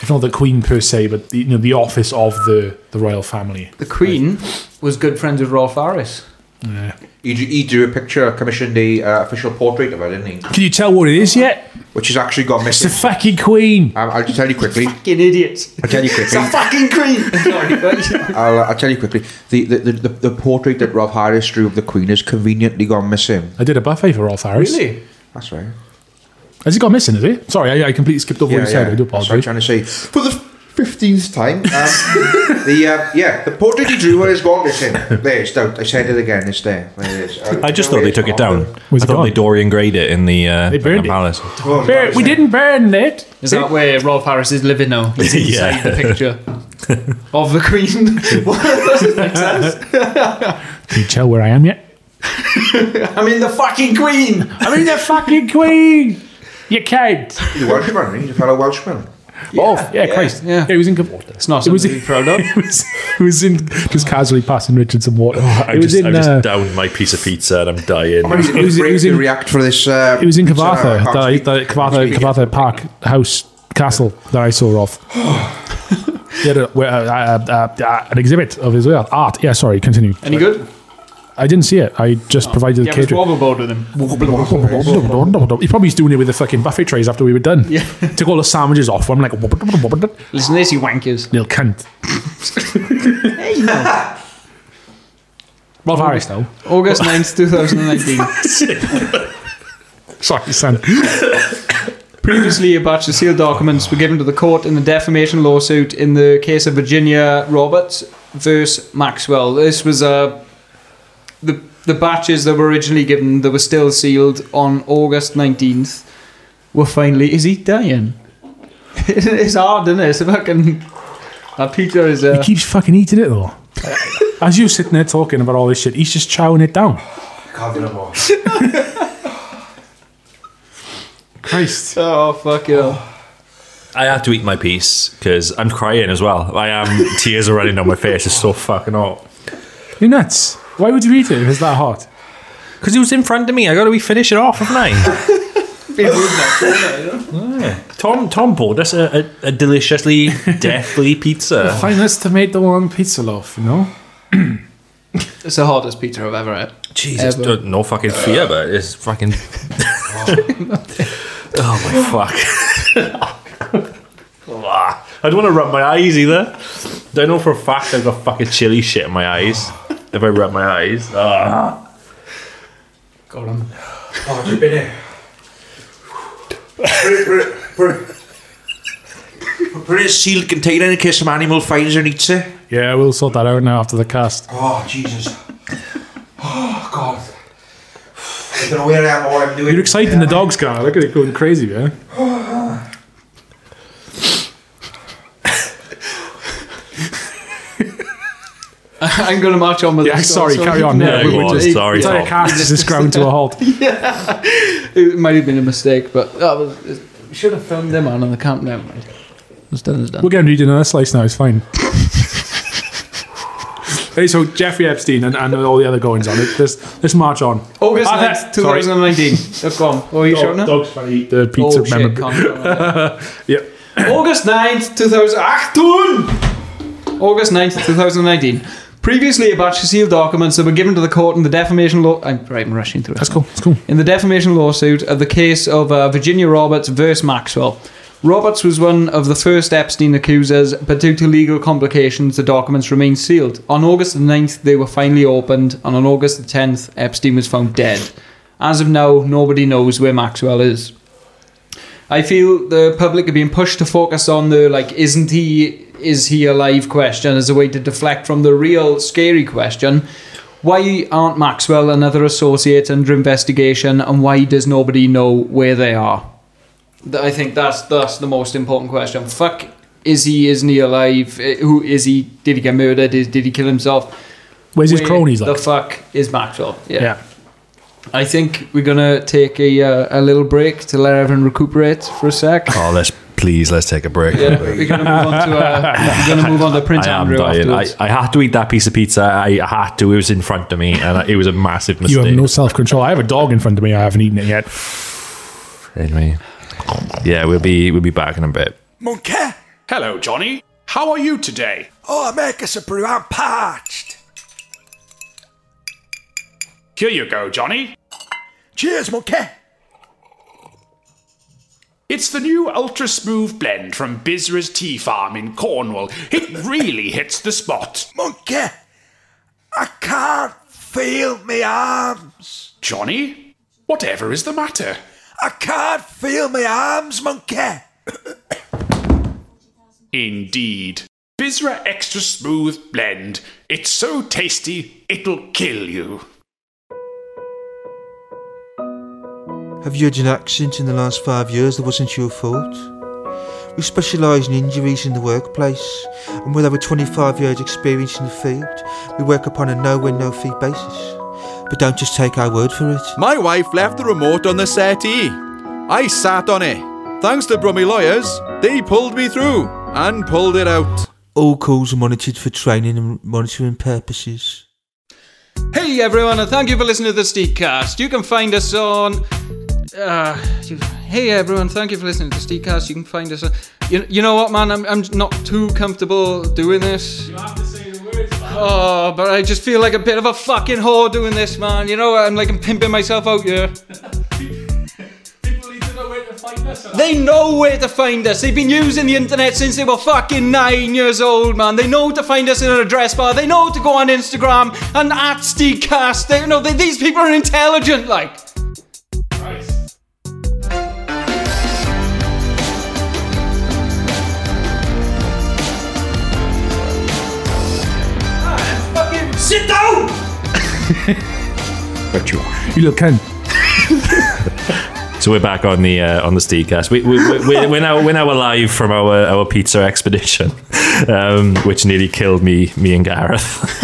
if not the Queen per se, but the, you know, the office of the, the royal family.
The Queen was good friends with Rolf Harris.
Yeah.
He, d- he drew a picture, commissioned the uh, official portrait of her, didn't he?
Can you tell what it is yet?
Which has actually gone
It's the
missing.
fucking Queen.
I'll, I'll just tell you quickly.
Fucking idiots.
I'll tell you quickly.
fucking Queen.
I'll, I'll tell you quickly. The the, the, the the portrait that Rob Harris drew of the Queen has conveniently gone missing.
I did a buffet for Rolf Harris.
really?
That's right.
Has he gone missing, is he? Sorry, I, I completely skipped over what you said. I do
That's what
apologise.
I'm Oh, trying to say. For the fifteenth time, um, the uh, yeah, the portrait he drew has gone missing. There, it's out. I said it again. It's there. There it is.
I just thought they took it down.
Where's
I
it
thought
gone?
they Dorian grayed it in the uh,
They burned
in the
it.
palace.
Oh,
Bur- we didn't burn it.
Is that where Rolf Harris is living now? He's inside
Yeah.
the picture of the Queen. What? That doesn't make sense.
Can you tell where I am yet?
I mean, the fucking Queen.
I mean, the fucking Queen. You can't.
He's a Welshman. He's a fellow Welshman.
oh, yeah, Christ.
yeah.
it was in good water.
It's not
It
something
was
to be
in,
proud of.
it was, it was in just casually passing Richard some water.
I
it was
just,
in.
I'm
uh,
just down my piece of pizza and I'm dying.
How many
It was- it
brave
was
to
in-
react for this? Uh,
It was in
pizza? I
Cavatha,
can't
the,
speak.
the Cavatha,
Speak.
Cavatha Park house castle that I saw off. he had a, where, uh, uh, uh, uh, an exhibit of his uh, art. Yeah, sorry, continue.
Any good?
I didn't see it. I just provided the
Yeah, was
catering.
wobble board with him.
He probably was doing it with the fucking buffet trays after we were done. Yeah. Took all the sandwiches off. I'm like, little
Listen to this, you wankers.
cunt. Rolf Harris, though.
August 9th, 2019.
Sorry, son.
Previously, a batch of sealed documents were given to the court in the defamation lawsuit in the case of Virginia Roberts versus Maxwell. This was uh, the the batches that were originally given that were still sealed on August nineteenth were finally. Is he dying? it's hard, isn't it? It's a fucking. That pizza is
He
uh,
keeps fucking eating it, though. As you sitting there talking about all this shit, he's just chowing it down.
Can't do no more.
Christ.
Oh fuck it! up.
I had to eat my piece because I'm crying as well. I am. tears are running down my face. It's so fucking hot.
You're nuts. Why would you eat it if it's that hot?
Because it was in front of me. I got to finish it off, haven't I? Tom Tom bought us a, a, a deliciously deathly pizza.
Finest tomato on pizza loaf, you know?
It's the hardest pizza I've ever had.
Jesus,
Ever.
don't- uh, no fucking fear, but it's fucking. oh my fuck! Ah, I don't want to rub my eyes either. I know for a fact I've got fucking chilly shit in my eyes. If I rub my eyes, ah.
Got him.
Oh, I've been here.
Put it in a sealed container in case some animal finds and eats it.
Yeah, we'll sort that out now after the cast.
Oh, Jesus. Oh, God.
I don't know where I am or what I'm doing.
You're exciting the dog's car. Look at it going crazy, man.
I'm going to march on with
Yeah,
this.
sorry, carry on.
Yeah,
Yeah,
go on, sorry,
Entire
Tom.
cast is just ground to a halt.
It might have been a mistake, but that was. It, we should have filmed them on the camp. Never mind. It's done. It's done.
We're going to need another slice now. It's fine. hey, so Jeffrey Epstein and, and all the other goings on. Let's- Let's let's march on.
Oh,
August
Ah, that-
9th, 2019. That's gone. What are you showing now?
Dog's funny. The pizza
Oh, shit,
memorabilia.
can't
Yep.
August 9th, 2018. August 9th, 2019. Previously, a batch of sealed documents that were given to the court in the defamation law. I'm right, I'm rushing through.
That's cool. That's cool.
In the defamation lawsuit of the case of uh, Virginia Roberts versus Maxwell. Roberts was one of the first Epstein accusers, but due to legal complications, the documents remained sealed. On August the 9th, they were finally opened, and on August the 10th, Epstein was found dead. As of now, nobody knows where Maxwell is. I feel the public are being pushed to focus on the like, isn't he, is he alive question as a way to deflect from the real scary question. Why aren't Maxwell and other associates under investigation, and why does nobody know where they are? Th- I think that's that's the most important question. Fuck, is he? Isn't he alive? Eh, Who is he? Did he get murdered? Is, did he kill himself?
Where's his
Where
cronies
The
like?
fuck is Maxwell? Yeah.
Yeah.
I think we're gonna take a uh, a little break to let everyone recuperate for a sec.
Oh, let's please let's take a break.
Yeah, we're gonna move on to uh, we're gonna move on to Prince
I am
Andrew
dying. I,
afterwards.
I had to eat that piece of pizza. I had to. It was in front of me, and I- it was a massive
You
mistake.
have no self control. I have a dog in front of me. I haven't eaten it yet.
Anyway, yeah, we'll be we'll be back in a bit.
Monkey!
Hello, Johnny. How are you today?
Oh, make us a brew. I'm parched.
Here you go, Johnny.
Cheers, monkey.
It's the new ultra smooth blend from Bizra's Tea Farm in Cornwall. It really hits the spot.
Monkey! I can't feel me arms.
Johnny, whatever is the matter?
I can't feel me arms, monkey.
Indeed. Bizra Extra Smooth Blend. It's so tasty, it'll kill you.
Have you had an accident in the last five years that wasn't your fault? We specialise in injuries in the workplace, and with over 25 years' experience in the field, we work upon a no win, no fee basis. But don't just take our word for it.
My wife left the remote on the settee. I sat on it. Thanks to Brummy Lawyers, they pulled me through and pulled it out.
All calls are monitored for training and monitoring purposes.
Hey everyone, and thank you for listening to the Steakcast. You can find us on. Uh, you- hey everyone, thank you for listening to the Steakcast. You can find us on. You, you know what, man? I'm, I'm not too comfortable doing this. You have to say the words. Oh, but I just feel like a bit of a fucking whore doing this, man. You know, I'm like I'm pimping myself out here. They know where to find us. They've been using the internet since they were fucking nine years old, man. They know to find us in an address bar. They know to go on Instagram and at Steakcast. They know they, these people are intelligent, like. Fucking Sit down!
You little Ken.
So we're back on the uh, on the Steakcast. We, we, we, we're, we're now we're now alive from our, our pizza expedition, um, which nearly killed me me and Gareth.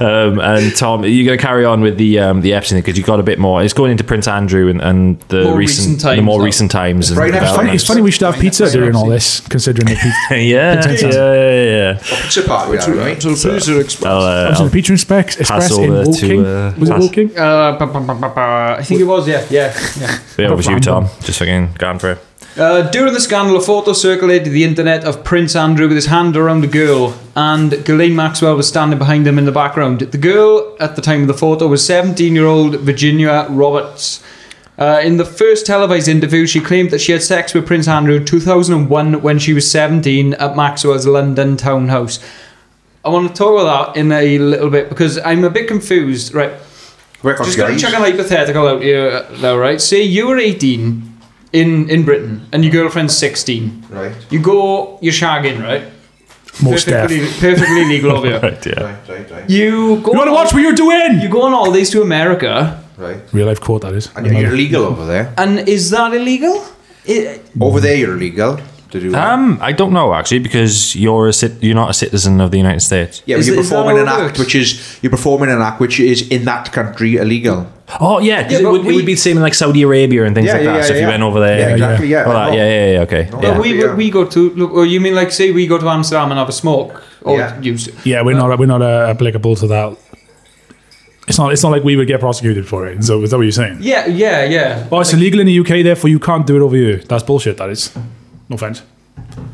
um, and Tom, you're going to carry on with the um, the Epstein because you got a bit more. It's going into Prince Andrew and, and the
More
recent,
recent times,
the more
though.
recent times. and
Right, that's
developments.
fine.
It's funny we should have pizza during all this, considering the pizza,
yeah, yeah,
Prince
yeah, yeah.
It's a party, now, right?
So, Bruiser Express.
I'll, uh,
the
I'll
pizza express, express
pass
in
over to,
Woking.
uh,
Was it
pass.
Woking?
Uh, ba- ba- ba- ba- ba- I think it was, yeah, yeah, yeah.
yeah, over to you,
Random.
Tom. Just fucking going for it.
Uh, during the scandal, a photo circulated the internet of Prince Andrew with his hand around a girl, and Ghislaine Maxwell was standing behind him in the background. The girl at the time of the photo was 17 year old Virginia Roberts. Uh, in the first televised interview, she claimed that she had sex with Prince Andrew in 2001 when she was 17 at Maxwell's London townhouse. I want to talk about that in a little bit because I'm a bit confused. Right,
Work on
just going to
guys.
check an hypothetical out here uh, now, right? Say you were 18 in in Britain, and your girlfriend's sixteen.
Right,
You go, you're shagging, right?
Most deaf.
perfectly, perfectly legal of you.
Right, yeah.
right, right, right.
You go.
You want to watch what you're doing?
You go on holidays to America,
right.
Real life quote, that is.
And you're illegal over there.
and is that illegal? I
Over there, you're illegal to do
Ah,
that.
Um, I don't know actually because you're a cit- you're not a citizen of the United States.
Yeah, but
is
you're
it- is that
performing
how
an
it
act
works?
which is you're performing an act which is in that country illegal.
Oh yeah, 'cause
Yeah,
it,
but
would, it
we-
would be the same in like Saudi Arabia and things
Yeah,
like
yeah,
that.
yeah,
so if you
yeah.
went over there,
Yeah, exactly, yeah.
All that,
No.
yeah, yeah, yeah, okay.
But
yeah.
we
yeah.
we go to look, or you mean like say we go to Amsterdam and have a smoke or
Yeah.
use
Yeah, we're not we're not uh, applicable to that. It's not it's not like we would get prosecuted for it. So is that what you're saying?
Yeah, yeah, yeah.
Oh, it's illegal in the UK, therefore you can't do it over here. That's bullshit. That is. No offense.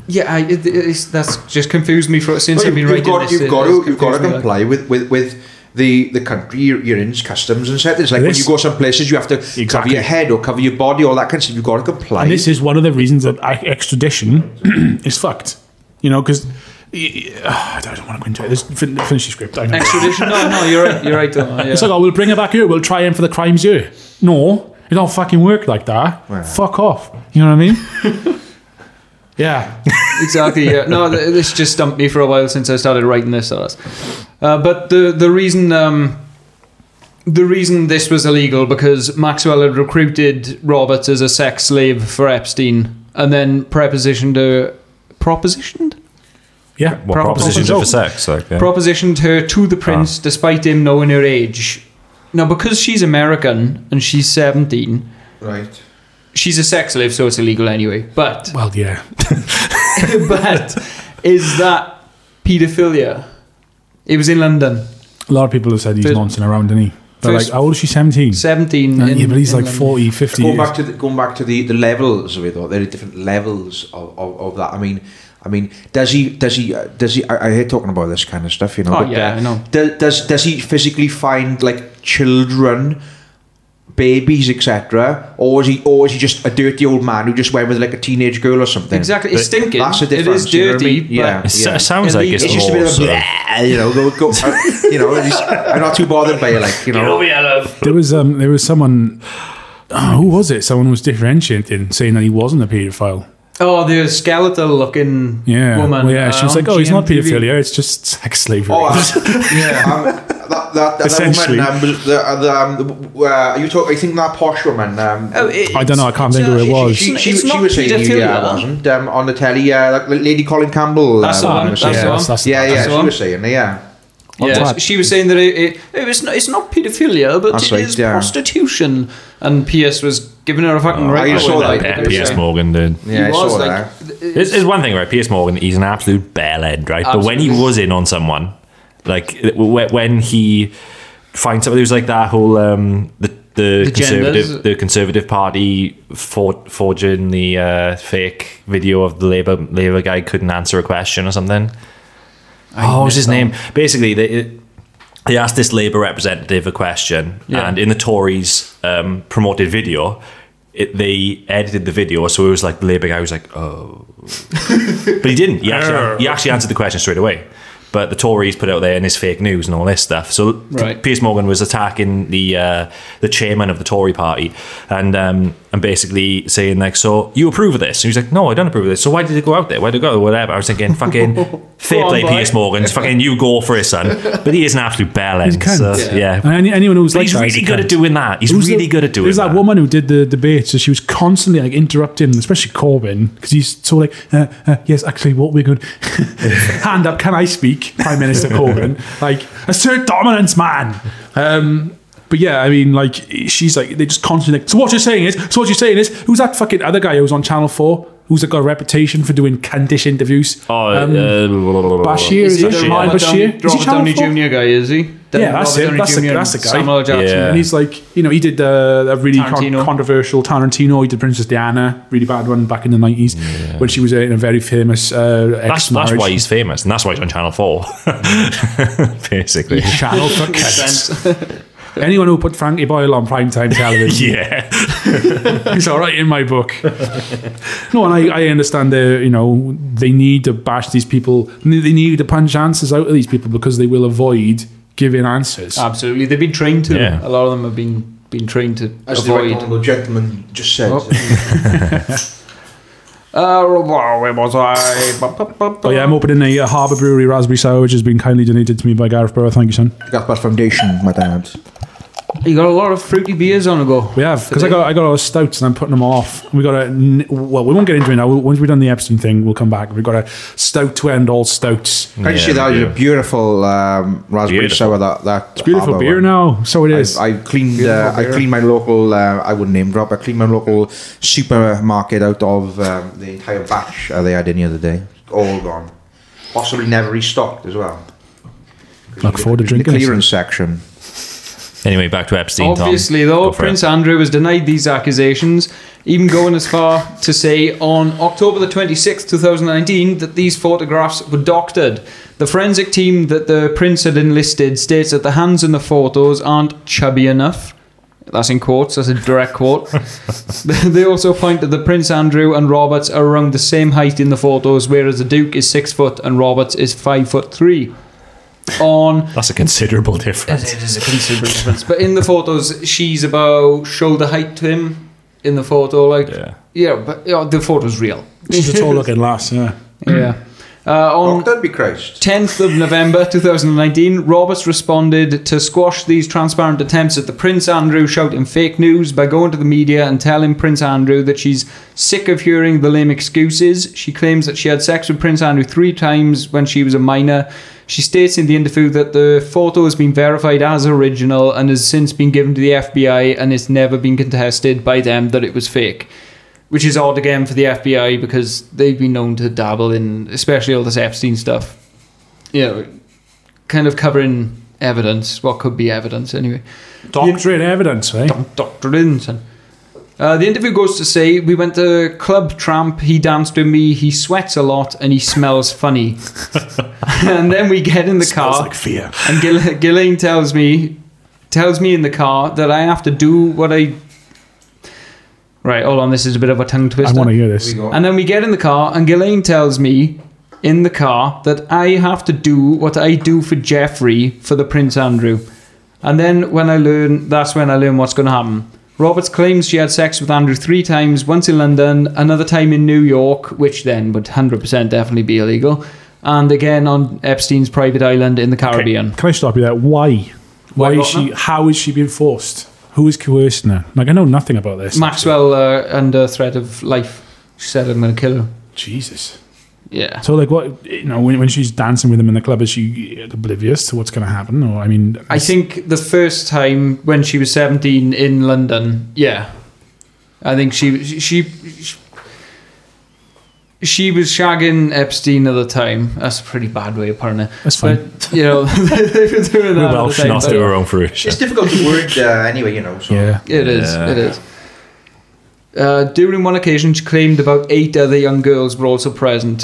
Yeah, I, it, it's, that's just confused me for since
Well,
I've been
you've
writing
got,
this.
you've
it
got
has
to you've got to
confused me, like-
comply with, with, with the the country you're, you're in, customs and set. It's like when
This-
you go some places, you have to cover
Exactly.
your head or cover your body, all that kind of stuff. You've got to comply.
And this is one of the reasons that I- extradition is fucked. You know, because I don't want to go into it. Let's fin- finish the script. I know.
Extradition? No, no, you're right. You're right. Dom, yeah.
It's like, oh, we'll bring her back here. We'll try him for the crimes here. No, it don't fucking work like that. Fuck off. You know what I mean? yeah.
exactly. Yeah. No, th- this just stumped me for a while since I started writing this. so that's- Uh, but the the reason um, the reason this was illegal because Maxwell had recruited Roberts as a sex slave for Epstein, and then prepositioned her propositioned
Yeah.
What propositions are for sex? Like, yeah.
propositioned her to the prince despite him knowing her age. Now, because she's American and she's seventeen,
right.
she's a sex slave, so it's illegal anyway. But
Well, yeah.
but is that paedophilia? It was in London.
A lot of people have said he's
First-
nonsense around, didn't he? They're
First-
like, how old is she? 17?
17.
Uh,
in-
yeah, but he's
in
like
London.
40, 50.
Going
years.
back to the, going back to the, the levels of it though, there are different levels of, of, of that. I mean, I mean, does he does he uh, does he? I, I hate talking about this kind of stuff, you know.
Oh,
but,
yeah,
uh,
I know.
Does, does does he physically find like children, babies, etc., or is he or is he just a dirty old man who just went with like a teenage girl or something?
Exactly. It's stinking.
That's the
it is
difference. you know what I
dirty.
mean? Yeah,
It
But
s-
yeah.
sounds like it's,
It's just a bit
more
of
sort of-
bleh, you know, go, go, uh, you know. it's- I'm not too bothered by it, like you know.
There was um, there was someone. Oh, who was it? Someone was differentiating, saying that he wasn't a paedophile.
oh, the skeletal looking
Yeah,
woman.
Well, yeah. She
uh,
um,
was like,
on
"Oh, it's not
GMTV.
paedophilia. It's just sex slavery."
Oh, I- Um, that, that, that, that
Essentially.
woman, um, was- the, uh, the, um, the, w- uh, you talk, I think that posh woman, um,
Oh, it-
I don't know. I can't think who it
it's, uh,
was.
she,
it's
she, she
not
was saying you, yeah,
paedophilia.
wasn't, um, on the telly, uh, like the Lady Colin Campbell.
That's the
uh,
one,
was
that's
saying.
the one.
Yeah, yeah,
that's
she
the one.
was saying, yeah.
Yeah,
that.
she was saying that it, it, it was not, it's not paedophilia, but
That's
it
right,
is
yeah. Oh,
prostitution. And P.S. was giving her a fucking right.
I
away
saw
like it.
that,
Yeah,
yeah.
Piers Morgan, dude.
He
Yeah, I
was
saw
like,
that.
It's, it's one thing, right? Piers Morgan, he's an absolute bell end, right? But when he was in on someone, like wh- wh- when he finds somebody who's like that whole um, the the,
The
conservative
genders.
the conservative party for, forging the uh, fake video of the labor labor guy couldn't answer a question or something. oh, what was his name? Basically, they they asked this Labour representative a question,
Yeah.
and in the Tories' um, promoted video, it, they edited the video, so it was like the Labour guy was like, "Oh," but he didn't. He actually, he actually answered the question straight away. But the Tories put out there, and it's fake news and all this stuff. So
Right.
Piers Morgan was attacking the uh, the chairman of the Tory party, and um, and basically saying like, "So you approve of this?" And he's like, "No, I don't approve of this." So why did it go out there? Why did it go? Out there? Whatever. I was thinking, fucking fair
Go on,
play,
boy.
Piers Morgan. It's fucking you go for it, son. But he is an absolute bell end.
cunt.
So,
Yeah.
yeah.
And any, anyone who's
But
like
he's
that is
really
a
good
cunt.
at doing that. He's
Who's the-
really good at doing
There's
that.
that woman who did the debate, so she was constantly like interrupting, especially Corbyn, because he's so like, uh, uh, "Yes, actually, what we're good." Hand up, can I speak, Prime Minister Corbyn? Like, assert dominance, man. Um, but yeah, I mean, like, she's like, they just constantly. Like, so what you're saying is, so what you're saying is, who's that fucking other guy who was on Channel Four? Who's got a reputation for doing candish interviews?
Oh,
Um,
uh,
Bashir, is it?
Bashir.
the
Ryan
Robert
Bashir?
Downey-
Is he
Robert
Channel
Downey
four?
Jr. guy, is he?
Yeah, that's
Robert
it. That's the-
Downey Jr.
that's the guy.
Samuel L. Jackson.
Yeah.
And he's like, you know, he did uh, a really con-
Tarantino.
controversial Tarantino. He did Princess Diana, really bad one back in the nineties when she was in a very famous uh,
That's,
ex
that's why
marriage.
he's famous, and that's why he's on Channel Four, basically.
Channel for kids. Anyone who put Frankie Boyle on primetime television
Yeah,
is all right in my book. no, and I, I understand they you know they need to bash these people. They need to punch answers out of these people because they will avoid giving answers.
Absolutely, they've been trained to.
Yeah.
A lot of them have been been trained to Oh.
As the right
avoid.
honourable gentleman just said.
Uh, where was I?
Oh yeah, I'm opening a uh, Harbour Brewery raspberry sour, which has been kindly donated to me by Gareth Burrow. Thank you, son.
Got that foundation, my dad.
You got a lot of fruity beers on a go.
We have because I got I got our stouts and I'm putting them all off. We got a n- well, we won't get into it now. Once we've done the Epstein thing, we'll come back. We've got a stout to end all stouts.
Can I just say
Yeah,
that was
yeah.
a beautiful um, raspberry
Beautiful.
sour that that it's
Beautiful beer now, so it
I,
is.
I cleaned. Uh, I cleaned my local. Uh, I wouldn't name drop. I cleaned my local supermarket out of um, the entire batch uh, they had in the other day. All gone. Possibly never restocked as well. 'Cause
Look
it-
forward to
it was in
drinking
the
this.
clearance section.
Anyway, back to Epstein. Tom.
Obviously,
Go
though,
for it.
Prince Andrew has denied these accusations, even going as far to say on October the 26th, 2019, that these photographs were doctored. The forensic team that the Prince had enlisted states that the hands in the photos aren't chubby enough. That's in quotes, that's a direct quote. they also point that the Prince Andrew and Roberts are around the same height in the photos, whereas the Duke is six foot and Roberts is five foot three. On
That's a considerable difference.
it is a considerable difference. But in the photos, she's about shoulder height to him in the photo. Like, yeah,
Yeah.
but you know, the photo's real.
She's a tall looking lass. Yeah.
Yeah. Uh, on
Doctor be Christ.
10th of November 2019, Roberts responded to squash these transparent attempts at the Prince Andrew shouting fake news by going to the media and telling Prince Andrew that she's sick of hearing the lame excuses. She claims that she had sex with Prince Andrew three times when she was a minor. She states in the interview that the photo has been verified as original and has since been given to the FBI and it's never been contested by them that it was fake which is odd again for the FBI because they've been known to dabble in, especially all this Epstein stuff. You know, kind of covering evidence, what could be evidence anyway.
Doctorate evidence, eh?
Dr. Linton. Uh, the interview goes to say we went to club tramp. He danced with me. He sweats a lot and he smells funny. and then we get in the car.
fear.
And Gil- Gillian tells me, tells me in the car that I have to do what I. Right, hold on. This is a bit of a tongue
I
twister.
want to hear this.
And then we get in the car, and Ghislaine tells me in the car that I have to do what I do for Jeffrey for the Prince Andrew. And then when I learn, that's when I learn what's going to happen. Roberts claims she had sex with Andrew three times, once in London, another time in New York, which then would 100% definitely be illegal, and again on Epstein's private island in the Caribbean.
Can I stop you there? Why? Why,
not
is she? How is she being forced? Who is coercing her? Like I know nothing about this.
Maxwell uh, under threat of life. She said, I'm going to kill her.
Jesus.
Yeah.
So like what? You know when, when she's dancing with him in the club, is she oblivious to what's going to happen? Or I mean,
I think the first time when she was 17 in London, yeah. I think she she she, she was shagging Epstein at the time. That's a pretty bad way of putting it.
That's fine.
But, you know, they were doing that.
We're
at
Welsh,
the time,
not
but
to our own fruition.
It's difficult to word uh, anyway, you know. So.
yeah.
It is. It is. Uh, during one occasion, she claimed about eight other young girls were also present.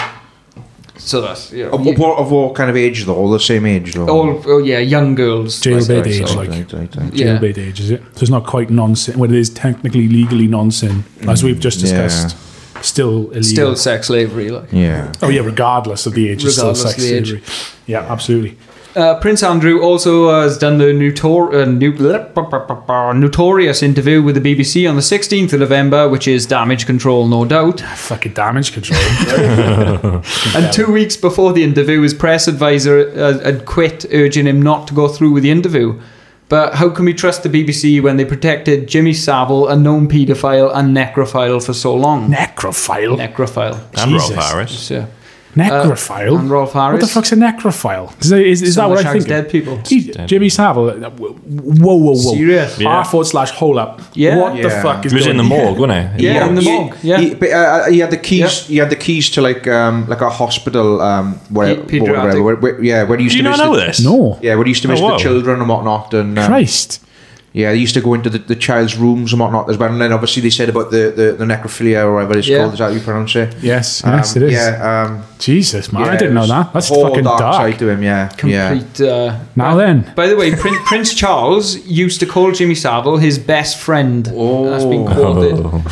So that's you know,
Of, of what, of what kind of age though? All the same age though.
all. Oh yeah, young girls.
Jailbait
Right,
age,
so-
like
Right, right, right.
Yeah.
jailbait age, is it? So it's not quite non-sin. Well, it is technically legally non-sin, as we've just
yeah.
discussed. Still illegal.
Still sex slavery, like.
Yeah.
Oh yeah, regardless of the age, it's still
Regardless of
sex
the age.
slavery. Yeah, absolutely.
Uh, Prince Andrew also uh, has done the notor- uh, nu- bleh, bah, bah, bah, bah, notorious interview with the BBC on the 16th of November, which is damage control, no doubt.
Fucking damage control.
And two weeks before the interview, his press advisor uh, had quit, urging him not to go through with the interview. But how can we trust the BBC when they protected Jimmy Savile, a known paedophile and necrophile, for so long?
necrophile.
necrophile.
and Rob
Jesus.
Harris.
So,
Uh, necrophile.
and Rolf Harris.
what the fuck's a necrophile? Is, that- is, is that
Someone
what I
shags
think?
dead people.
He- Jimmy Savile. Whoa, whoa, whoa.
Serious.
Yeah.
R forward slash hole up.
Yeah.
What the
Yeah.
fuck is
He was
going
in the morgue, wasn't he?
Yeah, in the
he-
morgue. Yeah.
He, but, uh, he had the keys. He had the keys to like um, like a hospital. Um, where,
Pe- pediatric.
whatever, where, where- yeah, where he used
Do you
to
not
miss
know
the,
this?
No.
Yeah, where he used to miss
Oh, wow.
the children and whatnot, and um,
Christ.
yeah, they used to go into the, the child's rooms and whatnot as well. And then obviously they said about the, the, the necrophilia or whatever it's
Yeah.
called. Is that how you pronounce it?
Yes,
Um,
yes, it is.
Yeah, um,
Jesus, man,
yeah,
I didn't know
it's
that. That's
a whole
fucking dark.
dark, side to him. Yeah, yeah.
Complete. Uh,
Now then,
By the way, Prin- Prince Charles used to call Jimmy Savile his best friend.
Oh.
That's been
Oh.
quoted.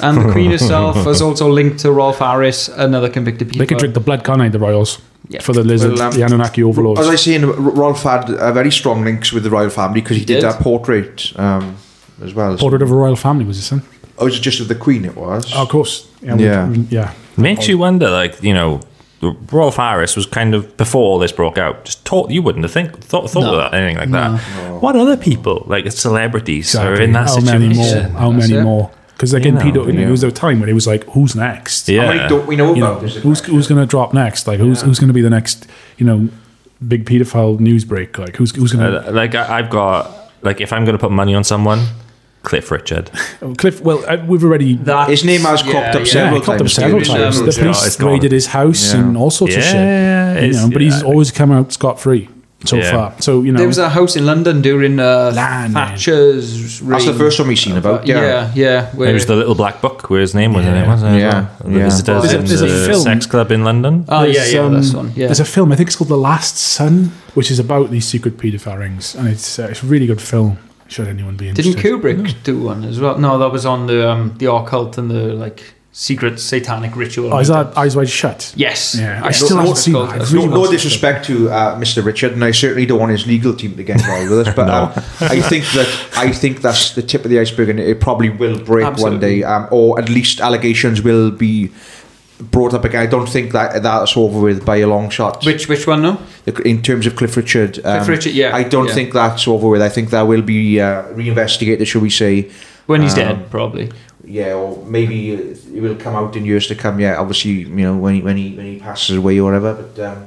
And the Queen herself is also linked to Rolf Harris, another convicted
they could
paedophile.
drink the blood, can't they, the royals?
Yeah.
For the lizard,
Well, um,
the Anunnaki overlords.
As I was saying, R- Rolf had uh, very strong links with the royal family because he,
did.
did that portrait. Um, as well. As
Portrait of a royal family was his son. Oh,
oh, is it just of the Queen? It was.
of course. Yeah. we-
Yeah.
we- yeah.
Makes you wonder, like you know, the Rolf Harris was kind of before all this broke out. Just taught you wouldn't have think thought thought of
No.
that anything like that.
No.
What other people like celebrities are
Exactly.
in that
how
situation?
Many more, how many more? Because like
You
in
know,
Pedo,
yeah.
it was a time when it was like, who's next?
Yeah. How many don't we know
You
about? Is it
who's who's going to drop next? Like who's who's going to be the next? You know, big pedophile news break. Like who's who's going to?
Uh, like I, I've got like if I'm going to put money on someone, Cliff Richard.
Cliff. Well, uh, we've already
His name has
Yeah,
cropped up
yeah.
several
Yeah, cropped up
times.
several
dude.
um,
times. The
Yeah.
police
It's gone.
raided his house
Yeah.
and all sorts of
Yeah,
shit. You
it's-
know, but he's always come out scot free so
Yeah.
far. So you know,
there was a house in London during uh, Thatcher's reign.
That's the first one we've seen about. Yeah.
Uh, yeah, yeah, where-
It was the little black book where his name was in it, wasn't it?
Yeah,
And the
yeah.
visitors
There's a-
in
there's
a
the
film.
sex club in London.
Oh.
There's, um, There's a film. I think it's called The Last Son, which is about these secret paedophile rings, and it's uh, it's a really good film. Should anyone be interested?
Didn't Kubrick do one as well? No, that was on the um, the occult and the like secret satanic ritual.
Oh, is that Eyes Wide Shut?
Yes.
Yeah, I
Yes.
still
No,
haven't
it's
seen
called-
that. I
it's
really
No,
want
no
to.
disrespect to uh, Mr. Richard, and I certainly don't want his legal team to get involved with us. But um, I think that I think that's the tip of the iceberg, and it probably will break one day, um, or at least allegations will be brought up again. I don't think that that's over with by a long shot.
Which which one? No,
in terms of Cliff Richard. um,
Cliff Richard, yeah,
I don't
yeah.
think that's over with. I think that will be uh, reinvestigated, shall we say,
When he's
Um,
dead, probably.
Yeah, or maybe it will come out in years to come. Yeah, obviously, you know, when he when he when he passes away or whatever. But um,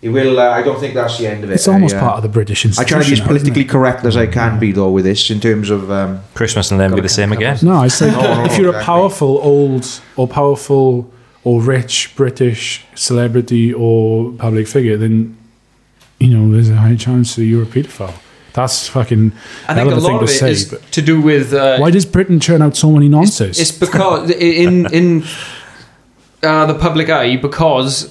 it will. Uh, I don't think that's the end of it.
It's almost
I, uh,
part of the British
I
institution.
try to be as
now, isn't it?
politically correct as I can be, though, with this in terms of um,
Christmas and then be the same again.
No, I say
No,
Oh,
no,
if
no,
you're a
exactly.
powerful old or powerful or rich British celebrity or public figure, then you know there's a high chance that you're a paedophile. That's fucking
I think a
relevant
lot
thing
of
to
it
say.
is
but
to do with uh,
why does Britain churn out so many nonsense?
It's because in in uh, the public eye because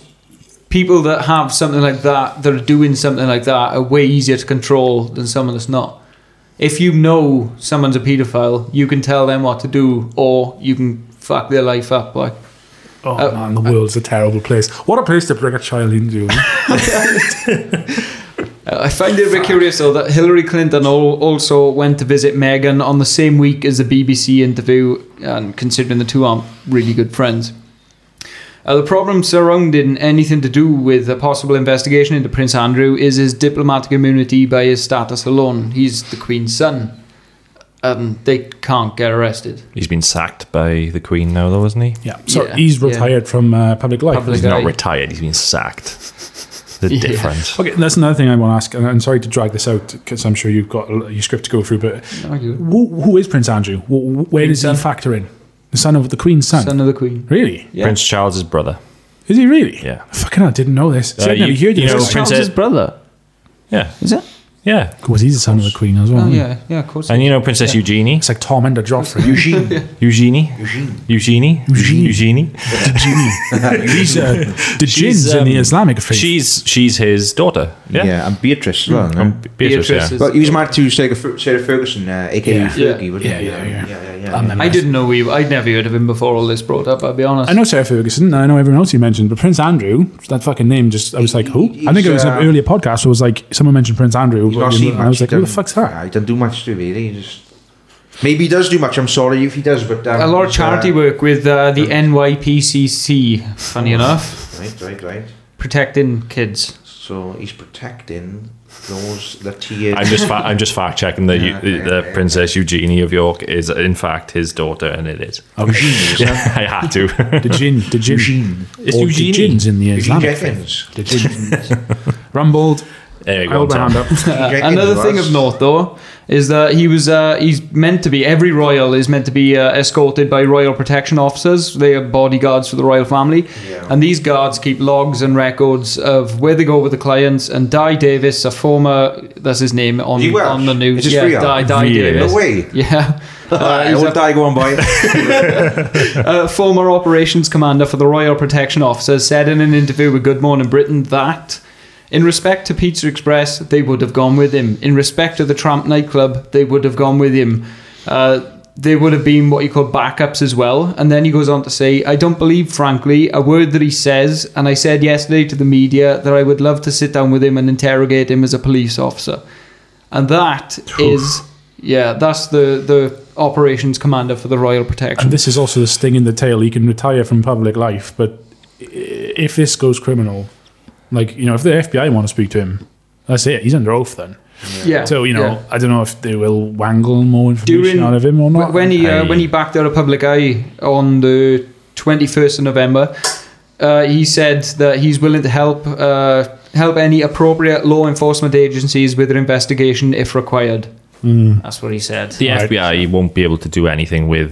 people that have something like that that are doing something like that are way easier to control than someone that's not. If you know someone's a paedophile, you can tell them what to do, or you can fuck their life up. Like,
oh
uh,
man, the world's a terrible place. What a place to bring a child into.
Uh, I find it very curious though that Hillary Clinton al- also went to visit Meghan on the same week as the BBC interview, and considering the two aren't really good friends. Uh, the problem surrounding anything to do with a possible investigation into Prince Andrew is his diplomatic immunity by his status alone. He's the Queen's son. Um, they can't get arrested.
He's been sacked by the Queen now, though, isn't he?
Yeah. So
Yeah,
he's
yeah.
retired from uh, public life.
He's
isn't he?
not retired. He's been sacked. The
Yeah.
difference.
Okay, that's another thing I want to ask, and I'm sorry to drag this out because I'm sure you've got your script to go through. But who, who is Prince Andrew? Wh- wh- Where does he factor in? The son of the Queen's son.
Son of the Queen.
Really?
Prince Charles's brother.
Is he really?
Yeah.
Fucking hell, I didn't know this.
Uh,
See, I never
you-
heard
you
this.
know, Prince Charles's Princess-
brother.
Yeah.
Is it?
Yeah.
Was he the son of the Queen as well?
Oh
wasn't he?
yeah, yeah, of course.
And you know Princess Eugenie? It's
like Tom Ender Joffrey.
Eugene.
Eugenie? Eugenie? Eugenie? Eugenie?
She's, uh, the jinns in
um,
the Islamic faith.
She's, she's his daughter. Yeah.
yeah, and Beatrice as well.
Mm,
no?
and Be- Beatrice, Beatrice yeah. is-
Well, he was married to Sarah, Fer- Sarah Ferguson, uh, aka
Yeah.
Fergie, wasn't
Yeah,
he?
yeah, yeah.
yeah, yeah,
I
yeah.
remember
I didn't know he. I'd never heard of him before all this brought up. I'll be honest.
I know Sarah Ferguson, and I know everyone else you mentioned, but Prince Andrew, that fucking name just, I was like, who? I think it was
uh,
an earlier podcast where it was like, someone mentioned Prince Andrew,
He's not seen
and
much.
I was like,
he
who the
doesn't-
fuck's that?
Nah, he doesn't do much to really. He just maybe he does do much. I'm sorry if he does, but um,
a lot of
he's, uh,
charity work with uh, the NYPCC. Funny enough,
Right, right, right.
protecting kids.
So he's protecting those that he.
I'm just fa- I'm just fact checking that you, the Princess Eugenie of York is in fact his daughter, and it is.
Eugenie,
Yeah, I had to.
The gin, the gin.
It's
Or
Eugenie.
The gins in the
Eugene
Islamic
Jeffins.
faith. The gins. Rumbled.
There you
I
go.
hold my
Tom.
hand up.
Uh, Another thing of note, though, is that he was uh, he's meant to be every royal is meant to be uh, escorted by royal protection officers. They are bodyguards for the royal family, and these guards keep logs and records of where they go with the clients. And Di Davis, a former that's his name on
He Welsh?
on the news,
Is this
yeah,
real?
Di, Di
Really?
Davis.
No way.
Yeah, Uh, he's
old
a-
die, go on, boy.
uh, former operations commander for the Royal Protection Officers said in an interview with Good Morning Britain that, in respect to Pizza Express, they would have gone with him. In respect to the Tramp nightclub, they would have gone with him. Uh, they would have been what you call backups as well. And then he goes on to say, I don't believe, frankly, a word that he says. And I said yesterday to the media that I would love to sit down with him and interrogate him as a police officer. And that is Yeah, that's the, the operations commander for the Royal Protection.
And this is also the sting in the tail. He can retire from public life, but i- if this goes criminal, like you know, if the FBI want to speak to him, that's it. He's under oath then.
Yeah.
So you know,
Yeah.
I don't know if they will wangle more information
During-
out of him or not.
Wh- When he uh,
I-
when he backed out of public eye on the 21st of November, uh, he said that he's willing to help uh, help any appropriate law enforcement agencies with their investigation if required.
Hmm.
That's what he said.
The FBI won't be able to do anything with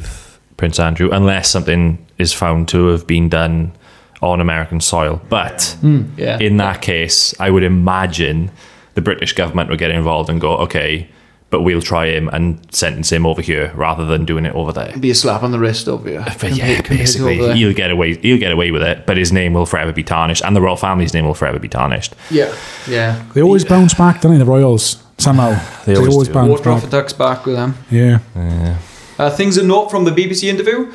Prince Andrew unless something is found to have been done on American soil. But
Mm, yeah.
in that case, I would imagine the British government would get involved and go, okay, but we'll try him and sentence him over here rather than doing it over there.
be a slap on the wrist over here.
But yeah, basically, he'll get away. He'll get away with it, but his name will forever be tarnished, and the royal family's name will forever be tarnished.
Yeah, yeah.
they always bounce back, don't they? The Royals somehow
They
they
always
always
do.
bounce
Water off a
back.
duck's back with them.
Yeah.
Uh, things a note from the BBC interview.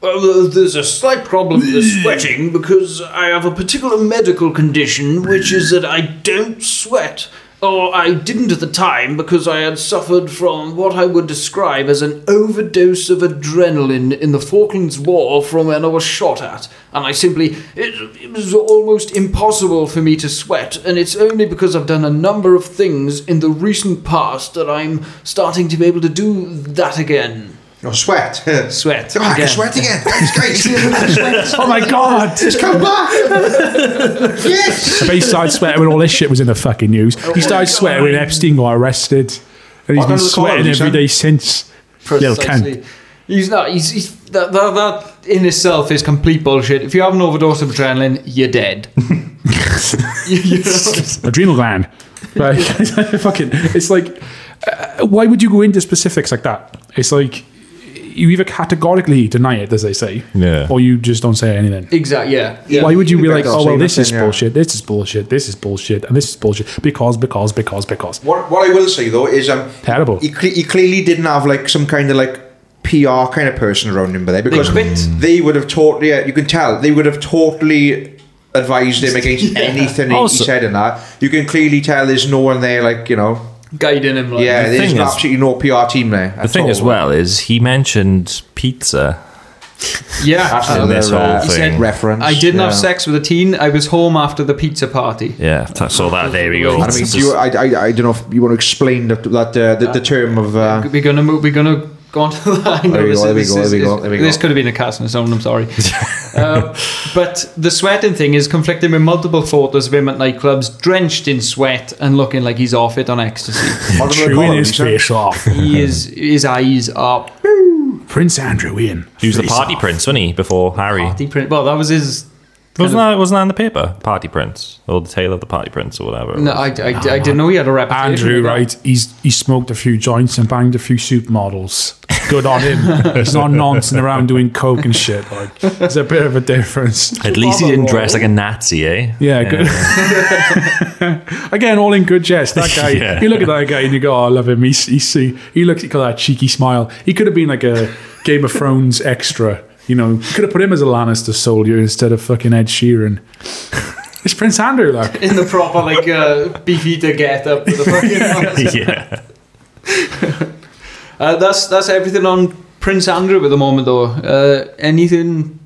Well, there's a slight problem with the
Hmm.
sweating because I have a particular medical condition, which is that I don't sweat, or I didn't at the time because I had suffered from what I would describe as an overdose of adrenaline in the Falklands War from when I was shot at, and I simply it, it was almost impossible for me to sweat, and it's only because I've done a number of things in the recent past that I'm starting to be able to do that again.
No Oh, sweat.
Sweat.
Oh, I can
again.
sweat again. Guys, guys.
Oh my god!
It's come back. yes.
But he started sweating when all this shit was in the fucking news.
Oh,
He started sweating when Epstein got arrested, and he's
Oh, no,
been
the
sweating
colonies,
every
huh?
day since. Little
Precisely.
cunt.
He's not. He's, he's that, that, that in itself is complete bullshit. If you have an overdose of adrenaline, you're dead. You- you know?
adrenal gland. Like, fucking, it's like, uh, why would you go into specifics like that? It's like you either categorically deny it, as they say,
Yeah.
or you just don't say anything.
Exactly. Yeah. yeah.
Why would you be
You
like,
better
oh
say
well, this is
nothing, yeah.
bullshit, this is bullshit, this is bullshit, and this is bullshit because, because, because, because.
What, what I will say though is um
Terrible.
He, cle he clearly didn't have like some kind of like PR kind of person around him, but there because
quit.
they would have totally. Yeah, you can tell they would have totally advised him against anything he-
Also-
he said in that. You can clearly tell there's no one there, like you know.
Guiding him. Like,
Yeah,
The
there's
thing is-
absolutely no PR team there.
The thing as well is he mentioned pizza
Yeah.
in
Another,
this whole
uh, he
thing.
said-
Reference.
I didn't have
yeah.
sex with a teen. I was home after the pizza party.
yeah, t- so that there we go.
I mean, do you, I, I, I don't know if you want to explain that that uh, the, the term of uh,
We're gonna move. We're gonna go on to that. I know
There we
this
go, there we
is-
go,
this is-
there we go, there we go.
This could have been a cast in its own. I'm sorry. uh, but the sweating thing is conflicting with multiple photos of him at nightclubs, drenched in sweat and looking like he's off it on ecstasy.
Oliver
Chewing
Connolly,
his
sir.
face off.
he is. His eyes are
Prince Andrew in.
He was the
Face
party
off.
prince, wasn't he, before Harry?
party print. Well, that was his.
Wasn't that wasn't that in the paper? Party prince or the tale of the party prince or whatever. it
No,
was.
I, I, I didn't know he had a reputation.
Andrew,
like that.
right? He's he smoked a few joints and banged a few supermodels. Good on him. He's not noncing around doing coke and shit. Like, there's a bit of a difference.
At least he didn't dress like a Nazi, eh?
Yeah, good. Again, all in good jest. That guy.
Yeah.
You look at that guy and you go, "Oh, I love him." He's, he's he looks. He got that cheeky smile. He could have been like a Game of Thrones extra. You know, you could have put him as a Lannister soldier instead of fucking Ed Sheeran. It's Prince Andrew, like.
in the proper like uh, beefy to get up with the fucking.
yeah.
uh, that's that's everything on Prince Andrew at the moment, though. Uh, anything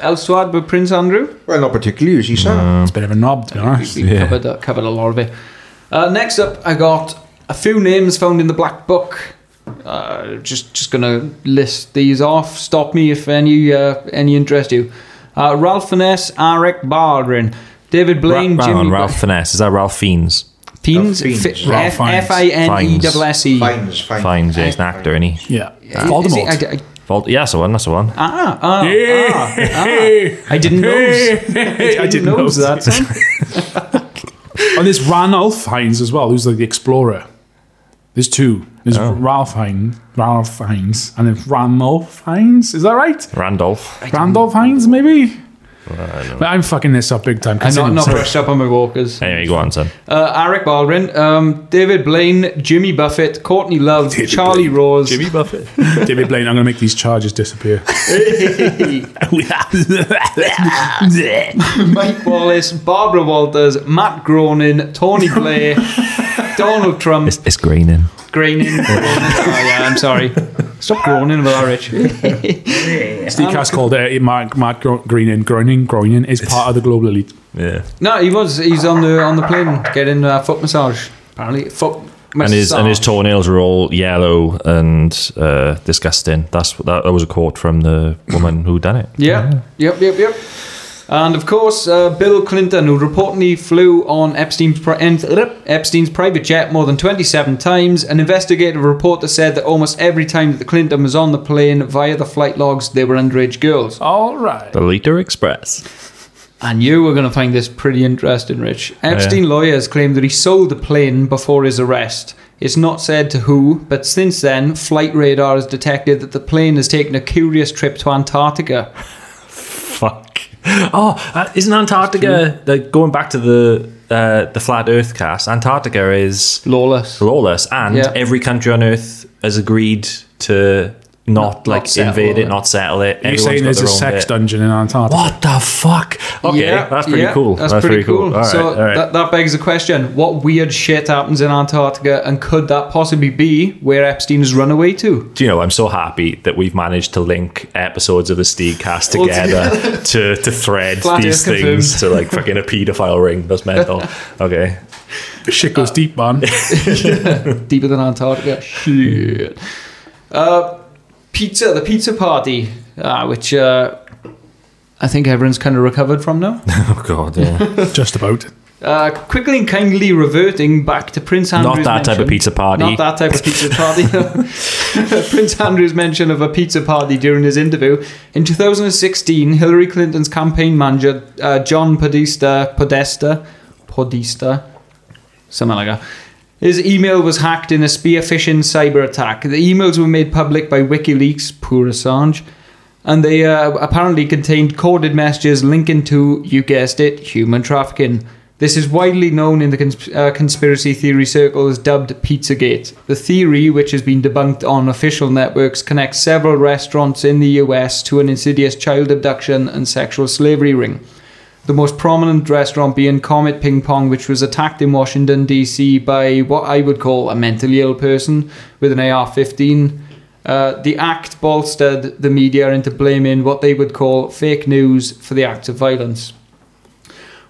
else to add but Prince Andrew?
Well, not particularly, as you said.
Um,
It's a bit of a knob, to be honest.
We covered, uh, covered a lot of it. Uh, next up, I got a few names found in the black book. Uh, just just gonna list these off. Stop me if any uh, any interest you. Uh, Ralph Finesse, Eric Baldwin, David Blaine,
Ra- hang
Jimmy
on, Ralph Finesse. Is that Ralph Fiennes?
Fiennes,
Ralph Fiennes.
Ralph
F
Fiennes.
F I N E double S E.
Fines, fines.
Fiennes, yeah, he's an actor, isn't he?
Yeah,
Is he-
Voldemort.
I- I-
Vol- yeah, that's the one. That's the one.
Ah, ah, ah, ah. I didn't know. I didn't know that. son.
And there's Ranulph Hines as well, who's like the explorer. There's two. There's
Oh.
Ralph Hines, Ralph Hines, and then Ranulph Hines. Is that right?
Randolph.
Randolph Hines, maybe. But I'm fucking this up big time.
I'm not, not
considering-
brushed up on my walkers.
Anyway, go on, son.
Uh, Eric Baldwin, um, David Blaine, Jimmy Buffett, Courtney Love, Charlie Rose.
Buffett.
David Blaine, I'm going to make these charges disappear.
Mike Wallace, Barbara Walters, Matt Groening, Tony Blair, Donald Trump,
It's, it's greening.
graining. oh, yeah, I'm sorry. Stop groaning about that, Rich.
Steve Cass called it uh, Mark, Mark Gro- Greening, groaning, groaning is part of the global elite.
Yeah.
No, he was. He's on the on the plane getting a foot massage. Apparently, foot
and
massage.
his and his toenails were all yellow and uh, disgusting. That's that, that was a quote from the woman who done it.
Yeah. Yep. Yep. Yep. And of course, uh, Bill Clinton, who reportedly flew on Epstein's, pri- and- Epstein's private jet more than 27 times, an investigative reporter said that almost every time that the Clinton was on the plane via the flight logs, they were underage girls.
All right.
The Liter Express.
And you were going to find this pretty interesting, Rich. Epstein lawyers claim that he sold the plane before his arrest. It's not said to who, but since then, flight radar has detected that the plane has taken a curious trip to Antarctica.
Fuck. Oh, uh, isn't Antarctica like going back to the uh, the flat Earth cast? Antarctica is
lawless,
lawless, and
Yeah.
every country on Earth has agreed to not,
Not-
like
not settle
invade it,
it.
not settle it.
You're
Everyone's
saying
got
there's
their
a
own
sex
bit.
dungeon in Antarctica.
What the fuck? Okay,
Oh, Yeah,
that's pretty
yeah,
cool.
That's, pretty, cool.
All right,
so
all right.
That, that begs the question: What weird shit happens in Antarctica, and could that possibly be where Epstein has run away to?
Do you know, I'm so happy that we've managed to link episodes of the Steed cast
All
together to, to thread
Flat
these
Earth
things to like fucking a pedophile ring. That's mental. Okay.
Shit
Uh,
goes deep, man.
Deeper than Antarctica. Shit. Uh, pizza, the pizza party, uh, which uh, I think everyone's kind of recovered from now.
Oh, God. Yeah.
Just about.
Uh, quickly and kindly reverting back to Prince Andrew's
that type of
mention-
pizza party.
Not that type of pizza party. Prince Andrew's mention of a pizza party during his interview. In 2016, Hillary Clinton's campaign manager, uh, John Podesta, Podesta, Podesta, something like that. His email was hacked in a spear phishing cyber attack. The emails were made public by WikiLeaks, poor Assange, and they uh, apparently contained coded messages linking to, you guessed it, human trafficking. This is widely known in the cons- uh, conspiracy theory circle as dubbed Pizzagate. The theory, which has been debunked on official networks, connects several restaurants in the US to an insidious child abduction and sexual slavery ring the most prominent restaurant being Comet Ping Pong, which was attacked in Washington, D.C. by what I would call a mentally ill person with an AR 15. Uh, the act bolstered the media into blaming what they would call fake news for the act of violence.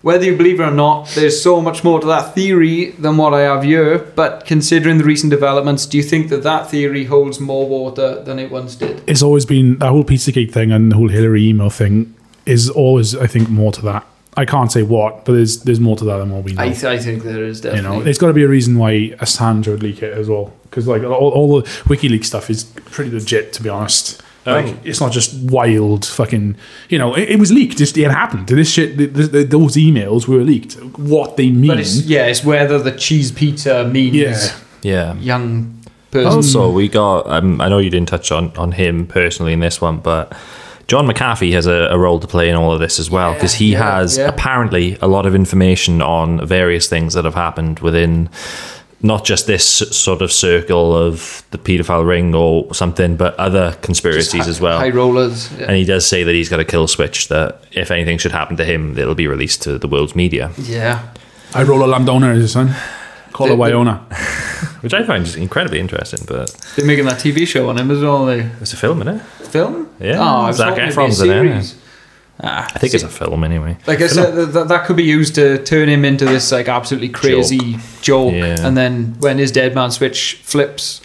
Whether you believe it or not, there's so much more to that theory than what I have here, but considering the recent developments, do you think that that theory holds more water than it once did?
It's always been that whole Pizzagate thing and the whole Hillary email thing is always, I think, more to that. I can't say what, but there's there's more to that than what we know.
I, th- I think there is
you
definitely.
know, there's got to be a reason why Assange would leak it as well, because like all, all the WikiLeaks stuff is pretty legit, to be honest. Like, it's not just wild fucking. You know, it, it was leaked. It, it happened. This shit. th th those emails were leaked. What they mean?
but it's, yeah, it's whether the cheese pizza means
yeah.
Yeah.
young person.
Also, we got. Um, I know you didn't touch on, on him personally in this one, but John McAfee has a, a role to play in all of this as well because he
yeah,
has
yeah.
apparently a lot of information on various things that have happened within not just this s- sort of circle of the paedophile ring or something, but other conspiracies as well.
High rollers. Yeah.
and he does say that he's got a kill switch that if anything should happen to him, it'll be released to the world's media,
Yeah.
I roll a Landona as a son. Call
The-
a
the-
Wyona.
which I find incredibly interesting. But
They're making that TV show on him as well. The
it's a film, isn't it?
film?
Yeah,
Oh, I was
Zac
hoping it'd be a
Efron's in it,
series. Ah,
I think it's a film anyway.
like I said, th- th- that could be used to turn him into this like absolutely crazy joke,
Yeah.
and then when his dead man switch flips,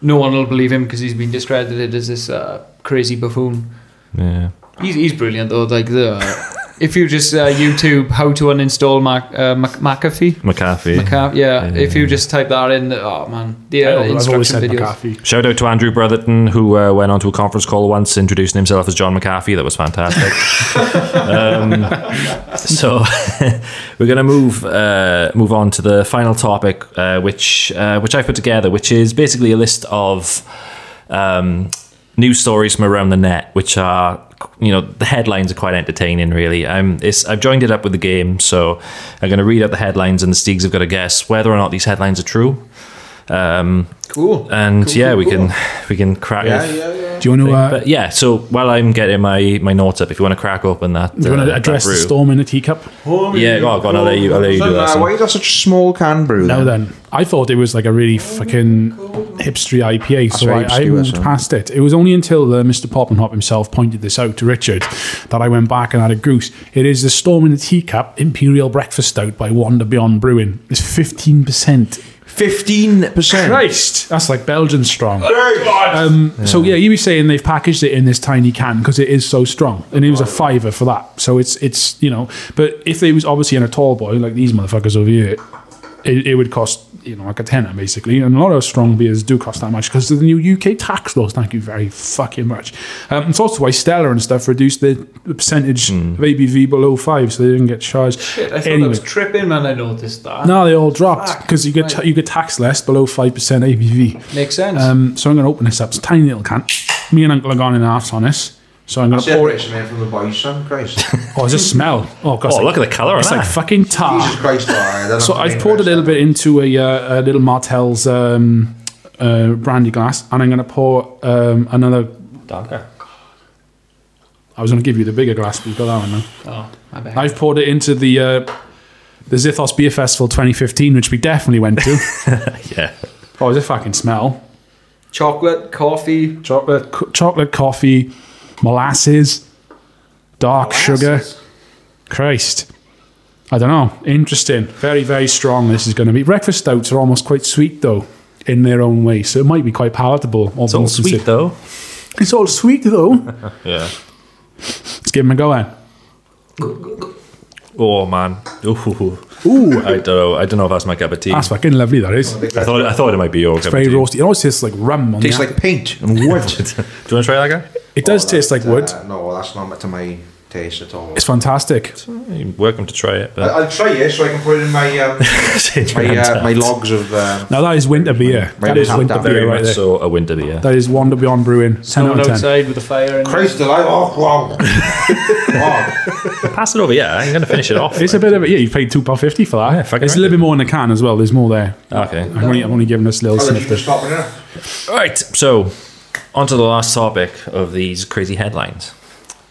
no one will believe him because he's been discredited as this uh, crazy buffoon.
Yeah.
He's, he's brilliant though. Like the if you just uh, YouTube how to uninstall Mac, uh, Mac- McAfee,
McAfee.
McAfee, yeah, If you just type that in, oh man, the uh,
I've always
instruction
said
videos.
McAfee.
Shout out to Andrew Brotherton, who uh, went onto a conference call once introducing himself as John McAfee. That was fantastic. um, so we're going to move uh, move on to the final topic, uh, which uh, which I've put together, which is basically a list of um, news stories from around the net, which are you know the headlines are quite entertaining. Really, I'm it's, I've joined it up with the game, so I'm going to read out the headlines, and the Steegs have got to guess whether or not these headlines are true. Um,
cool.
And
Cool,
yeah,
cool,
we
cool.
can we can crack.
Yeah,
this
yeah, yeah.
Do you wanna,
thing.
uh,
but yeah, so while I'm getting my my notes up, if you want to crack open that,
Do you
uh,
want to
that
address the
brew.
storm in a teacup?
Yeah, go on, go on, I'll let you- I'll let you do that, son.
Why is that such a small can brew?
Now then, I thought it was like a really fucking hipstery IPA,
That's
so
very
I, I
hipstery,
moved
that's
past it. It was only until uh, Mr. Poppenhop himself pointed this out to Richard that I went back and had a goose. It is the Storm in a Teacup Imperial Breakfast Stout by Wanda Beyond Brewing. It's 15%.
15%?
Christ! That's like Belgian strong. Um, So yeah, you were saying they've packaged it in this tiny can because it is so strong, and it was a fiver for that. So it's it's you know, but if it was obviously in a tall boy like these motherfuckers over here, it, it would cost you know like a tenner basically, and a lot of strong beers do cost that much because of the new UK tax laws. Thank you very fucking much. Um, it's also why Stella and stuff reduced the the percentage of ABV below five, so they didn't get charged.
Shit, I thought I was tripping when I noticed that.
No, they all dropped
Fuck,
because you get
right.
you get taxed less below five percent ABV.
Makes sense.
Um, so I'm going to open this up. It's a tiny little can. Me and Uncle are gone in halves on this. So I'm going to pour
Separate
it.
some air from the boys, son. Christ.
Oh, does it smell? Oh god!
Oh, look at the colour on
It's
that.
like fucking tar.
Jesus Christ, alright, that's
so
not
I've
me.
poured a little bit into a, uh, a little Martell's um, uh, brandy glass, and I'm going to pour um, another.
Darker.
I was going to give you the bigger glass, but you got that one now.
Oh, my bad.
I've poured it into the uh, the Zithos Beer Festival 2015, which we definitely went to.
yeah.
Oh, does it fucking smell?
Chocolate, coffee,
chocolate, co- chocolate, coffee, molasses, dark sugar. Christ, I don't know. Interesting. Very, very strong. This is going to be. Breakfast stouts are almost quite sweet though, in their own way. So it might be quite palatable. all
It's all
things
sweet
considered.
though.
It's all sweet though.
Yeah.
Let's give them a go. eh? Then.
Oh man. Ooh.
Ooh.
I don't know. I don't know if that's my cup of tea.
That's fucking lovely. That is.
I thought I thought it might be your
It's
cup
very
of tea.
roasty. It always tastes like rum. On
Tastes
the
like paint and wood. Do
you want to try that guy?
It does taste like wood.
no, that's not to my taste at all.
It's fantastic.
You're welcome to try it.
I-
But
I'll try it so I can put it in my um, my, uh, my logs of. Um,
Now that is winter beer.
my
That is
tap
winter
tap.
beer
Very
right
much
there.
so a winter beer.
That is Wonder Beyond Brewing. Ten out of ten.
outside with the fire. In
Christ alive! Oh wow!
Pass it over. Yeah, I'm gonna finish it off.
It's a bit of a, yeah. You paid two pound fifty for that.
fucking
it's a
right.
little bit more in the can as well. There's more there.
Okay.
I'm only, I'm only giving us a little
I'll let you just
sniff.
stop it up.
All right. So, on to the last topic of these crazy headlines.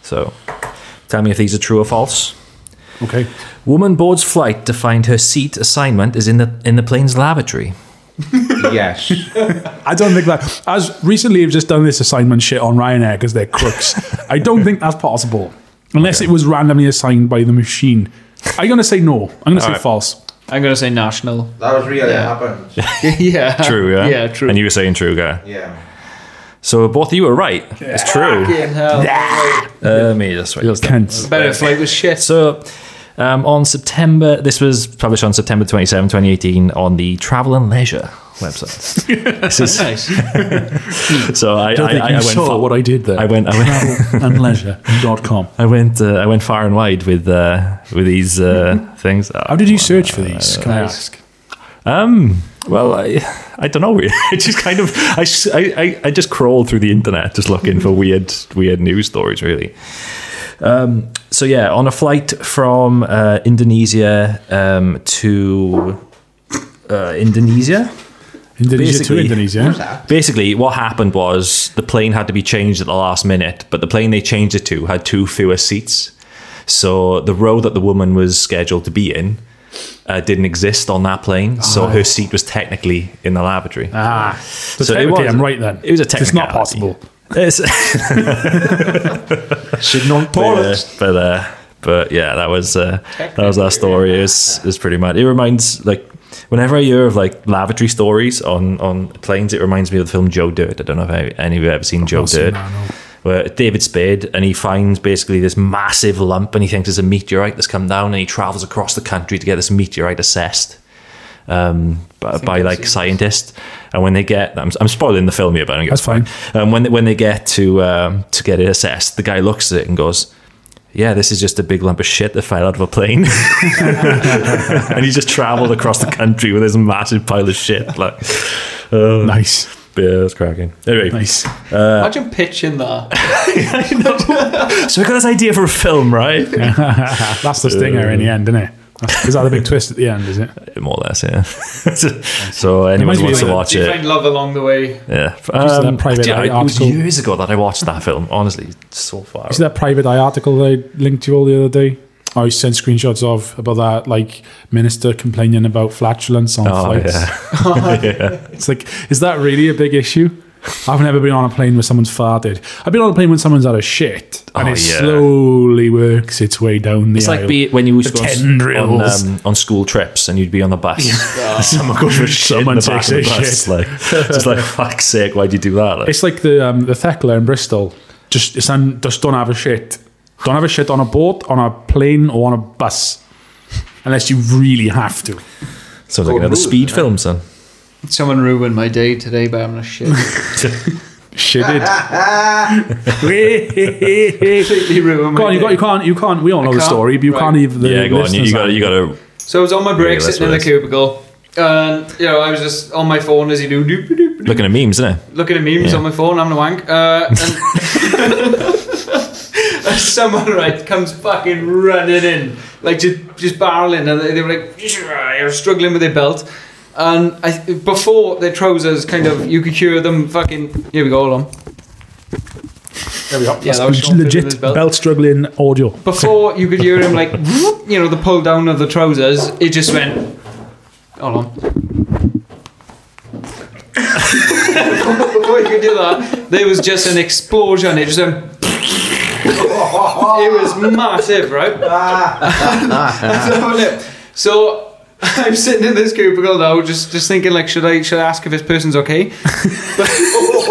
So, tell me if these are true or false.
Okay.
Woman boards flight to find her seat assignment is in the in the plane's lavatory.
yes.
I don't think that. As recently, I've just done this assignment shit on Ryanair because they're crooks. I don't think that's possible unless it was randomly assigned by the machine. I'm gonna say no. I'm gonna say
Alright.
false.
I'm gonna say national.
That was really
Yeah.
happened.
yeah.
True. Yeah.
Yeah. True.
And you were saying true, guy.
Yeah.
So both of you were right. It's true.
Fucking hell.
Uh, me, that's right.
Cunts.
Better flight was shit.
So, um, on September, this was published on September 27, 2018, on the Travel and Leisure website. this is, uh,
Nice.
so I,
Don't
I,
think
I,
you
I went
saw
far,
what I did there.
I went, I went,
Travelandleisure.com.
I went, uh, I went far and wide with uh, with these uh, things.
How did you search for these? Can I ask?
Um, well, I, I don't know. I just kind of, I, s- I, I- I just crawled through the internet just looking for weird, weird news stories, really. Um, so yeah, on a flight from uh, Indonesia um, to uh, Indonesia.
Indonesia to
Basically-
Indonesia.
Basically, what happened was the plane had to be changed at the last minute, but the plane they changed it to had two fewer seats. So the row that the woman was scheduled to be in uh, didn't exist on that plane. So her seat was technically in the lavatory.
Ah, so,
So it
technically,
was-
I'm right then.
it was a
It's not
technicality.
possible.
It's-
Should not
but, uh, but, uh, but yeah, that was uh, that was our story. It's it's pretty mad. It reminds like whenever I hear of like lavatory stories on on planes, it reminds me of the film Joe Dirt. I don't know if I- any of you have ever seen Joe
not seen
Dirt.
that, no.
Where David Spade and he finds basically this massive lump and he thinks it's a meteorite that's come down and he travels across the country to get this meteorite assessed um, by, by like scientists. And when they get, I'm, I'm spoiling the film here, but I don't give a
That's fine.
um, when when they get to um, to get it assessed, the guy looks at it and goes, "Yeah, this is just a big lump of shit that fell out of a plane," and he just travelled across the country with this massive pile of shit. Like, uh,
Nice.
yeah, it's cracking. Anyway,
Nice.
Imagine pitching that.
so we got this idea for a film, right?
That's the stinger in the end, isn't it? That's- Is that the big twist at the end? Is it?
More or less, yeah. so anyone who
reminds me
wants to
of-
watch
Do you
it,
find love along the way?
Yeah. Um,
Just that private
yeah,
eye
it was
article.
years ago that I watched that film. Honestly, it's so far.
You see that private eye article they linked you all the other day? I sent Oh, screenshots of about that like minister complaining about flatulence on
Oh,
flights.
yeah. Yeah.
It's like, is that really a big issue? I've never been on a plane where someone's farted. I've been on a plane when someone's had a shit, and
Oh,
it
yeah.
slowly works its way down the.
It's like
aisle.
be, when you used
The
to go on,
tendrils.
on, um, on school trips and you'd be on the bus. Someone goes for shit
Someone
in the back
takes
of the
a
bus.
shit.
Like, just like, fuck's sake, why'd you do that? Like,
It's like the um, the Thekla in Bristol. Just it's un, just don't have a shit. Don't have a shit on a boat, on a plane, or on a bus, unless you really have to.
sounds like another speed film, son.
Someone ruined my day today by having a shit.
Shitted.
Completely ruined my
Go on, you,
day.
got, you can't. You can't. We all know the
can't?
story, but you
Right.
can't even. The
yeah, go on. You,
listeners
you gotta, you gotta.
So I was on my break
Yeah, that's
sitting in
what
the
it
cubicle. And, you know, I was just on my phone as you do, doop, doop, doop,
Looking at memes, isn't it?
looking at memes
Yeah.
on my phone, having a wank. Uh, and and someone, right, comes fucking running in, like just, just barreling. And they, they were like, they were struggling with their belt. And I, before their trousers, kind of, you could hear them fucking. Here we go, hold on.
There we go.
Yeah,
That's
that was Sean Pittman with his
legit
belt.
belt. struggling audio.
Before you could hear him, like, whoop, you know, the pull down of the trousers, it just went. Hold on. Before you could do that, there was just an explosion. It just went. it was massive, right? And that was it. so I'm sitting in this cubicle now, just just thinking like, should I should I ask if this person's okay?
Oh,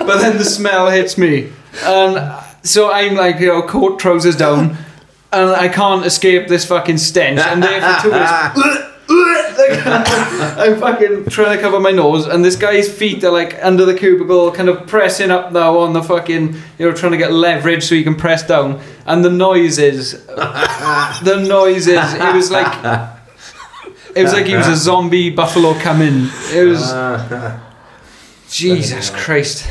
but then the smell hits me, and so I'm like, you know, coat trousers down, and I can't escape this fucking stench. I'm there for two minutes. like, I'm fucking trying to cover my nose, and this guy's feet are like under the cubicle, kind of pressing up now on the fucking, you know, trying to get leverage so you can press down. And the noises, the noises, it was like, it was like he was a zombie buffalo coming. It was, Jesus Christ.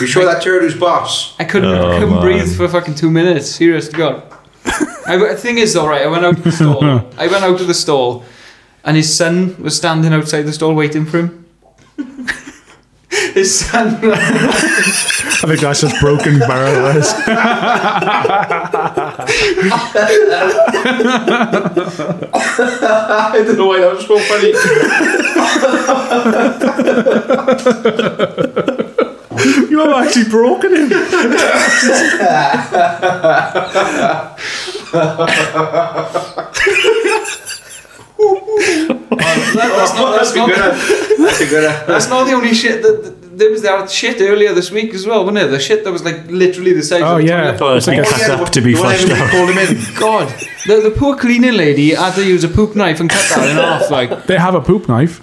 You sure that turd was boss?
I couldn't,
Oh,
couldn't
man.
breathe for fucking two minutes. Serious to God. I, the thing is, though, right, I went out to the stall. I went out to the stall, and his son was standing outside the stall waiting for him. his son.
I think that's just broken barrel.
I don't know why that was so funny.
you have actually broken him.
that's not, that's, not,
That's a good uh,
that's not the only shit that. that- There was that shit earlier this week as well, wasn't it? The shit that was like literally the size
Oh
of the
yeah.
Oh, it's like packed up to be
the one
flushed
everybody
out.
called him in.
God, the, the poor cleaning lady had to use a poop knife and cut that in half. Like,
They have a poop knife.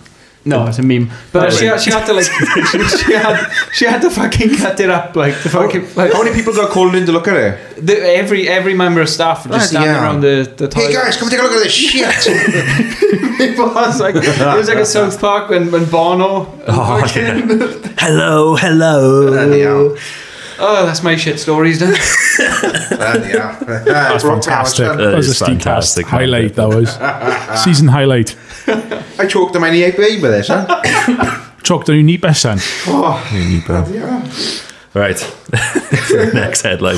no, it's a meme. But she, had- she had to like, she had, she had to fucking cut it up like the fucking. Like,
How many people got called in to look at it?
The, every every member of staff were just
Bloody
standing
hell.
around the, the toilet.
Hey guys, come take a look at this shit.
it was like it was like a South Park when, when Bono. Oh,
Hello, hello.
Bloody hell.
oh, that's my shit stories done.
Bloody hell. That's
Fantastic. That, was
is
a steam cast
fantastic, man.
highlight. That was season highlight.
I choked on my knee baby with this, huh?
Chuck, do you need best then?
Right. Next headline.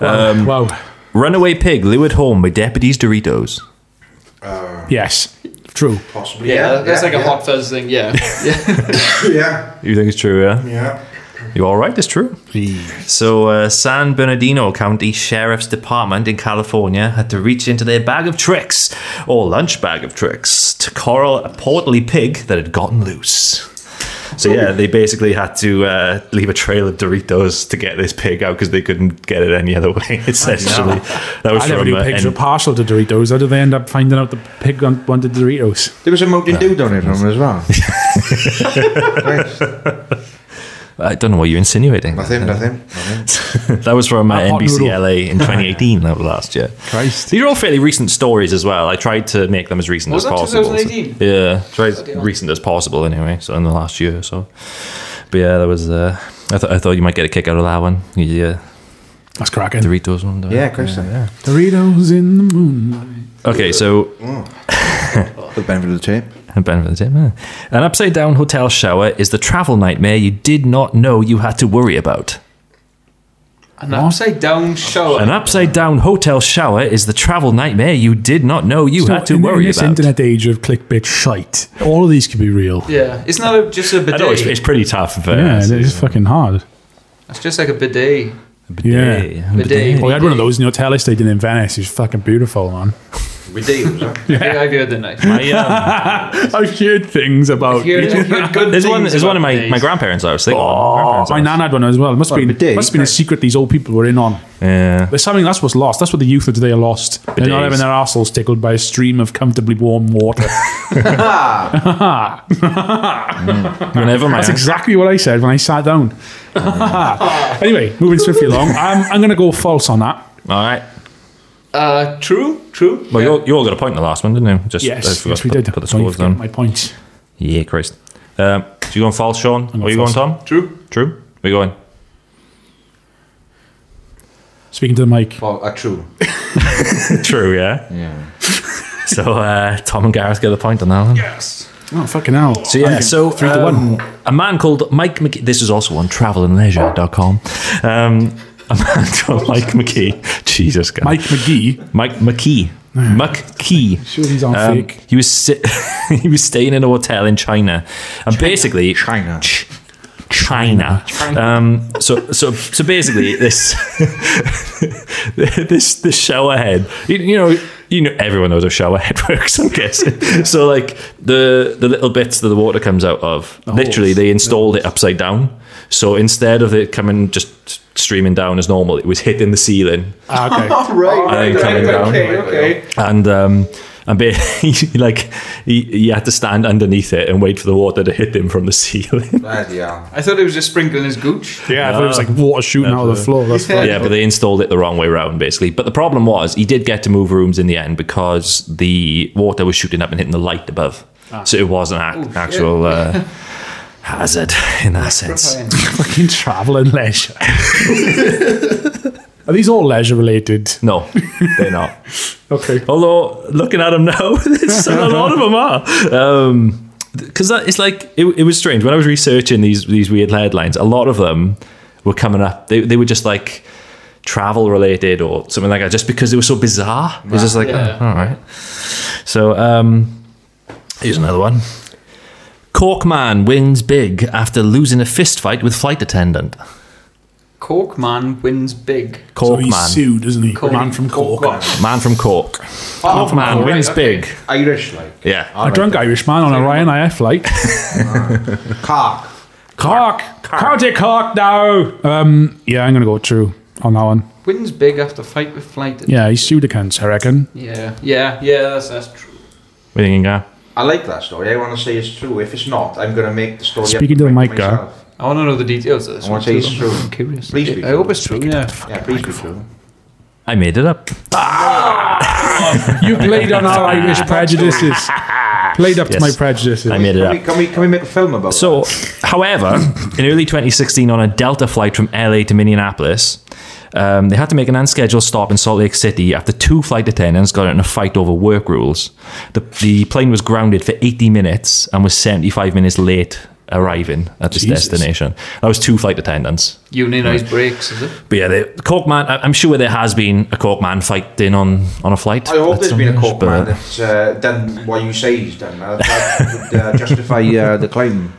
wow.
Runaway pig lured home by deputies Doritos.
Yes. True.
Possibly. Yeah, yeah,
fuzz thing. Yeah,
Yeah,
You think it's true, yeah?
yeah.
You all right? It's true. So, uh, San Bernardino County Sheriff's Department in California had to reach into their bag of tricks, or lunch bag of tricks, to corral a portly pig that had gotten loose. So, yeah, they basically had to uh, leave a trail of Doritos to get this pig out because they couldn't get it any other way, essentially. That was
I never
from,
knew
uh,
pigs
N-
were partial to Doritos. How did they end up finding out the pig wan- wanted Doritos?
There was a Mountain Dew down here from him as well.
I don't know what you're insinuating.
Nothing, nothing, nothing.
that was from uh,
That hot
NBC
noodle.
LA in 2018. that was last year.
Christ.
These are all fairly recent stories as well. I tried to make them as recent
Was
as
that
possible.
2018?
So, yeah, tried recent as possible anyway. So in the last year or so. But yeah, that was. Uh, I, th- I thought you might get a kick out of that one. Yeah.
That's cracking.
Doritos one. don't I?
Yeah, of course. Yeah,
Doritos in the moonlight.
Okay, so
the benefit of the tape.
And Ben with the tip, huh? An upside down hotel shower is the travel nightmare you did not know you had to worry about.
An upside down shower.
An upside down hotel shower is the travel nightmare you did not know you
So
had to
in, in
worry
this
about.
internet age of clickbait shite, all of these could be real.
Yeah, it's not a, just a
I
bidet.
know it's, it's pretty tough. But
Yeah, uh, it's fucking hard.
it's just like a bidet.
Yeah.
yeah.
Bidet.
Well, we had one of those in the hotel I stayed in in Venice. It's fucking beautiful, man.
We do.
I think I've heard the night.
My, um,
I've heard things about.
Heard- heard good
there's one.
things
There's one of
about
my,
bidets.
my grandparents' house. They got
Oh,
one.
my
Grandparents'
nan had one as well. It must have
What,
been,
bidet?
must have been a secret these old people were in on.
house. Yeah.
There's something that's what's lost. That's what the youth of today are lost. They're
Bidets.
not having their arseholes tickled by a stream of comfortably warm water.
Whenever my
That's exactly what I said when I sat down. anyway, moving swiftly along, I'm, I'm going to go false on that.
all right.
Uh, true, true.
Well, you all, you all got a point in the last one, didn't you? Just I
Yes,
forgot
yes,
to
we
put,
did.
Put the
Sorry,
scores
forgetting
down.
my points.
Yeah, Chris. Um, do you going false, Sean? Where you going,
false.
Tom?
True.
True. Where you going?
Speaking to the mic.
Well, uh, true.
True. Yeah.
Yeah.
So uh, Tom and Gareth get the point on that one.
Oh, fucking hell.
So yeah, so um, a man called Mike McKee. This is also on travelandleisure.com. Um, a man called Mike McKee. Jesus God.
Mike McGee.
Mike McKee. McKee.
Sure he's Ah. on
Um,
fake.
he was si- he was staying in a hotel in China, and basically
China.
Ch- China. Um, so so so basically this this this shower head. You, you know you know everyone knows how shower head works. I'm guessing. so like the the little bits that the water comes out of. literally, they installed it upside down. So instead of it coming just streaming down as normal, it was hitting the ceiling
Ah, okay.
and then coming down. And um, and ba- he, like he, he had to stand underneath it and wait for the water to hit him from the ceiling.
Bloody hell.
I thought it was just sprinkling his gooch.
Yeah, I thought it was like water shooting out of the floor. That's
yeah, but they installed it the wrong way around, basically. But the problem was he did get to move rooms in the end because the water was shooting up and hitting the light above, so it wasn't an ac- actual. Uh, Hazard in that sense.
fucking travel and leisure. Are these all leisure related?
No, they're not.
Okay.
Although looking at them now, there's a lot of them are. Because that it's like it, it was strange when I was researching these these weird headlines. A lot of them were coming up. They they were just like travel related or something like that. Just because they were so bizarre, it was just like
Yeah.
"Oh, all right. So um, here's another one. Cork man wins big after losing a fist fight with flight attendant.
Cork man wins big.
So
Cork
he's
man,
sued, isn't he?
Cork-
man from Cork.
man from Cork. Cork man
right,
wins
okay.
big.
Irish, like.
Yeah.
A drunk Irish man on a Ryanair flight.
Cock.
Cork! County Cork now! Um, yeah, I'm going to go true on that one.
Wins big after fight with flight.
Yeah, he sued the cunts, I reckon.
yeah, yeah, yeah. That's that's true.
What do you think, Gar?
I like that story. I want to say it's true. If it's not, I'm going to make the story. up
Speaking to the mic, Gar.
myself.
I want to know the details of this.
I
one
want to say
too.
it's true.
I'm curious.
Please be
I hope
true.
it's true. Yeah.
Yeah, please be true.
I made it up.
You played on our Irish prejudices. Played up to
Yes.
my prejudices.
I made it
Can we,
up.
can we can we make a film about it?
So, however, in early 2016, on a Delta flight from LA to Minneapolis, um, they had to make an unscheduled stop in Salt Lake City after two flight attendants got in a fight over work rules. The, the plane was grounded for 80 minutes and was 75 minutes late arriving at this
Jesus.
destination. That was two flight attendants.
Unionized breaks, is it?
But yeah, the Corkman, I- I'm sure there has been a Corkman fighting on, on a flight.
I hope
at
there's
some
been a
stage,
court man
but-
that's uh, done what you say he's done. That, that would uh, justify uh, the claim.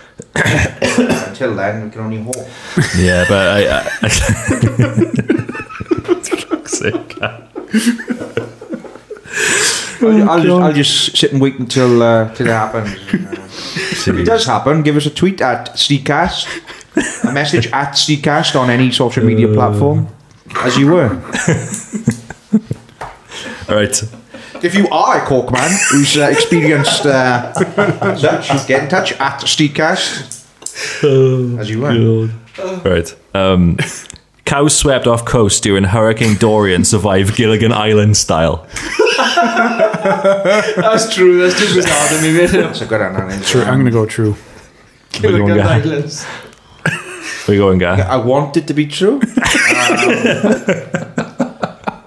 Until then, we can only hope.
Yeah, but I. I, I Fuck's sake.
I'll, I'll, just, I'll just sit and wait until uh, till it happens. Uh, if it does happen, give us a tweet at Steakcast, a message at Steakcast on any social media platform, as you were.
All right.
If you are a cork man who's uh, experienced uh, such, get in touch at Steakcast, as you were.
Right. Um, cows swept off coast during Hurricane Dorian survived Gilligan Island style.
That's true. That's too bizarre to me. mate.
That's a good one.
True, I'm going to go true.
What do you want,
Gilligan
guy?
Islands.
Where you going, guy?
I want it to be true. Um,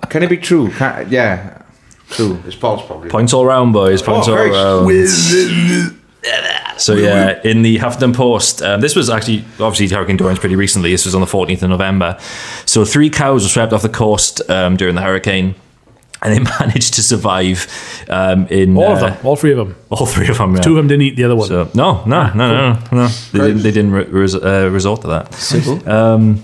can it be true? Can, yeah, true. It's Paul's probably.
Points all round, boys. Points
Oh,
all
Christ.
round. So yeah, in the Huffington Post, um, this was actually obviously Hurricane Dorian's pretty recently. This was on the 14th of November. So three cows were swept off the coast um, during the hurricane, and they managed to survive. Um, in
All of them, all three of them,
all three of them. Yeah.
Two of them didn't eat the other one.
So, no, no,
Ah,
no, no, no, no. They didn't, they didn't re- res- uh, resort to that. Um,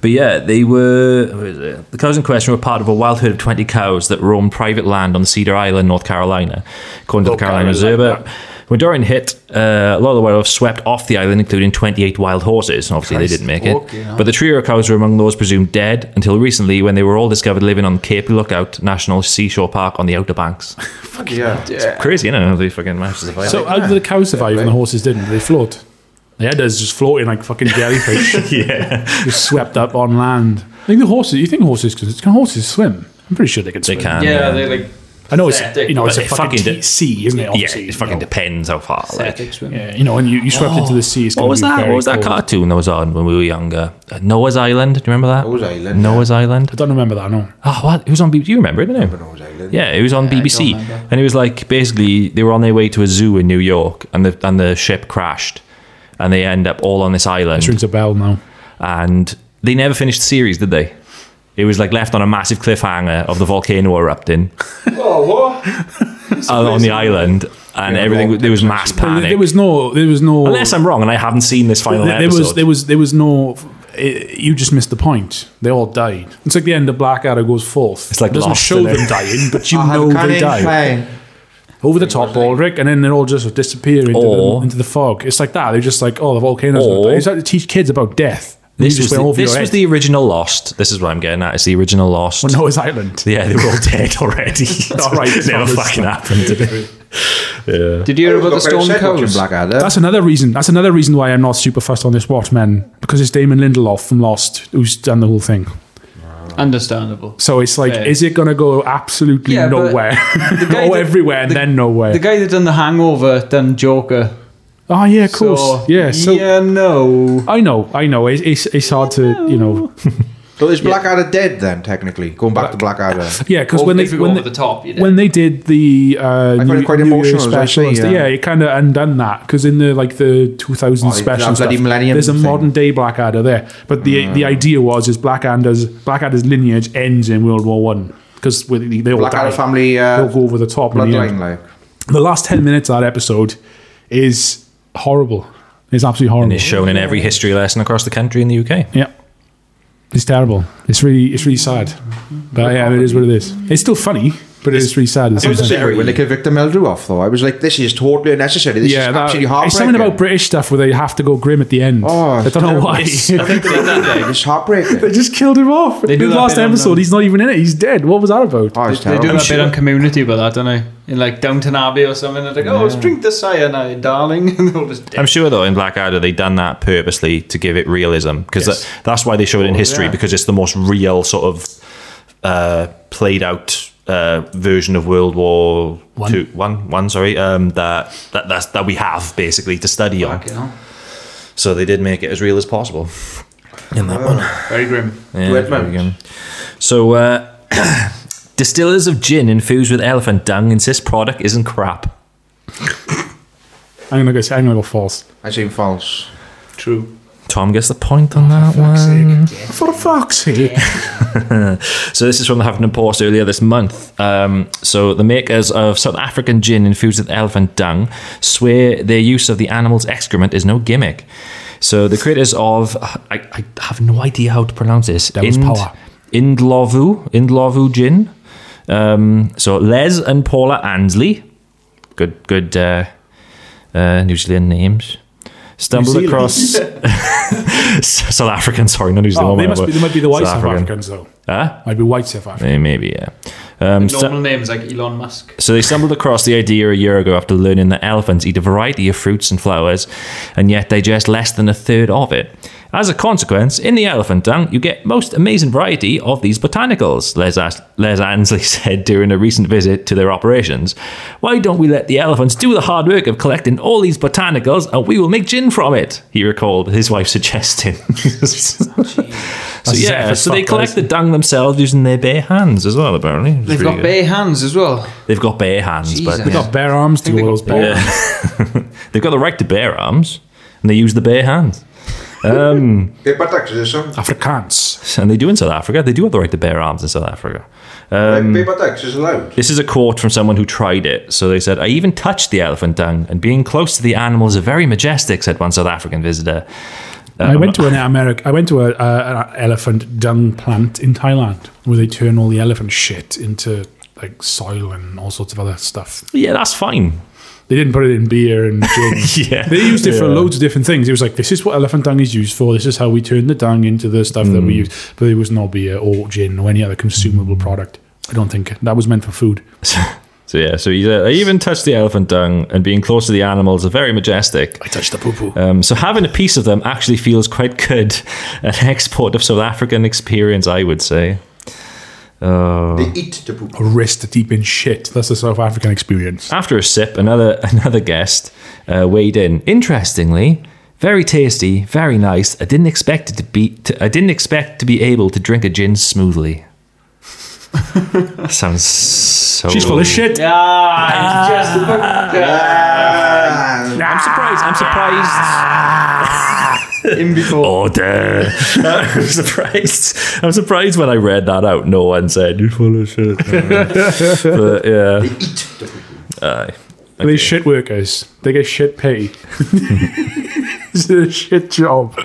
but yeah, they were. where is it? The cows in question were part of a wild herd of 20 cows that roamed private land on Cedar Island, North Carolina, according to the Carolina Observer. When Dorian hit, uh, a lot of the wildlife swept off the island, including 28 wild horses. And obviously,
Christ.
they didn't make it.
Fucking hell.
But the trio of cows were among those presumed dead until recently when they were all discovered living on Cape Lookout National Seashore Park on the Outer Banks.
yeah.
It's crazy, isn't it? How They fucking managed to survive.
So how did the cows survive and the horses didn't? They float. They had us just floating like fucking jellyfish.
yeah,
just swept up on land. I think the horses. You think horses can, can horses swim? I'm pretty sure they can.
They
Swim.
can, Yeah, yeah.
uh,
they're,
like,
I know it's
pathetic,
you know it's
but
a
it
fucking,
fucking
deep
de-
sea, isn't it? Obviously,
yeah, it fucking depends how far. Like,
yeah, you know, and you, you swept into the sea. it's
What
gonna
was
be
that?
very
What was that
cold.
cartoon that was on when we were younger? Uh, Noah's Island. Do you remember that? Noah's Island. Noah's Island. I
don't remember that. No.
Oh, what? It was on BBC. Do you remember it? I remember Noah's Island. Yeah, it was on BBC, and it was like basically they were on their way to a zoo in New York, and the and the ship crashed, and they end up all on this island.
This rings a bell now.
And they never finished the series, did they? It was like left on a massive cliffhanger of the volcano erupting
Oh, what?
uh, on the island, and everything. There was mass panic.
There was no. There was no.
Unless I'm wrong, and I haven't seen this final
there, there
episode.
was there was there was no. It, you just missed the point. They all died. It's like the end of Black Adder goes fourth. It's
like
doesn't
Lost,
show
innit?
them dying, but you
I have
know
come
they
in
died.
fine.
Over the top, Baldric, and then they all just disappear into,
Or-
the, into the fog. It's like that. They're just like, oh, the volcanoes.
Or-
it's like to teach kids about death. And
This
you just
was,
went
the,
over
this
your
was
head.
the original Lost. This is what I'm getting at. It's the original Lost.
Well, Noah's Island.
Yeah, they were all dead already.
All right,
it never
Thomas.
fucking happened. Did it? Yeah.
Did you hear
I was
about the
not very
stone
sad watching
cows?
Blackadder.
That's another reason. That's another reason why I'm not super fussed on this Watchmen because it's Damon Lindelof from Lost who's done the whole thing.
Understandable.
So it's like,
Fair.
is it going to go absolutely
Yeah, but
nowhere?
the guy
go
that-
everywhere and then nowhere.
The guy that done The Hangover done Joker.
oh yeah, of course.
So,
yeah. So
yeah, no.
I know. I know. It's it's, it's hard to you know.
So is Blackadder dead then? Technically, going back to Blackadder.
Yeah, because when they when they,
top,
when they did the uh,
found it quite
Year's
emotional, as I
special,
say,
and stuff,
yeah.
yeah, it kind of undone that because in the like the 2000
Oh, the
special and
bloody
stuff,
Millennium
there's a
thing. Mm.
modern day Blackadder there. But the the idea was is Blackadder's Blackadder's lineage ends in World War One because they, they all
Blackadder
die.
family, uh,
They'll go over the top. in the end.
Bloodline, like.
the last 10 minutes of that episode is horrible. It's absolutely horrible.
And it's shown in every history lesson across the country in the UK.
Yeah. It's terrible. It's really it's really sad. But yeah, it is what it is. It's still funny, but it's, really sad. at the
It
same
was
time.
very when they kicked Victor Meldrew off, though. I was like, this is totally unnecessary. This is
that-
absolutely
it's
heartbreaking.
something about British stuff where they have to go grim at the end. I don't know why.
it's heartbreaking.
they just killed him off.
They do
the
that
last
bit on
episode,
the-
he's not even in it. He's dead. What was that about?
Oh,
They do that bit on community about that, don't they? In like Downton Abbey or something. They're like, oh, let's drink the cyanide, darling. and they'll just
I'm sure, though, in Blackadder, they done that purposely to give it realism because
Yes.
that's why they show it in history
yeah.
because it's the most real sort of uh, played out uh, version of World War
One.
Two, one, one, sorry, um, that that that's, that we have basically to study on. So they did make it as real as possible. In that one.
Very grim.
Yeah, there we go. So, uh, distillers of gin infused with elephant dung insist product isn't crap.
I'm gonna go. I'm gonna go false.
I seem false.
True.
Tom gets the point on that one.
For fuck's sake!
so this is from the Huffington Post earlier this month. Um, so the makers of South African gin infused with elephant dung swear their use of the animal's excrement is no gimmick. So the creators of I, I have no idea how to pronounce this.
was power.
Indlovu Indlovu gin. Um, so Les and Paula Ansley, good good uh, uh, New Zealand names. Stumbled
Zealand.
across South African, sorry, not New Zealand.
Oh, they, must
whatever.
be, they might be the white
South
South,
African.
Africans though.
Huh?
Might be white South Africans.
Eh, Maybe, yeah. Um,
The
so-
normal names like Elon Musk.
so they stumbled across the idea a year ago after learning that elephants eat a variety of fruits and flowers and yet digest less than a third of it. As a consequence, in the elephant dung, you get most amazing variety of these botanicals, Les, As- Les Ansley said during a recent visit to their operations. Why don't we let the elephants do the hard work of collecting all these botanicals and we will make gin from it? He recalled his wife suggesting. so, yeah,
effort
so they
fuck,
collect the dung themselves using their bare hands as well, apparently. It's
They've
pretty
got
good.
bare hands as well.
They've got bare hands, but
Jesus. They've got
bare arms to
those bare. They've got the right to bare arms, and they use the bare hands. Um,
Yeah, but actually, there's some.
Afrikaans,
and they do in South Africa. They do have the right to bear arms in South Africa. Um,
Paper tax is allowed.
this is a quote from someone who tried it. So they said, I even touched the elephant dung, and being close to the animal is very majestic, said one South African visitor. Uh,
I went to an America. I went to a, a, an elephant dung plant in Thailand where they turn all the elephant shit into like soil and all sorts of other stuff.
Yeah, that's fine.
They didn't put it in beer and gin.
Yeah.
They used it for
Yeah.
loads of different things. It was like this is what elephant dung is used for. This is how we turn the dung into the stuff that
Mm.
we use. But it was no beer or gin or any other consumable product. I don't think that was meant for food.
So yeah, so he said, I even touched the elephant dung, and being close to the animals are very majestic. I
touched the poo-poo.
Um, so having a piece of them actually feels quite good, an export of South African experience, I would say. Oh.
They eat the poop.
A wrist deep in shit. That's the South African experience.
After a sip, another another guest uh, weighed in. Interestingly, very tasty, very nice. I didn't expect it to be. To, I didn't expect to be able to drink a gin smoothly. Sounds so.
She's full of shit.
Ah, it's just about-
I'm surprised. I'm surprised.
In before.
Order. I'm surprised. I'm surprised when I read that out. No one said you're full of shit. but yeah. Aye.
Are They shit workers. They get shit pay. it's a shit job.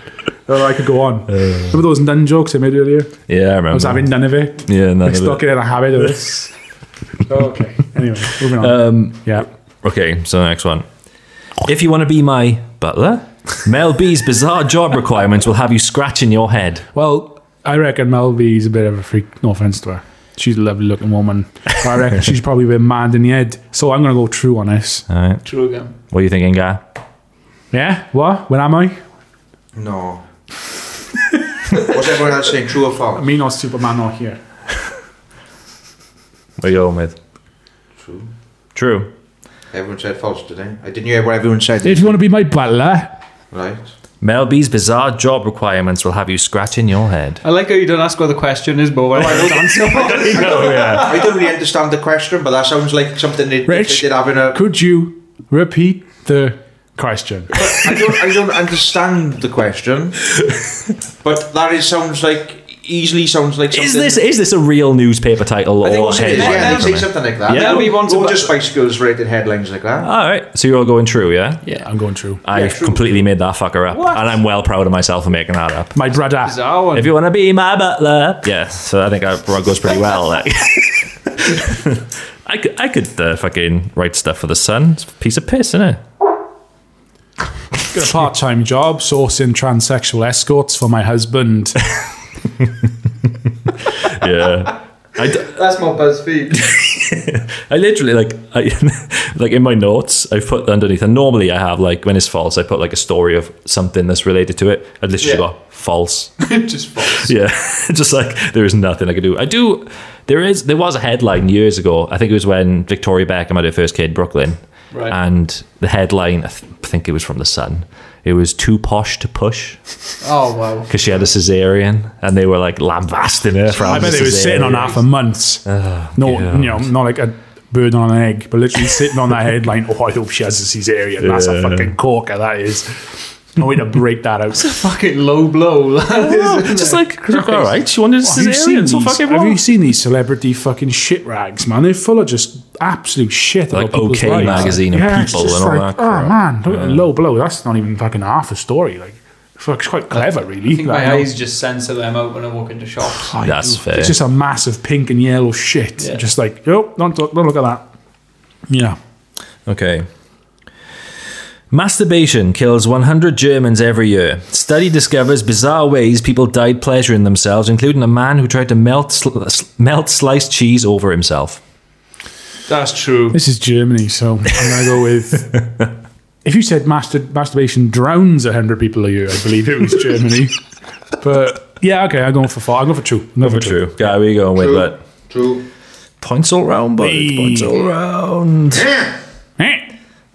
Oh, I could go on.
Uh.
Remember those nun jokes I made earlier?
yeah, I remember.
I was having none of it.
Yeah, none
like
of it.
stuck it in a habit of this. okay. Anyway, moving on.
Um,
yeah.
Okay, so the next one. If you want to be my butler, Mel B's bizarre job requirements will have you scratching your head.
Well, I reckon Mel B is a bit of a freak. No offense to her. She's a lovely looking woman. But I reckon she's probably a bit mad in the head. So I'm going to go true on this.
All right.
True again.
What are you thinking, guy?
Yeah? What? When am I?
No. What's everyone else saying? True or false?
Me not Superman not here.
What are you going with?
True.
True.
Everyone said false today. I didn't hear what everyone said.
If you want to be my butler,
Right.
Mel B's bizarre job requirements will have you scratching your head.
I like how you don't ask what the question is, but what I answer.
I don't really understand the question, but that sounds like something they, they
Rich,
did have in a.
could you repeat the question?
I don't, I don't understand the question, but that is sounds like easily sounds like something.
Is this is this a real newspaper title
I think
or
it's-
headline?
yeah, they
from
say
it?
something like that.
Yeah.
They'll
Mel B
be
wants
once
a
about
bu-
Spice Girls rated headlines like that.
All right, so you're all going true, yeah?
Yeah.
I'm going true.
I have completely made that fucker up, and I'm well proud of myself for making that up.
My brother.
Bizarre one.
If you want to be my butler, yeah. So I think that goes pretty well. like. I could, I could uh, fucking write stuff for the Sun. It's a piece of piss, isn't it?
Got a part-time job sourcing transsexual escorts for my husband.
Yeah. I, d-
That's more BuzzFeed.
I literally like I like in my notes I've put underneath and normally I have like when it's false I put like a story of something that's related to it. I literally
Yeah.
got false.
just false.
Yeah. Just like there is nothing I could do. I do there is there was a headline years ago. I think it was when Victoria Beckham had her first kid, Brooklyn.
Right.
And the headline I th- think it was from the Sun. It was too posh to push
Oh wow.
because she had a cesarean and they were like lambasting her for
I
having
bet
a
it was sitting on
cesarean.
that for months.
Ah,
no, you know, not like a bird on an egg, but literally sitting on that headline. Oh, I hope she has a cesarean. That's a
Yeah.
fucking corker. That is. No way to break that out.
Fucking low blow. That
No,
is-
Oh, just like all right, she wanted a
Have you, seen
cesarean,
these,
so fucking
have you seen these celebrity fucking shit rags, man? They're full of just absolute shit.
Like
about people's
OK
lives.
Magazine and
Yeah, it's
People
just
and all
like,
that
Oh
crap.
man, look at low blow. That's not even fucking half a story. Like, fuck, it's quite clever, really.
I think
Like,
my
no-
eyes just censor them out when I walk into shops.
I
That's
do.
fair.
It's just a massive pink and yellow shit.
Yeah.
Just like, nope, don't, look- don't look at that. Yeah.
Okay. Masturbation kills 100 Germans every year. Study discovers bizarre ways people died pleasuring themselves, including a man who tried to melt sl- sl- melt sliced cheese over himself.
That's true.
This is Germany, so I'm going to go with if you said master, masturbation drowns hundred people a year, I believe it was Germany. but yeah, okay, I'm going for four. I'm going for two. I'm going for
True. Guy, we going with that.
True.
Points all round, boys. Points all round.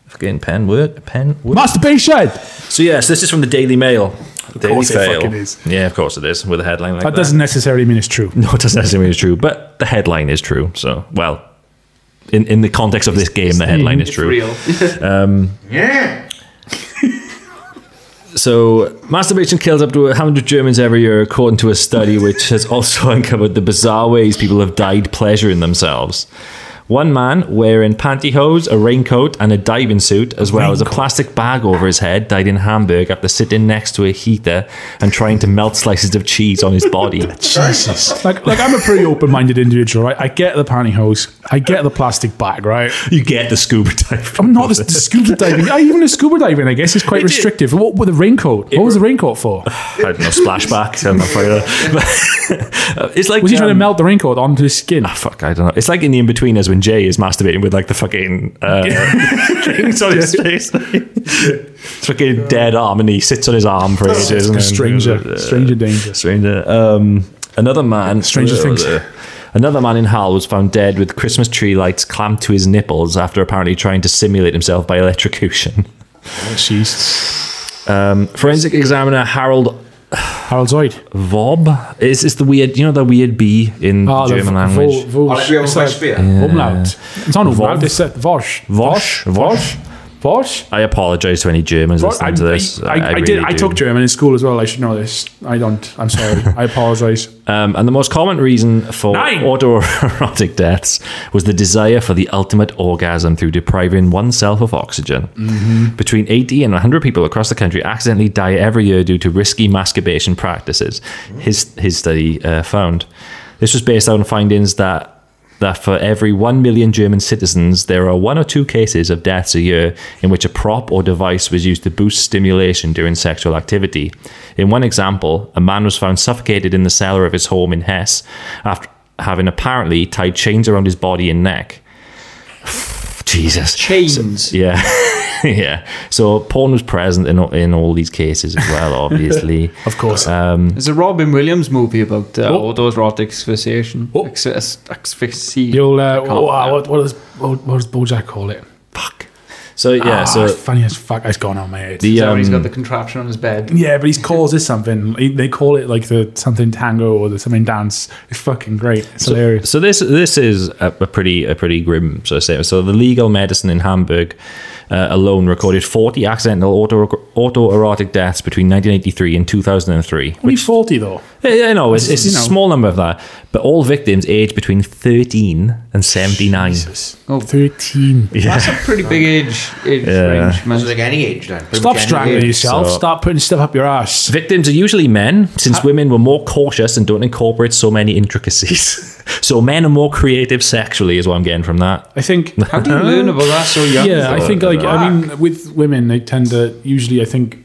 Fucking pen work. Pen work.
Eh? Masturbation.
So yes, this is from the Daily Mail. Daily
course it
Fail.
fucking is.
Yeah, of course it is. With a headline like
That doesn't necessarily mean it's true.
No, it doesn't necessarily mean it's true, but the headline is true. So, well, in, in the context of this game, the headline is true.
Real.
Yeah.
So, masturbation kills up to 100 Germans every year, according to a study which has also uncovered the bizarre ways people have died pleasuring themselves. One man wearing pantyhose, a raincoat, and a diving suit, as well as a plastic bag over his head, died in Hamburg after sitting next to a heater and trying to melt slices of cheese on his body.
Like, like I'm a pretty open-minded individual, right? I get the pantyhose, I get the plastic bag, right?
you get the scuba dive.
I'm not the, the scuba diving. I, even the scuba diving, I guess, is quite
It is.
restrictive. What with the raincoat? What was the raincoat for?
I don't know, splashback. I'm not afraid of. But, it's like
Was he trying to
um,
melt the raincoat onto his skin?
Ah, fuck, I don't know. It's like in the in betweeners when Jay is masturbating with like the fucking uh, things on his face. It's fucking dead arm, and he sits on his arm for ages. and uh, then-
stranger, stranger danger.
stranger. Um, another man.
Stranger Things.
Another man in Hull was found dead with Christmas tree lights clamped to his nipples after apparently trying to simulate himself by electrocution.
Jeez.
Um, forensic examiner Harold
Harold Zoid.
Vob is is the weird, you know, the weird B in the
Ah, the
German
vo-
language.
vo-
I'll let you have
it's
a
like
spear.
Umlaut. It's not umlaut.
Vov.
It's uh, Vosh.
Vosh.
Vosh. Vosh.
I apologize to any Germans
Vosh. I,
listening to this.
I, I, did.
really
I
do.
took German in school as well. I should know this. I don't. I'm sorry. I apologize.
Um, and the most common reason for
Nine.
autoerotic deaths was the desire for the ultimate orgasm through depriving oneself of oxygen. Between 80 and 100 people across the country accidentally die every year due to risky masturbation practices, his, his study uh, found. This was based on findings that that for every 1 million German citizens, there are one or two cases of deaths a year in which a prop or device was used to boost stimulation during sexual activity. In one example, a man was found suffocated in the cellar of his home in Hesse after having apparently tied chains around his body and neck. Jesus.
Chains.
Yeah, yeah. So porn was present in all, in all these cases as well, obviously.
Of course.
Um,
There's a Robin Williams movie about uh,
Oh.
autoerotic asphyxiation.
Oh.
Access- asphyxi-
You'll. Uh,
I can't-
oh, wow, what, what, does, what, what does Bojack call it?
Fuck. So yeah,
Ah,
so
it's funny as fuck. It's gone on my head.
the
Is that when he's
um,
got the contraption on his bed?
yeah, but he calls it something. He- They call it like the something tango or the something dance. It's fucking great. It's hilarious.
So this this is a, a pretty a pretty grim sort of statement. So the legal medicine in Hamburg uh, alone recorded 40 accidental auto autoerotic deaths between 1983 and 2003.
Only forty though.
Yeah, yeah, no, it's, it's
You
a
know.
small number of that, but all victims aged between 13 and 79.
Oh. 13.
That's a pretty big age, age range, man.
It's like any age then. Pretty
Stop
much any
strangling
age.
yourself.
so-
Start putting stuff up your ass.
Victims are usually men, since women were more cautious and don't incorporate so many intricacies. so men are more creative sexually, is what I'm getting from that.
I think.
How do you learn about that so young?
Yeah, I
though.
think like I mean, with women, they tend to usually. I think.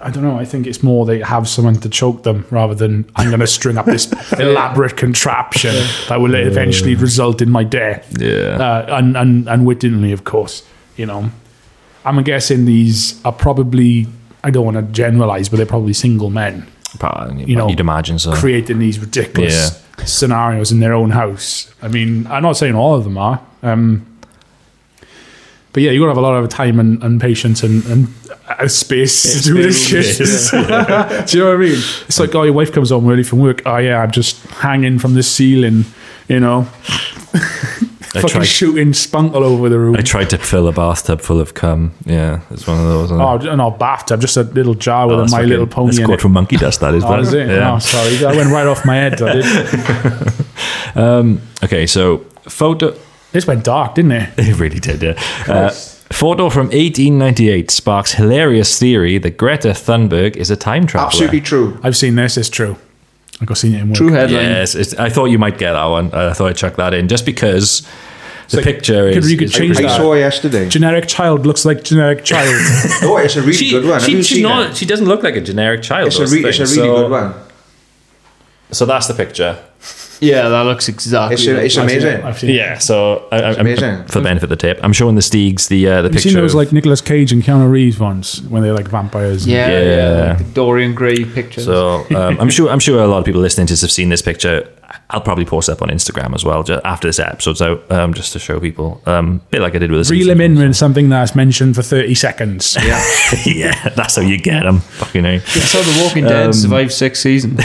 I don't know. I think it's more they have someone to choke them rather than I'm going to string up this elaborate contraption that will eventually result in my death.
Yeah.
uh, un, un, unwittingly, of course. You know, I'm guessing these are probably. I don't want to generalize, but they're probably single men
you
you know,
would imagine so.
creating these ridiculous scenarios in their own house. I mean, I'm not saying all of them are, um, but yeah, you gotta have a lot of time and, and patience and, and uh, space to do this shit. do you know what I mean? It's like, oh, your wife comes home early from work. Oh yeah, I'm just hanging from the ceiling. You know, fucking
tried-
shooting spunk all over the room.
I tried to fill a bathtub full of cum. Yeah, it's one of those. isn't it?
Oh, no, bathtub, just a little jar with a
Oh, that's
My
fucking-
Little Pony
That's
in
called
it.
from Monkey Dust. That is.
Oh, is it?
Yeah.
Oh, sorry, that went right off my head. I did. Oh.
Okay, so photo.
This went dark, didn't it?
It really did. Yeah. Uh, photo from 1898 sparks hilarious theory that Greta Thunberg is a time traveler.
Absolutely true.
I've seen this. It's true. I've got seen it in work.
True headline.
Yes, it's, I thought you might get that one. I thought I'd chuck that in just because the
like-
picture
could-
is.
you could
is
change
pretty-
I
that.
saw yesterday.
Generic child looks like generic child.
Oh, it's a really
She,
good one. Have
she,
you
she's
seen
not,
it?
she doesn't look like a generic child.
It's a,
or
re- it's a
something,
really
so-
good one.
So that's the picture.
Yeah, that looks exactly.
It's- it's
like-
amazing.
I've seen it.
Yeah, so I, I,
amazing.
I'm, for the benefit of the tape, I'm showing the Steegs the uh, the
Have you
picture.
seen those
of-
like Nicolas Cage and Keanu Reeves ones when they're like vampires? and-
Yeah, yeah.
Yeah.
like the Dorian Gray pictures.
so um, I'm sure I'm sure a lot of people listening to this have seen this picture. I'll probably post it up on Instagram as well just after this episode's out, um, just to show people. Um, bit like I did with the
Reel
season
him in
ones.
when something that's mentioned for 30 seconds. Yeah.
yeah, that's how you get them. Fucking hell.
I saw The Walking Dead
um,
survived six seasons.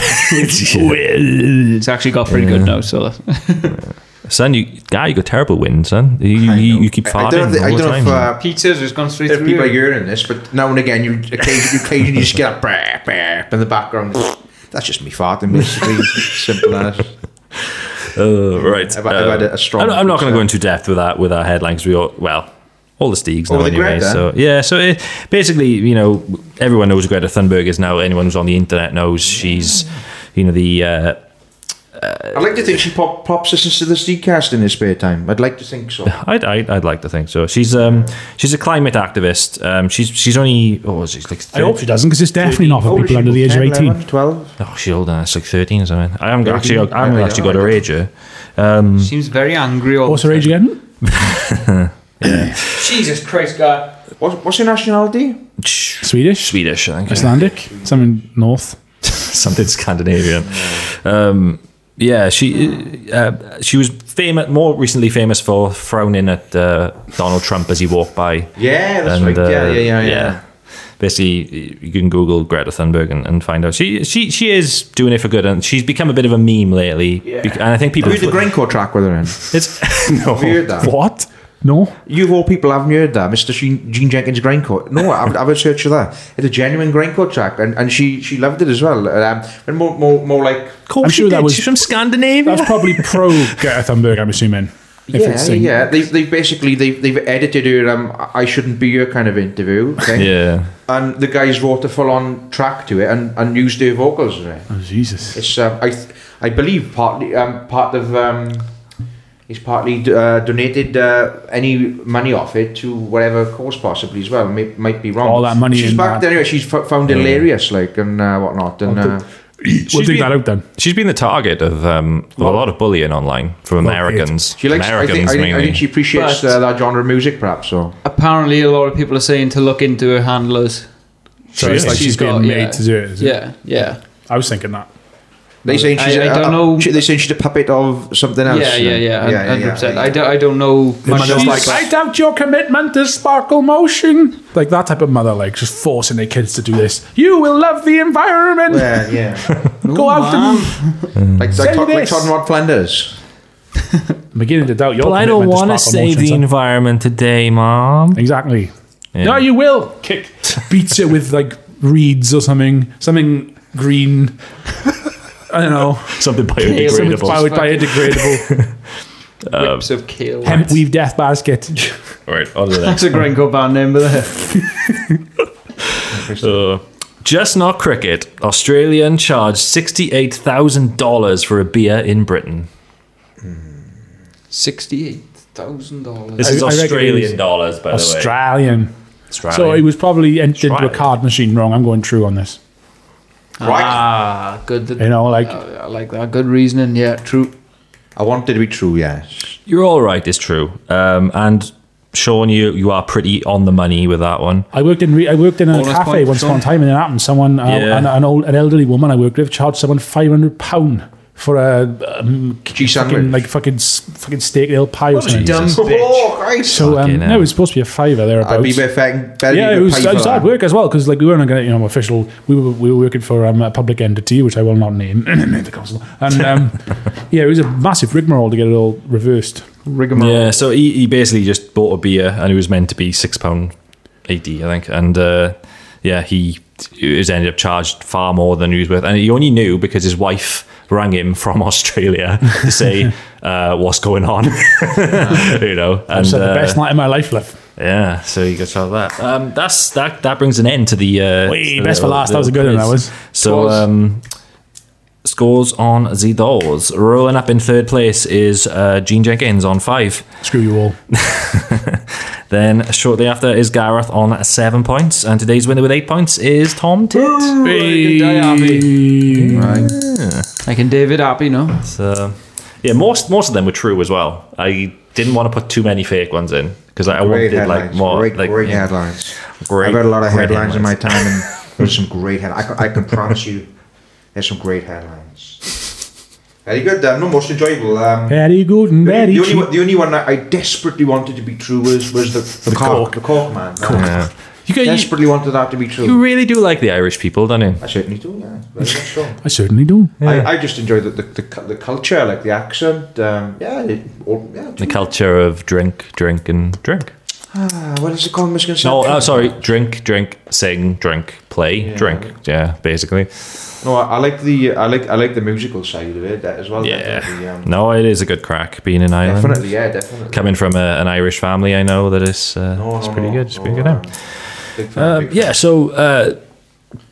Well,
It's actually got pretty good now. So that's-
son, you guy, you got terrible wind, son. You, you, you, you keep farting
I don't know if, I
all the
don't know
time.
if, uh,
pizzas has gone straight
if
through.
people are
you.
hearing this, but now and again, you occasionally, occasionally you just get a brap, brap in the background. That's just me farting, basically. Simple as.
Uh, right.
I've- I've
uh,
had a strong
I'm, I'm not going to
picture.
go into depth with that with our headlines. We all well, all the Steegs know
the
anyway.
Greta.
So yeah. So it, basically, you know, everyone knows who Greta Thunberg is now. Anyone who's on the internet knows she's, you know, the. Uh,
I'd like to think she pop, pops listens to the Steadcast in her spare time. I'd like to think so.
I'd, I'd, I'd like to think so. She's um she's a climate activist. Um she's she's only oh she's like
I hope she doesn't because it's definitely not
How
for
old is
people
Oh, she?
under the age of
10,
18.
11, 12?
oh she's older. than us, like thirteen or something. I haven't got, actually
Thirteen? Oh,
I haven't
Yeah,
actually
yeah,
got her
I
age. yet.
Seems very angry. All
What's
the
her age again?
time. Jesus Christ, God!
What's, what's her nationality?
Sh-
Swedish?
Swedish, I think. yeah.
Icelandic? Something north?
something Scandinavian. Um, yeah, she uh, she was famous, more recently famous for frowning at uh, Donald Trump as he walked by.
Yeah, that's right.
uh,
yeah, yeah, yeah, yeah.
Basically, you can Google Greta Thunberg and, and find out she she she is doing it for good, and she's become a bit of a meme lately. Yeah. and I think people
Have you heard the Grindcore track with her in?
it's no
Have you heard that?
What? No?
You of all people haven't heard that, Mr. Sheen- Gene Jenkins Grindcore. No, I've, I've heard search for that. It's a genuine Grindcore track, and, and she, she loved it as well. Um, and more, more, more like
Of course
I'm
she
sure that
did.
was-
she's from Scandinavia.
That's probably pro Greta Thunberg, I'm assuming. If
yeah,
it's sing-
yeah. They've, they've basically they've, they've edited her. Um, I shouldn't be your kind of interview thing.
yeah.
And the guys wrote a full on track to it and, and used her vocals in it.
Oh, Jesus.
It's um, I th- I believe partly um, part of um, he's partly uh, donated uh, any money off it to whatever cause possibly as well. May- might be wrong.
All that money
She's
in
back
that-
anyway. She's f- found hilarious like and uh, whatnot and. Uh,
We'll dig
been-
that out then.
She's been the target of, um, of a lot of bullying online from Americans.
she likes. I think,
Americans
I, think, I
mainly.
think she appreciates
But-
uh, that genre of music, perhaps. So
Apparently, a lot of people are saying to look into her handlers.
So it's
She's-
like she's,
she's
being
got-
made
yeah.
to do it. Is it?
Yeah, yeah,
I was thinking that.
they saying
I-
she's.
I
a-
don't
a-
know.
She, they saying she's a puppet of something else.
yeah, yeah,
uh,
yeah.
yeah,
Hundred
yeah,
percent.
yeah.
I don't, I don't know much
She's
of like
like, I doubt your commitment to sparkle motion. Like that type of mother, like just forcing their kids to do this. You will love the environment.
Yeah, yeah.
Go out and
like like, Todd, like
this.
Todd and Rod Flanders.
I'm beginning to doubt your
Well, I don't
commitment to
want to
sparkle
save
motion,
the
son.
environment today, mom.
Exactly.
Yeah.
No, you will. Kick. Beats it with like reeds or something. Something green. I don't know.
something
Something
biodegradable.
bio- biodegradable.
whips of kale.
Hemp weave death basket.
All right, on to the
That's a Gringo band name, but
next. Uh, just not cricket. Australian charged sixty-eight thousand dollars for a beer in Britain.
sixty-eight thousand dollars.
This is
I reckon it
Australian
is
dollars, by
Australian.
the way.
So it was probably entered into a
Australian.
card machine wrong. I'm going true on this.
Right.
Ah, good. that-
You know, like
I I like that. Good reasoning. Yeah, true.
I want it to be true. Yes.
You're all right. It's true. Um, and Sean, you you are pretty on the money with that one.
I worked in re- I worked in a
Bonus
cafe
point,
once upon a
Sean.
time, and it happened. Someone, uh,
Yeah.
an, an old, an elderly woman I worked with, charged someone five hundred pound for a um,
Cheese
fucking,
sandwich.
like fucking s- fucking steak ale pie or something.
Dumb bitch.
Oh, Christ.
So um,
Fucking hell.
no, it was supposed to be a fiver
I'd be
thereabouts.
better. better
yeah,
get
it was,
paid
it
for
was hard
that.
work as well because like we weren't gonna, you know official. We were we were working for um, a public entity which I will not name the council. And um, yeah, it was a massive rigmarole to get it all reversed.
Yeah, so he, he basically just bought a beer and it was meant to be six pound eighty, I think. And uh, yeah, he is ended up charged far more than he was worth. And he only knew because his wife rang him from Australia to say uh, what's going on. you know, and
So the
uh,
best night of my life, love.
yeah, so you got charged that. Um, that's that. That brings an end to the uh, to
Wait,
the
best for
little-
last. That was a good one,
little
that
quiz.
was.
So.
Scores.
Um, Scores on the doors. Rolling up in third place is uh, Gene Jenkins on five.
Screw you all.
Then shortly after is Gareth on seven points, and today's winner with eight points is Tom Tit.
Like in David Appy, no?
So Yeah, most most of them were true as well. I didn't want to put too many fake ones in because I
Great
wanted like
headlines.
more
great,
like
great
yeah.
headlines.
Great-
I've read a lot of
great
headlines, in my
headlines.
time, and there's some great headlines. I, can- I can promise you, there's some great headlines. Very good, um, no, most enjoyable. Um,
Very good and very
the, only,
cheap.
one- the only one that I desperately wanted to be true was, was the, the, cork, the cork man.
Yeah.
You go- you-
desperately wanted that to be true.
You really do like the Irish people, don't you?
I certainly do, yeah. Very much so.
I certainly do.
I, I just enjoy the, the, the, cu- the culture, like the accent. Um, yeah, it, all, yeah.
The culture of drink, drink, and drink.
Ah, what is it called, Michigan?
No,
Central?
oh, sorry, drink, drink, sing, drink, play,
Yeah.
drink. Yeah, basically.
No, I, I like the I like I like the musical side of it that as well. definitely,
Yeah.
um,
No, it is a good crack being in Ireland.
Definitely, yeah, definitely.
Coming from a, an Irish family, I know that it's, uh,
No,
it's
no,
pretty
no,
good. It's pretty
no,
good. eh? now.
um, big fan,
Um,
big fan.
yeah, so uh,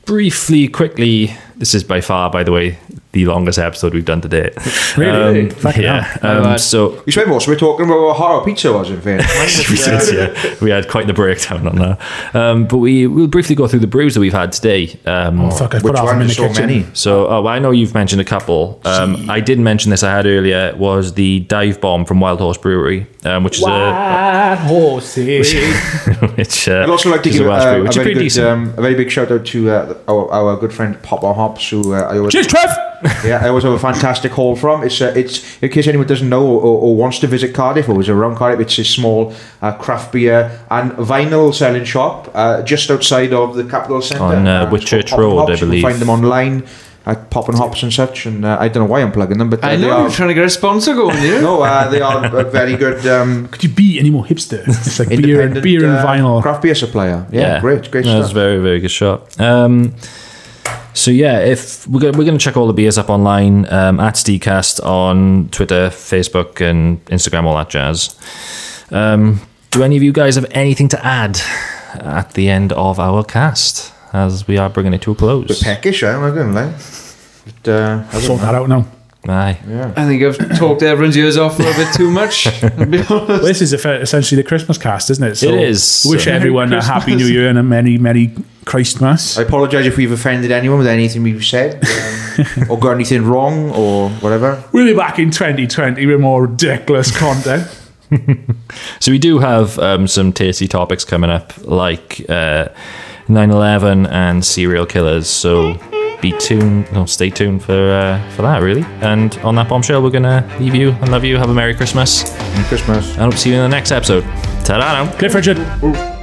briefly, quickly, this is by far, by the way, the longest episode we've done to date.
Really?
Um,
Fucking
yeah.
My
Um,
bad.
so
You spent most of it talking about what horror pizza was in fairness.
we did, yeah. We had quite the breakdown on that. Um, but we will briefly go through the brews that we've had today. Um,
Fuck, I
Which
put half
one?
them in the
There's so
kitchen.
many.
So, oh, well, I know you've mentioned a couple. Um, I did mention this I had earlier was the dive bomb from Wild Horse Brewery, um, which is
Wild horses.
a which uh,
I'd also like to
is a
give a,
Welsh brewery,
a,
which is
very
pretty
good,
decent.
um, a very big shout out to uh, our, our good friend Papa Hops, who uh, I always
Cheers, Trev!
yeah I always have a fantastic haul from. It's uh, it's in case anyone doesn't know or, or, or wants to visit Cardiff or is around Cardiff, it's a small uh, craft beer and vinyl selling shop uh, just outside of the capital centre
On, uh,
it's called
Whitchurch
Pop and
Road, I
Hops. You
believe.
can find them online at Pop and Hops and such, and uh, I don't know why I'm plugging them, but uh,
I
they
know
are.
you're trying to get a sponsor going here.
no, uh, they are a very good um,
Could you be any more hipster? It's like beer and
independent
beer and
uh,
vinyl.
craft beer supplier. Yeah, great, great
No,
stuff.
That's a very, very good shot. Um, so yeah, if we're gonna, we're going to check all the beers up online um, at Steecast on Twitter, Facebook, and Instagram, all that jazz. Um, do any of you guys have anything to add at the end of our cast as we are bringing it to a close?
peckish, I'm not going to lie. But, uh, I don't
Sort
know.
that out now.
Aye.
Yeah.
I think I've talked everyone's ears off a little bit too much. I'll be honest.
Well, this is effe- essentially the Christmas cast, isn't it?
is.
Wish
Merry
everyone a happy New Year and a merry, merry Christmas.
I apologise if we've offended anyone with anything we've said um, or got anything wrong or whatever.
We'll be back in 2020 with more ridiculous content.
So we do have um, some tasty topics coming up, like uh, 9/11 and serial killers. So be tuned, no, stay tuned for uh, for that, really. And on that bombshell, we're gonna leave you and love you. Have a merry Christmas,
Christmas.
and hope to see you in the next episode. Ta-da! now.
Cliff Richard.
Ooh.